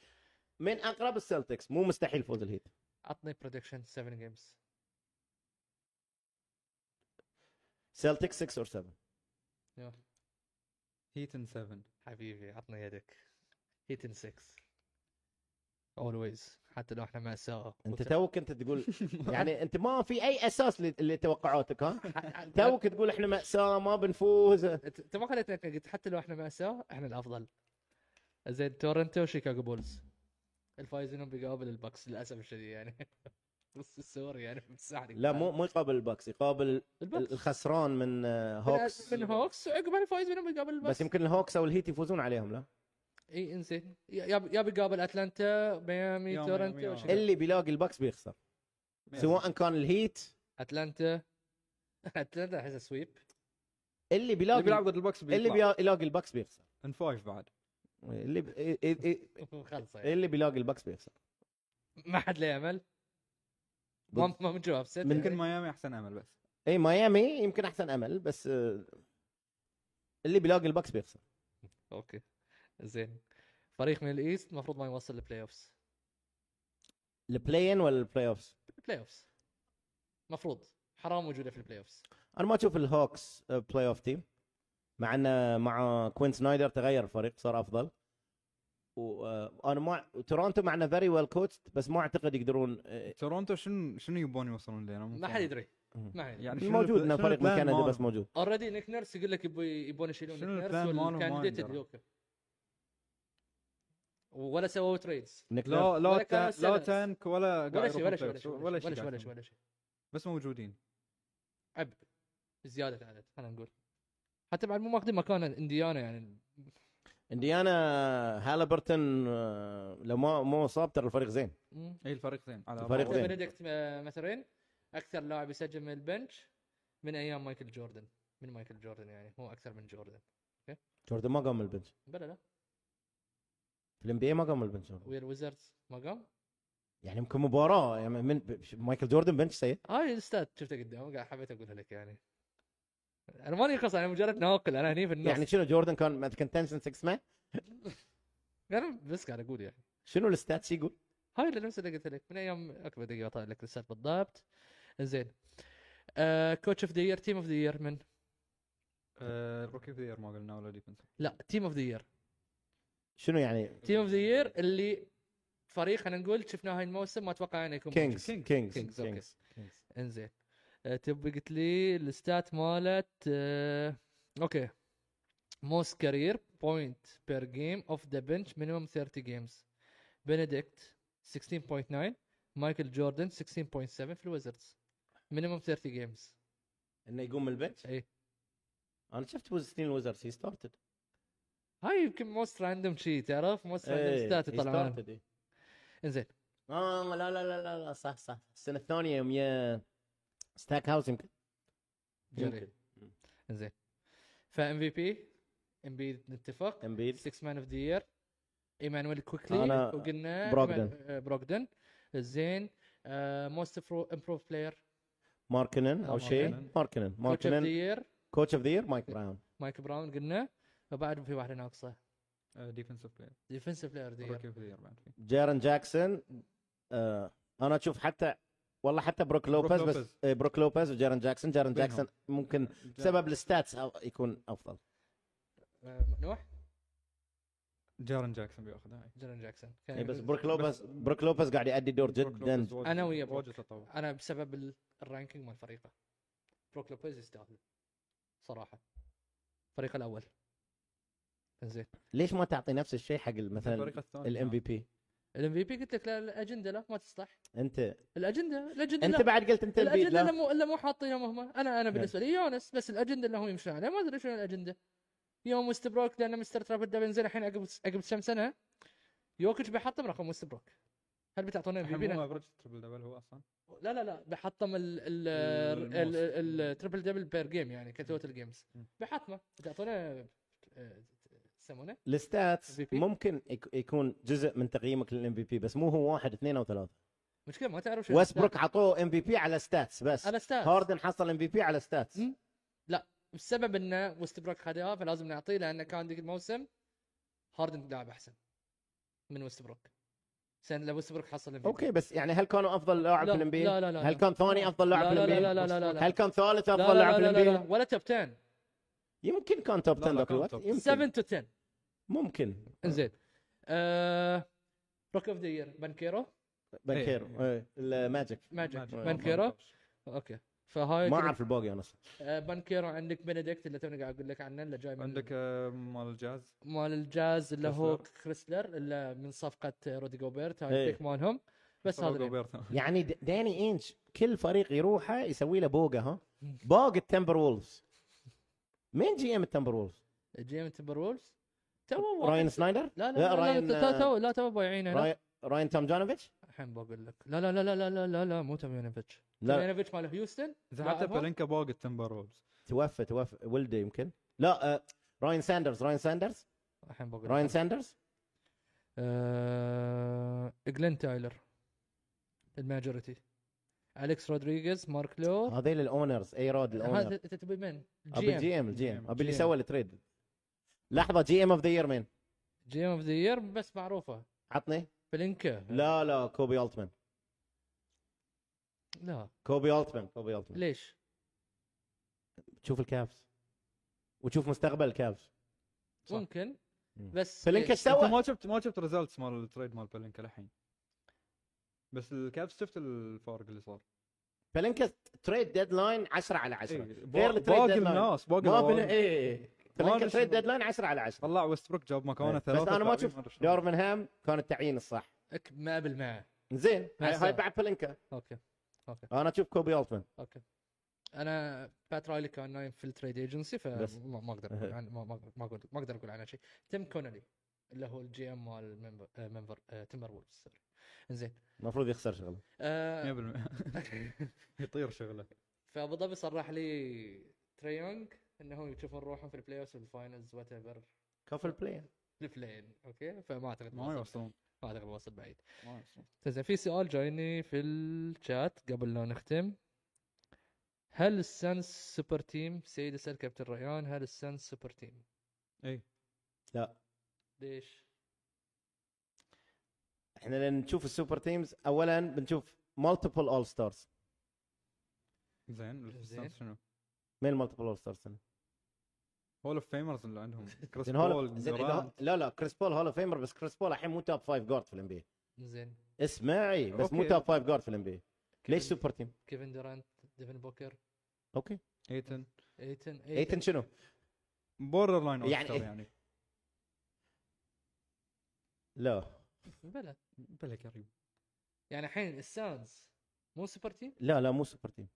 Speaker 2: من اقرب السلتكس مو مستحيل فوز الهيت
Speaker 1: عطني بريدكشن 7 جيمز
Speaker 2: سلتكس 6 اور 7
Speaker 3: هيت ان 7
Speaker 1: حبيبي عطنا يدك هيتن 6 اولويز حتى لو احنا مأساة
Speaker 2: انت توك انت تقول يعني انت ما في اي اساس ل- لتوقعاتك ها توك تقول احنا ماساه ما بنفوز
Speaker 1: انت أنت ما خليتنا قلت حتى لو احنا مأساة احنا الافضل زين تورنتو وشيكاغو بولز الفايزينهم بيقابل البكس للاسف الشديد يعني بس سوري يعني بتساعدك
Speaker 2: لا مو مو يقابل الباكس يقابل
Speaker 1: البكس
Speaker 2: الخسران من آه،
Speaker 1: من-
Speaker 2: هوكس
Speaker 1: من هوكس وعقبها الفايز منهم بيقابل البكس
Speaker 2: بس يمكن الهوكس او الهيت يفوزون عليهم لا
Speaker 1: اي انزين يا يا- يا بيقابل اتلانتا ميامي
Speaker 3: يا ميامي،
Speaker 1: تورنتو
Speaker 3: يا
Speaker 1: وشي-
Speaker 3: ميامي.
Speaker 2: اللي بيلاقي الباكس بيخسر سواء كان الهيت
Speaker 1: اتلانتا اتلانتا احسها سويب
Speaker 2: اللي
Speaker 3: اللي
Speaker 2: بيلاقي
Speaker 3: بيلعب ضد البوكس
Speaker 2: اللي
Speaker 3: بيطلع
Speaker 2: بيلاقي الباكس بيخسر
Speaker 3: ان 5 بعد
Speaker 2: اللي ب... إيه- إيه- إيه-
Speaker 1: خلصه يعني.
Speaker 2: اللي بيلاقي الباكس بيخسر
Speaker 1: ما حد له يامل ما
Speaker 2: بال-
Speaker 1: ما بنجيب ابسط
Speaker 2: من-
Speaker 3: يمكن ميامي احسن امل بس
Speaker 2: اي إيه، ميامي يمكن احسن امل بس آه، اللي بيلاقي الباكس بيخسر
Speaker 1: اوكي زين فريق من الايست المفروض ما يوصل البلاي اوفز
Speaker 2: البلاي ان ولا البلاي اوفز
Speaker 1: البلاي اوفز مفروض حرام وجوده في البلاي اوفز
Speaker 2: انا ما اشوف الهوكس بلاي اوف تيم مع انه مع كوين سنايدر تغير الفريق صار افضل وانا ما تورونتو مع انه فيري ويل كوتست بس ما اعتقد يقدرون آه،
Speaker 3: تورونتو شنو شنو يبون يوصلون له أنا مو
Speaker 1: ما حد
Speaker 3: فاهم.
Speaker 1: يدري ما حد يدري
Speaker 3: يعني شنو
Speaker 2: موجود
Speaker 3: البل-
Speaker 2: انه
Speaker 3: شنو
Speaker 2: فريق من
Speaker 3: البلان
Speaker 2: كندا
Speaker 3: مالهم؟
Speaker 2: بس موجود
Speaker 1: اوريدي نيك نيرس يقول لك يبو- يبون يشيلون
Speaker 3: شنو
Speaker 1: نيك نيرس
Speaker 3: البلان مالهم؟ ما
Speaker 1: والكانديديت
Speaker 3: يندرى.
Speaker 1: اليوكا ولا سووا تريدز
Speaker 2: نيك نيرس.
Speaker 3: لا
Speaker 1: ولا
Speaker 3: لا
Speaker 1: كان
Speaker 3: تا- لا
Speaker 1: السلس.
Speaker 3: تانك ولا
Speaker 1: ولا
Speaker 3: قاعد
Speaker 1: شيء
Speaker 3: يروحون
Speaker 1: ولا شيء ولا
Speaker 3: playoffs،
Speaker 1: شيء ولا شيء ولا
Speaker 3: قاعد
Speaker 1: شيء ولا شيء
Speaker 3: بس موجودين
Speaker 1: عب زياده عدد خلينا نقول حتى بعد مو ماخذين مكان انديانا يعني
Speaker 2: انديانا هالبرتون آه، لو ما مو مصاب ترى الفريق زين
Speaker 1: مم.
Speaker 3: اي الفريق زين إيه، على
Speaker 2: الفريق
Speaker 3: بعض.
Speaker 2: زين.
Speaker 1: بنديكت مثلا اكثر آه، لاعب يسجل من البنش من ايام مايكل جوردن من مايكل جوردن يعني هو اكثر من جوردن
Speaker 2: جوردن ما قام من البنش
Speaker 1: بلا لا
Speaker 2: في الام بي ما قام من البنش جوردن.
Speaker 1: ويا الويزردز ما قام
Speaker 2: يعني يمكن مباراه يعني من ب- مايكل جوردن بنش سيء
Speaker 1: هاي الاستاذ شفته قدامه قاعد حبيت اقولها لك يعني انا ماني قصة انا مجرد ناقل انا هني في النص
Speaker 2: يعني
Speaker 1: يعني
Speaker 2: شنو جوردن كان مثلا كونتنشن 6 مان
Speaker 1: انا بس قاعد اقول يعني
Speaker 2: شنو الستاتس يقول؟
Speaker 1: هاي اللمسه اللي قلت لك من ايام اكبر دقيقه طالع لك لسات بالضبط زين آه كوتش اوف ذا يير تيم اوف ذا يير من
Speaker 3: آه، روكي اوف ما قلنا ولا ديفنس
Speaker 1: لا تيم اوف ذا يير
Speaker 2: شنو يعني
Speaker 1: تيم اوف ذا يير اللي فريق خلينا نقول شفناه هاي الموسم ما اتوقع انه يكون موجود.
Speaker 2: كينجز كينجز
Speaker 1: Kings، أوكي.
Speaker 2: كينجز
Speaker 1: انزين آه، تبي قلت لي الستات مالت آه، اوكي موست كارير بوينت بير جيم اوف ذا بنش مينيمم 30 جيمز بنديكت 16.9 مايكل جوردن 16.7 في الويزردز مينيمم 30 جيمز
Speaker 2: انه يقوم من البنش
Speaker 1: اي
Speaker 2: انا شفت وزتين الوزرز هي ستارتد
Speaker 1: هاي يمكن موست راندوم شي تعرف موست راندوم
Speaker 2: إيه،
Speaker 1: ستات يطلعون انزين
Speaker 2: اه لا لا لا لا لا صح صح السنه الثانيه يوم يا ستاك هاوس يمكن
Speaker 1: جري انزين فام في بي امبيد نتفق
Speaker 2: امبيد
Speaker 1: 6 مان اوف ذا يير ايمانويل كويكلي
Speaker 2: أنا
Speaker 1: وقلنا
Speaker 2: بروغدن.
Speaker 1: آه، إيمان- آه، بروغدن زين موست امبروف بلاير
Speaker 2: ماركنن او شيء
Speaker 3: ماركنن.
Speaker 2: ماركنن
Speaker 1: كوتش اوف ذا
Speaker 2: ماركنن
Speaker 1: يير
Speaker 2: كوتش اوف ذا يير مايك براون
Speaker 1: مايك براون قلنا فبعد في واحده ناقصه
Speaker 3: ديفنسيف بلاير
Speaker 1: ديفنسيف بلاير ذا
Speaker 3: روكي
Speaker 1: يير
Speaker 3: اوف ذا يير بعد فيه
Speaker 2: جارن جاكسون آه انا اشوف حتى والله حتى بروك لوبيز بس
Speaker 3: لوبيز.
Speaker 2: آه، بروك لوبيز وجارن جاكسون جارن
Speaker 3: بينهم.
Speaker 2: جاكسون ممكن
Speaker 3: جا-
Speaker 2: سبب الستاتس أو- يكون افضل
Speaker 1: نوح
Speaker 3: جارن جاكسون بياخذها هاي
Speaker 1: جيرن جاكسون
Speaker 2: إيه، بس
Speaker 1: كان-
Speaker 2: بروك لوبيز بروك لوبيز قاعد يأدي دور
Speaker 3: بروك
Speaker 2: جدا
Speaker 3: لوبيز واجد-
Speaker 1: أنا ويا بروك.
Speaker 3: واجد تطور
Speaker 1: انا بسبب ال- الرانكينج مال فريقه بروك لوبيز يستاهل صراحه الفريق الاول زين
Speaker 2: ليش ما تعطي نفس الشيء حق مثلا
Speaker 3: الفريق الثاني
Speaker 2: الام في بي
Speaker 1: الام في بي قلت لك لا الاجنده لا ما تصلح
Speaker 2: انت
Speaker 1: الاجنده الاجنده
Speaker 2: انت
Speaker 1: لا.
Speaker 2: بعد قلت انت البي
Speaker 1: الاجنده
Speaker 2: لا
Speaker 1: اللي مو اللي مو حاطينها مهمه انا انا بالنسبه لي يونس بس الاجنده اللي هم يمشون عليها ما ادري شنو الاجنده يوم وست بروك لان مستر تراب بدا بينزل الحين عقب عقب كم سنه يوكيتش بيحطم رقم وست بروك هل بتعطونا ام
Speaker 3: الحين مو
Speaker 1: بي
Speaker 3: افرج تربل دبل هو اصلا
Speaker 1: لا لا لا بحطم ال ال
Speaker 3: ال-
Speaker 1: ال- ال-
Speaker 3: الموست.
Speaker 1: التربل دبل بير جيم يعني كتوتال جيمز
Speaker 3: مم.
Speaker 1: بحطمه بتعطونا آه، يسمونه
Speaker 2: الستاتس
Speaker 1: MVP.
Speaker 2: ممكن يك- يكون جزء من تقييمك للام في بي بس مو هو واحد اثنين او ثلاثه
Speaker 1: مشكله ما تعرف شنو
Speaker 2: ويسبروك عطوه ام في بي على ستاتس بس
Speaker 1: على stats.
Speaker 2: هاردن حصل ام في بي على ستاتس
Speaker 1: مم. بسبب انه وست بروك خدها فلازم نعطيه لانه كان ذيك الموسم هاردن لاعب احسن من وست بروك سنة لو وست بروك حصل MVP.
Speaker 2: اوكي بس يعني هل كانوا افضل لاعب
Speaker 1: لا،
Speaker 2: في الام بي
Speaker 1: لا، لا، لا،
Speaker 2: هل
Speaker 1: لا.
Speaker 2: كان ثاني افضل لاعب
Speaker 1: لا،
Speaker 2: في الام بي
Speaker 1: لا، لا، لا، لا، لا.
Speaker 2: هل كان ثالث
Speaker 1: لا،
Speaker 2: افضل
Speaker 1: لا،
Speaker 2: لاعب في
Speaker 1: لا، لا،
Speaker 2: الام
Speaker 1: لا،
Speaker 2: بي
Speaker 1: ولا توب 10
Speaker 2: يمكن كان توب
Speaker 3: لا، لا،
Speaker 2: 10 ذاك
Speaker 3: كان
Speaker 2: الوقت
Speaker 3: توب
Speaker 2: يمكن
Speaker 1: 7 تو 10
Speaker 2: ممكن
Speaker 1: انزين آه... روك اوف ذا يير بانكيرو
Speaker 2: بنكيرو إيه، الماجيك
Speaker 1: ماجيك
Speaker 2: ما-
Speaker 1: بانكيرو اوكي فهاي
Speaker 2: ما اعرف الباقي انا أصلاً.
Speaker 1: آه بانكيرو عندك بنديكت اللي توني قاعد اقول لك عنه اللي جاي من
Speaker 3: عندك آه، مال الجاز
Speaker 1: مال الجاز اللي هو
Speaker 3: كريسلر.
Speaker 1: كريسلر اللي من صفقه رودي جوبيرت هاي
Speaker 2: إيه.
Speaker 1: البيك مالهم بس هذا العيب.
Speaker 3: روبرتو.
Speaker 2: يعني د- داني انش كل فريق يروحه يسوي له بوقه ها باق التمبر وولفز مين جي ام التمبر وولفز؟
Speaker 1: جيم تمبر وولفز تو واحد-
Speaker 2: راين سنايدر؟
Speaker 1: لا لا لا
Speaker 2: راين
Speaker 1: راين لا تو لا تو بايعينه لا.
Speaker 2: راين- راين تومجانوفيتش؟
Speaker 1: الحين بقول لك لا لا لا لا لا لا لا, لا مو توميانوفيتش
Speaker 2: لا.
Speaker 1: توميانوفيتش مال هيوستن
Speaker 3: زين حتى
Speaker 1: لاعبهم؟
Speaker 3: بلينكا باقي التمبر وولفز
Speaker 2: توفى توفى ولده يمكن لا آه، راين ساندرز راين ساندرز
Speaker 1: الحين بقول لك
Speaker 2: راين ساندرز
Speaker 1: آه... جلين تايلر الماجورتي اليكس رودريغيز مارك لو
Speaker 2: هذيل الاونرز اي رود
Speaker 1: هذا
Speaker 2: الاونر
Speaker 1: انت تبي من؟
Speaker 2: ابي الجي ام
Speaker 3: جي
Speaker 2: الجي ام
Speaker 3: إم.
Speaker 2: ابي اللي
Speaker 1: جي
Speaker 2: سوى التريد لحظه جي ام اوف ذا يير مين
Speaker 1: جي ام اوف ذا يير بس معروفه
Speaker 2: عطني
Speaker 1: بلينكا
Speaker 2: لا لا كوبي التمان
Speaker 1: لا
Speaker 2: كوبي التمان كوبي التمان
Speaker 1: ليش؟
Speaker 2: تشوف الكافز وتشوف مستقبل الكافز
Speaker 3: صح.
Speaker 1: ممكن
Speaker 2: مم.
Speaker 1: بس
Speaker 2: بلينكا ايش
Speaker 3: انت
Speaker 2: سوى؟
Speaker 3: إيه، ما شفت ما شفت ريزلتس مال التريد مال بلينكا الحين بس الكابس شفت الفارق اللي صار
Speaker 2: فلينكا تريد ديدلاين 10 على 10
Speaker 3: إيه،
Speaker 2: غير
Speaker 3: با-
Speaker 2: التريد
Speaker 3: باقي
Speaker 2: ديدلاين
Speaker 3: الناس باقي
Speaker 2: ما بن
Speaker 3: الأوائل.
Speaker 2: اي
Speaker 3: ما
Speaker 2: فلينكا
Speaker 3: بن-
Speaker 2: تريد ديدلاين 10 على 10
Speaker 3: طلع ويست بروك جاب مكانه
Speaker 2: بس
Speaker 3: ثلاثه
Speaker 2: انا ما
Speaker 3: لاعبين
Speaker 2: اشوف
Speaker 3: مرة شاطرين.
Speaker 2: دورفنهام كان التعيين الصح
Speaker 1: أك- ما قبل معه
Speaker 2: زين هاي-
Speaker 1: بس-
Speaker 2: هاي بعد فلينكا
Speaker 1: اوكي اوكي
Speaker 2: انا اشوف كوبي التمان
Speaker 1: اوكي انا بات رايلي كان نايم في التريد ايجنسي
Speaker 2: بس.
Speaker 1: فما ما اقدر اقول عن ما ما ما أقول- ما اقدر اقول عنه شيء تيم كونلي اللي هو الجي ام مال ممبر- آه، ممبر آه، تمبر وولفز سوري زين
Speaker 2: المفروض يخسر شغله
Speaker 1: آه،
Speaker 3: 100% يطير شغله
Speaker 1: فابو ظبي صرح لي تريونج انهم يشوفون روحهم في البلاي اوف والفاينلز وات ايفر
Speaker 2: كفل بلاي
Speaker 1: البلاين اوكي فما اعتقد
Speaker 3: ما
Speaker 1: واصل-
Speaker 3: يوصلون
Speaker 1: ما اعتقد واصل بعيد
Speaker 3: ما يوصلون
Speaker 1: زين في سؤال جايني في الشات قبل لا نختم هل السانز سوبر تيم سيد يسال كابتن ريان هل السانز سوبر تيم
Speaker 3: اي
Speaker 2: لا
Speaker 1: ليش
Speaker 2: احنا لما نشوف السوبر تيمز اولا بنشوف مالتيبل اول ستارز
Speaker 3: زين الستانس شنو؟
Speaker 2: مين المالتيبل اول ستارز؟
Speaker 3: هول اوف فيمرز اللي عندهم كريس
Speaker 2: زين هول
Speaker 3: بول
Speaker 2: زين إذا-
Speaker 3: جراند.
Speaker 2: لا لا كريس بول هول اوف فيمر بس كريس بول الحين مو توب فايف جارد في الام بي
Speaker 1: زين
Speaker 2: اسمعي بس مو
Speaker 3: أوكي.
Speaker 2: توب فايف جارد في الام بي ليش
Speaker 1: كيفن-
Speaker 2: سوبر تيم؟
Speaker 1: كيفن دورانت ديفن بوكر
Speaker 2: اوكي
Speaker 3: ايتن
Speaker 1: ايتن
Speaker 2: ايتن شنو؟
Speaker 3: بوردر لاين
Speaker 2: يعني
Speaker 3: يعني
Speaker 2: إيه؟
Speaker 3: يعني
Speaker 2: لا
Speaker 1: بلى
Speaker 3: بلا قريب
Speaker 1: يعني الحين السانز مو سوبر تيم
Speaker 2: لا لا مو سوبر تيم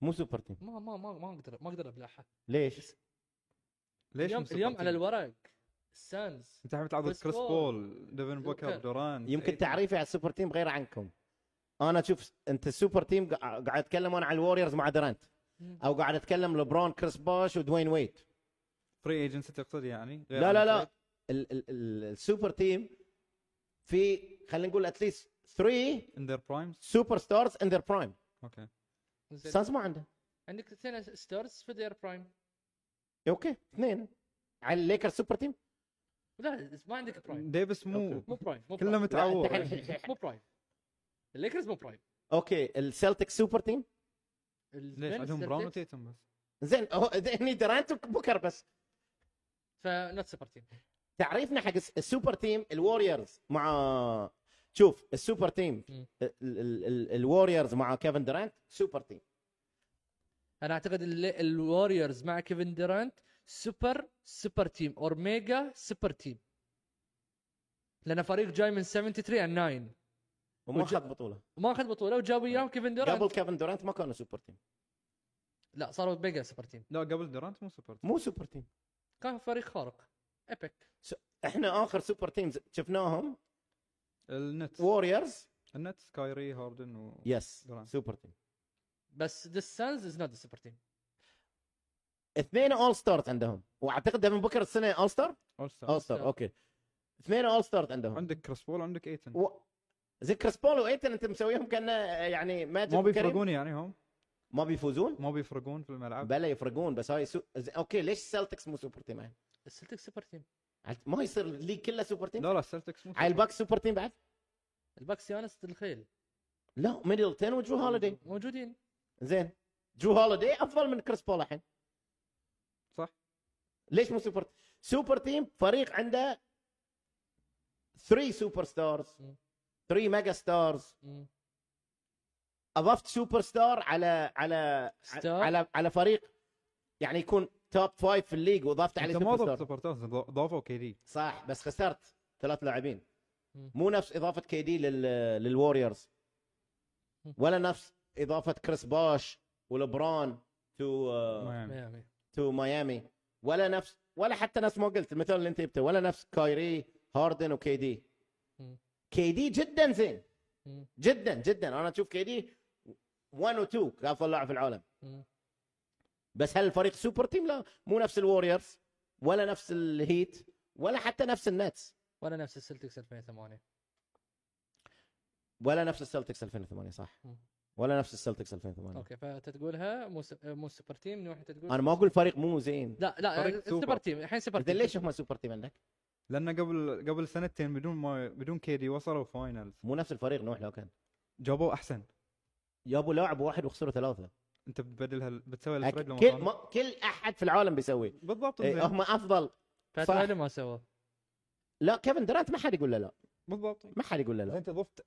Speaker 2: مو سوبر تيم
Speaker 1: ما ما ما ما اقدر ما اقدر ابلعها
Speaker 2: ليش؟
Speaker 3: ليش
Speaker 1: اليوم
Speaker 3: مو
Speaker 1: اليوم على
Speaker 3: سوبر تيم؟
Speaker 1: الورق السانز
Speaker 3: انت عم تلعب ضد
Speaker 1: كريس
Speaker 3: كريس
Speaker 1: بول،
Speaker 3: بول ديفن بوكر
Speaker 1: بوكر.
Speaker 3: دوران
Speaker 2: يمكن تعريفي على السوبر تيم غير عنكم انا اشوف انت السوبر تيم قا- قاعد اتكلم انا على الوريورز مع درانت
Speaker 1: مم.
Speaker 2: او قاعد اتكلم لبرون كريس بوش ودوين ويت
Speaker 3: فري ايجنسي تقصد يعني غير
Speaker 2: لا لا
Speaker 3: عن
Speaker 2: لا
Speaker 3: التريد.
Speaker 2: ال- ال- ال- السوبر تيم في خلينا نقول اتليست 3
Speaker 3: ان ذير برايمز
Speaker 2: سوبر ستارز ان ذير برايم
Speaker 3: اوكي
Speaker 1: زين.
Speaker 2: سانز ما عنده
Speaker 1: عندك اثنين ستارز في دير برايم
Speaker 2: اوكي اثنين على الليكرز سوبر تيم
Speaker 1: لا ما عندك برايم
Speaker 3: ديفيس مو
Speaker 1: مو برايم مو
Speaker 3: كله
Speaker 1: برايم
Speaker 3: متعور
Speaker 1: مو برايم الليكرز مو برايم
Speaker 2: اوكي السلتك سوبر تيم
Speaker 3: ليش عندهم براون وتيتم بس
Speaker 2: زين هو هني درانت وبوكر بس
Speaker 1: فنوت سوبر تيم
Speaker 2: تعريفنا حق الس- السوبر تيم الوريورز مع شوف السوبر تيم
Speaker 1: مم.
Speaker 2: ال- ال- ال- الوريورز مع كيفن درانت سوبر تيم
Speaker 1: انا اعتقد الوريورز مع كيفن ديرانت سوبر سوبر تيم اور ميجا سوبر تيم لان فريق جاي من 73 عن 9
Speaker 2: وما
Speaker 1: وج-
Speaker 2: اخذ بطوله
Speaker 1: ما اخذ بطوله وجابوا اياهم كيفن
Speaker 2: قبل
Speaker 1: ديرانت
Speaker 2: كيفن درانت ما كانوا سوبر تيم
Speaker 1: لا صاروا ميجا سوبر تيم
Speaker 3: لا قبل دورانت مو سوبر
Speaker 2: مو سوبر تيم
Speaker 1: كان فريق خارق ايبك
Speaker 2: احنا اخر سوبر تيمز شفناهم
Speaker 3: النتس
Speaker 2: ووريرز
Speaker 3: النتس كايري هاردن و
Speaker 2: يس
Speaker 3: درانت.
Speaker 2: سوبر تيم
Speaker 1: بس ذا سانز از نوت سوبر تيم
Speaker 2: اثنين اول ستارت عندهم واعتقد ديفن بوكر السنه اول ستار
Speaker 3: All Star.
Speaker 2: اول ستار اوكي اثنين اول ستارت عندهم
Speaker 3: عندك كريس بول عندك ايتن
Speaker 2: و... زي كريس بول وايتن انت مسويهم كان يعني ماجيك
Speaker 3: ما
Speaker 2: وكريم.
Speaker 3: بيفرقون يعني هم
Speaker 2: ما بيفوزون
Speaker 3: ما بيفرقون في الملعب
Speaker 2: بلا يفرقون بس هاي سو... زي- اوكي ليش السلتكس مو سوبر تيم يعني؟
Speaker 1: السلتك سوبر تيم
Speaker 2: عاد ما يصير الليج كله سوبر تيم
Speaker 3: لا لا السلتكس مو
Speaker 2: على
Speaker 3: سوبر.
Speaker 2: الباك سوبر تيم بعد
Speaker 1: الباكس يانس الخيل
Speaker 2: لا ميدلتون وجرو هوليدي
Speaker 1: موجودين
Speaker 2: زين جرو هوليدي افضل من كريس بول الحين
Speaker 3: صح
Speaker 2: ليش مو سوبر سوبر تيم فريق عنده 3 سوبر ستارز 3 ميجا ستارز
Speaker 1: مم.
Speaker 2: اضفت سوبر ستار على على
Speaker 1: ستار؟
Speaker 2: على على فريق يعني يكون توب فايف في الليج واضفت عليه
Speaker 3: انت ما
Speaker 2: سوبر
Speaker 3: ضفت
Speaker 2: ستار
Speaker 3: سوبر تاونز ض- ضافوا كي دي
Speaker 2: صح بس خسرت ثلاث لاعبين
Speaker 1: مم.
Speaker 2: مو نفس اضافه كي دي للوريورز
Speaker 1: مم.
Speaker 2: ولا نفس اضافه كريس باش ولبران تو
Speaker 3: ميامي.
Speaker 1: ميامي
Speaker 2: تو ميامي ولا نفس ولا حتى نفس ما قلت المثال اللي انت جبته ولا نفس كايري هاردن وكي دي
Speaker 1: مم.
Speaker 2: كي دي جدا زين
Speaker 1: مم.
Speaker 2: جدا جدا انا اشوف كي دي 1 و 2 كافضل لاعب في العالم
Speaker 1: مم.
Speaker 2: بس هل الفريق سوبر تيم لا مو نفس الوريورز ولا نفس الهيت ولا حتى نفس النتس
Speaker 1: ولا نفس السلتكس 2008
Speaker 2: ولا نفس السلتكس 2008 صح
Speaker 1: مم.
Speaker 2: ولا نفس السلتكس 2008
Speaker 1: اوكي فانت تقولها مو س- مو سوبر تيم من واحد تقول
Speaker 2: انا ما اقول فريق مو زين
Speaker 1: لا
Speaker 3: فريق
Speaker 1: لا
Speaker 3: سوبر.
Speaker 1: سوبر تيم الحين سوبر
Speaker 2: إذن
Speaker 1: تيم
Speaker 2: ليش هم سوبر تيم عندك؟
Speaker 3: لان قبل قبل سنتين بدون ما بدون كي دي وصلوا فاينلز
Speaker 2: مو نفس الفريق نوح لو كان
Speaker 3: جابوا احسن
Speaker 2: جابوا لاعب واحد وخسروا ثلاثه
Speaker 3: انت بتبدل هال... بتسوي
Speaker 2: أك-
Speaker 3: الفريق لما
Speaker 2: كل
Speaker 3: كان-
Speaker 2: ما كل احد في العالم بيسوي
Speaker 3: بالضبط
Speaker 2: إيه،
Speaker 3: زين.
Speaker 2: هم افضل
Speaker 1: فات
Speaker 2: صح.
Speaker 1: وايلي ما سوى
Speaker 2: لا كيفن درانت ما حد يقول له لا
Speaker 3: بالضبط
Speaker 2: ما حد يقول له
Speaker 3: زين
Speaker 2: لا
Speaker 3: انت ضفت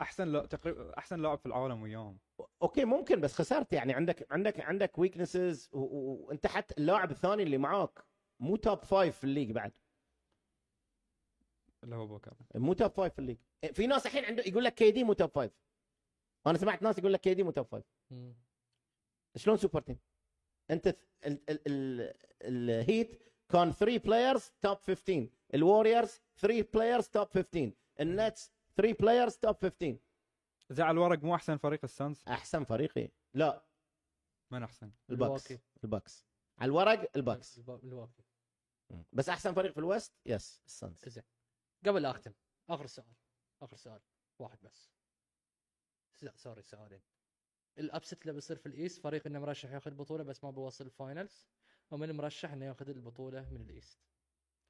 Speaker 3: احسن لا تقريبا احسن لاعب في العالم وياهم
Speaker 2: اوكي ممكن بس خسرت يعني عندك عندك عندك ويكنسز وانت حتى اللاعب الثاني اللي معاك مو توب فايف في الليج بعد
Speaker 3: اللي هو بوكر
Speaker 2: مو توب فايف في الليج في ناس الحين عنده يقول لك كي دي مو توب فايف انا سمعت ناس يقول لك كي دي مو توب فايف
Speaker 1: مم.
Speaker 2: شلون سوبر تيم؟ انت ال ال ال الهيت كان 3 بلايرز توب 15 الوريورز 3 بلايرز توب 15 النتس 3 بلايرز توب 15
Speaker 3: زين على الورق مو احسن فريق السانز
Speaker 2: احسن فريقي لا
Speaker 3: من احسن
Speaker 2: الباكس
Speaker 1: ملواكي.
Speaker 2: الباكس على الورق الباكس
Speaker 1: الب- الواقي
Speaker 2: بس احسن فريق في الوست يس السانز
Speaker 1: زين قبل لا اختم اخر سؤال اخر سؤال واحد بس لا سوري سؤالين الابست اللي بيصير في الايست فريق انه مرشح ياخذ بطوله بس ما بيوصل الفاينلز ومن مرشح انه ياخذ البطوله من الايست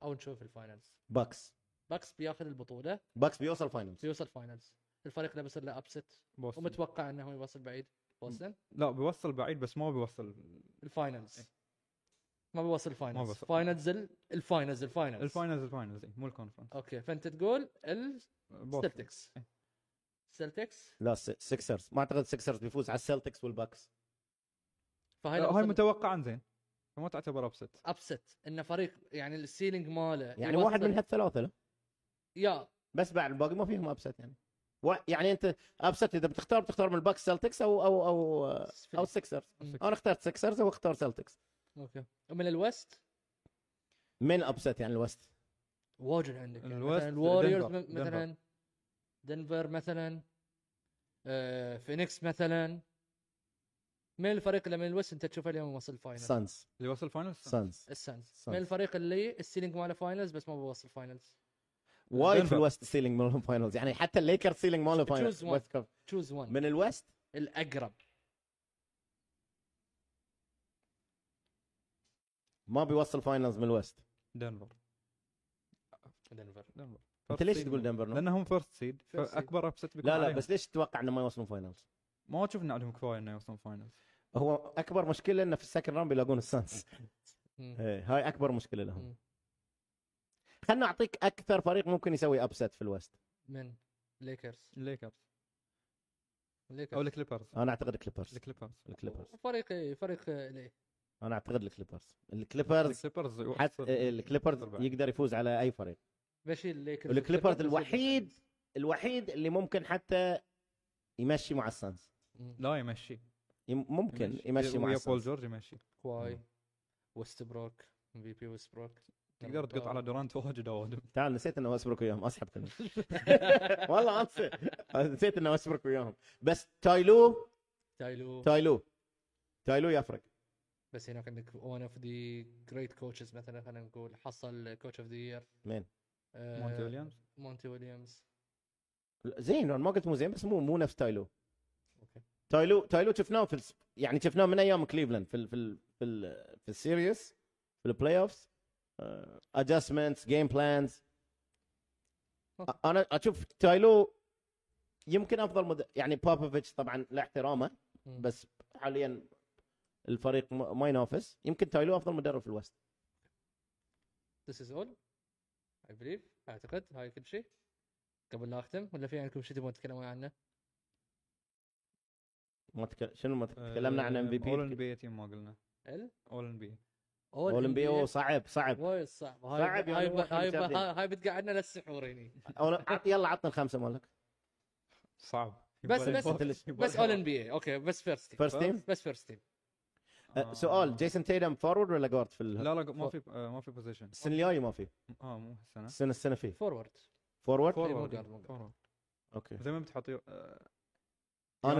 Speaker 1: او نشوف الفاينلز
Speaker 2: باكس
Speaker 1: باكس بياخذ البطوله
Speaker 2: باكس بيوصل فاينلز
Speaker 1: بيوصل فاينلز الفريق اللي بيصير له ابست
Speaker 3: بوسطن.
Speaker 1: ومتوقع انه يوصل بعيد بوسطن
Speaker 3: لا بيوصل بعيد بس ما بيوصل
Speaker 1: الفاينلز ما بيوصل
Speaker 3: إيه. ما
Speaker 1: الفاينلز
Speaker 3: بيوصل.
Speaker 1: فاينلز ال- الفاينلز الفاينلز
Speaker 3: الفاينلز الفاينلز إيه، مو الكونفرنس
Speaker 1: اوكي فانت تقول
Speaker 2: آه،
Speaker 3: بوسطن.
Speaker 1: السلتكس
Speaker 3: إيه.
Speaker 1: سلتكس
Speaker 2: لا سكسرز ما اعتقد سكسرز بيفوز على السلتكس والباكس
Speaker 1: فهاي
Speaker 3: آه، هاي متوقعا زين فما تعتبر ابست
Speaker 1: ابست انه فريق يعني السيلينج ماله
Speaker 2: يعني
Speaker 1: يوصل-
Speaker 2: واحد من هالثلاثه لا
Speaker 1: يا
Speaker 2: بس بعد الباقي ما فيهم ابست يعني و... يعني انت ابست اذا بتختار بتختار من الباكس سلتكس او او او او السكسرز
Speaker 1: مم.
Speaker 2: انا اخترت سكسرز واختار سلتكس
Speaker 1: اوكي ومن الوست
Speaker 2: من ابست يعني الوست
Speaker 1: واجد عندك يعني
Speaker 3: الوست
Speaker 1: مثلا الوريورز م-
Speaker 3: دنفر.
Speaker 1: مثلا دنفر مثلا آه، فينيكس مثلا من الفريق اللي من الوست انت تشوفه اليوم وصل الفاينل
Speaker 2: سانز
Speaker 3: اللي وصل فاينلز
Speaker 2: سانز
Speaker 1: السانز
Speaker 2: Suns.
Speaker 1: من الفريق اللي السيلينج ماله فاينلز بس ما بوصل فاينلز
Speaker 2: وايد في
Speaker 3: دنفر.
Speaker 2: الوست سيلينج مالهم فاينلز يعني حتى الليكر سيلينج مالهم
Speaker 1: Choose one.
Speaker 2: فاينلز
Speaker 1: تشوز 1
Speaker 2: من الوست
Speaker 1: الاقرب
Speaker 2: ما بيوصل فاينلز من الوست
Speaker 3: دنفر
Speaker 1: دنفر
Speaker 3: دنفر
Speaker 2: انت ليش تقول دنفر نو؟
Speaker 3: لانهم فيرست سيد
Speaker 1: First seed.
Speaker 3: فاكبر ابسط بيكون
Speaker 2: لا لا
Speaker 3: عليهم.
Speaker 2: بس ليش تتوقع انه ما يوصلون فاينلز؟
Speaker 3: ما اشوف ان عليهم كفايه انه يوصلون فاينلز
Speaker 2: هو اكبر مشكله انه في السكند راوند بيلاقون السانس
Speaker 1: مم.
Speaker 2: إيه، هاي اكبر مشكله لهم
Speaker 1: مم.
Speaker 2: خلنا اعطيك اكثر فريق ممكن يسوي ابسط في الوست
Speaker 1: من ليكرز
Speaker 3: الليكرز او
Speaker 1: ليكرز
Speaker 3: الكليبرز
Speaker 2: انا اعتقد الكليبرز
Speaker 3: الكليبرز
Speaker 2: الكليبرز
Speaker 1: فريق فريق ليه
Speaker 2: انا اعتقد الكليبرز الكليبرز
Speaker 3: الكليبرز
Speaker 2: حتى
Speaker 3: يوصل.
Speaker 2: الكليبرز
Speaker 3: يوصل بعد.
Speaker 2: يقدر يفوز على اي فريق
Speaker 1: بشيل ليكرز
Speaker 2: والكليبرز الوحيد الوحيد اللي ممكن حتى يمشي مع السانز
Speaker 1: مم.
Speaker 3: لا يمشي
Speaker 2: يم- ممكن يمشي مع
Speaker 3: ويا بول
Speaker 2: السانز
Speaker 3: جورج يمشي
Speaker 1: كواي وستبروك ام في بي وستبروك
Speaker 3: تقدر تقط على دورانت واجد اوادم
Speaker 2: تعال نسيت انه اسبرك وياهم اسحب كلهم والله انسى نسيت انه اسبرك وياهم بس تايلو
Speaker 1: تايلو
Speaker 2: تايلو تايلو يفرق
Speaker 1: بس هناك عندك ون اوف ذا جريت كوتشز مثلا خلينا نقول حصل كوتش اوف ذا يير
Speaker 2: مين
Speaker 1: آه،
Speaker 3: مونتي ويليامز
Speaker 1: مونتي ويليامز
Speaker 2: زين أنا ما قلت مو زين بس مو مو نفس تايلو
Speaker 1: اوكي
Speaker 2: تايلو تايلو شفناه في الس... يعني شفناه من ايام كليفلاند في ال... في ال... في, ال... في السيريس في آه، البلاي اوفز ادجستمنتس جيم بلانز انا اشوف تايلو يمكن افضل مد... يعني بابوفيتش طبعا لا احترامه
Speaker 1: مم.
Speaker 2: بس حاليا الفريق م- ما ينافس يمكن تايلو افضل مدرب في الوست
Speaker 1: This is all I believe اعتقد هاي كل شيء قبل لا اختم ولا في عندكم شيء تبون تتكلمون عنه؟
Speaker 2: ما تك... شنو ما تكلمنا عن ام في
Speaker 3: اول ان
Speaker 2: بي
Speaker 3: آه، بي تيم ما قلنا
Speaker 1: ال
Speaker 3: اول ان بي
Speaker 1: اول
Speaker 2: اولمبي أوه، صعب صعب
Speaker 1: وايد صعب هاي
Speaker 2: صعب
Speaker 1: هاي هاي,
Speaker 2: يعني واحد
Speaker 1: هاي,
Speaker 2: مشاهدين.
Speaker 1: هاي, هاي بتقعدنا للسحور هنا
Speaker 2: أول- عط- يلا عطنا الخمسه مالك
Speaker 3: صعب
Speaker 1: بس-
Speaker 3: يبغى-
Speaker 1: بس-
Speaker 3: يبغى-
Speaker 1: بس اول ان بي اوكي بس فيرست تيم
Speaker 2: فيرست تيم
Speaker 1: بس فيرست تيم
Speaker 3: آه.
Speaker 2: أه، سؤال جيسون تيدم فورورد ولا جارد في ال...
Speaker 3: لا لا ما في آه، ما في بوزيشن
Speaker 2: السنه الجايه ما في
Speaker 3: اه مو السنه
Speaker 2: السنه السنه في
Speaker 1: فورورد
Speaker 2: فورورد
Speaker 1: فور-
Speaker 3: فورورد
Speaker 1: guard، مو guard.
Speaker 3: فورورد
Speaker 2: اوكي
Speaker 3: زي ما بتحطي آه،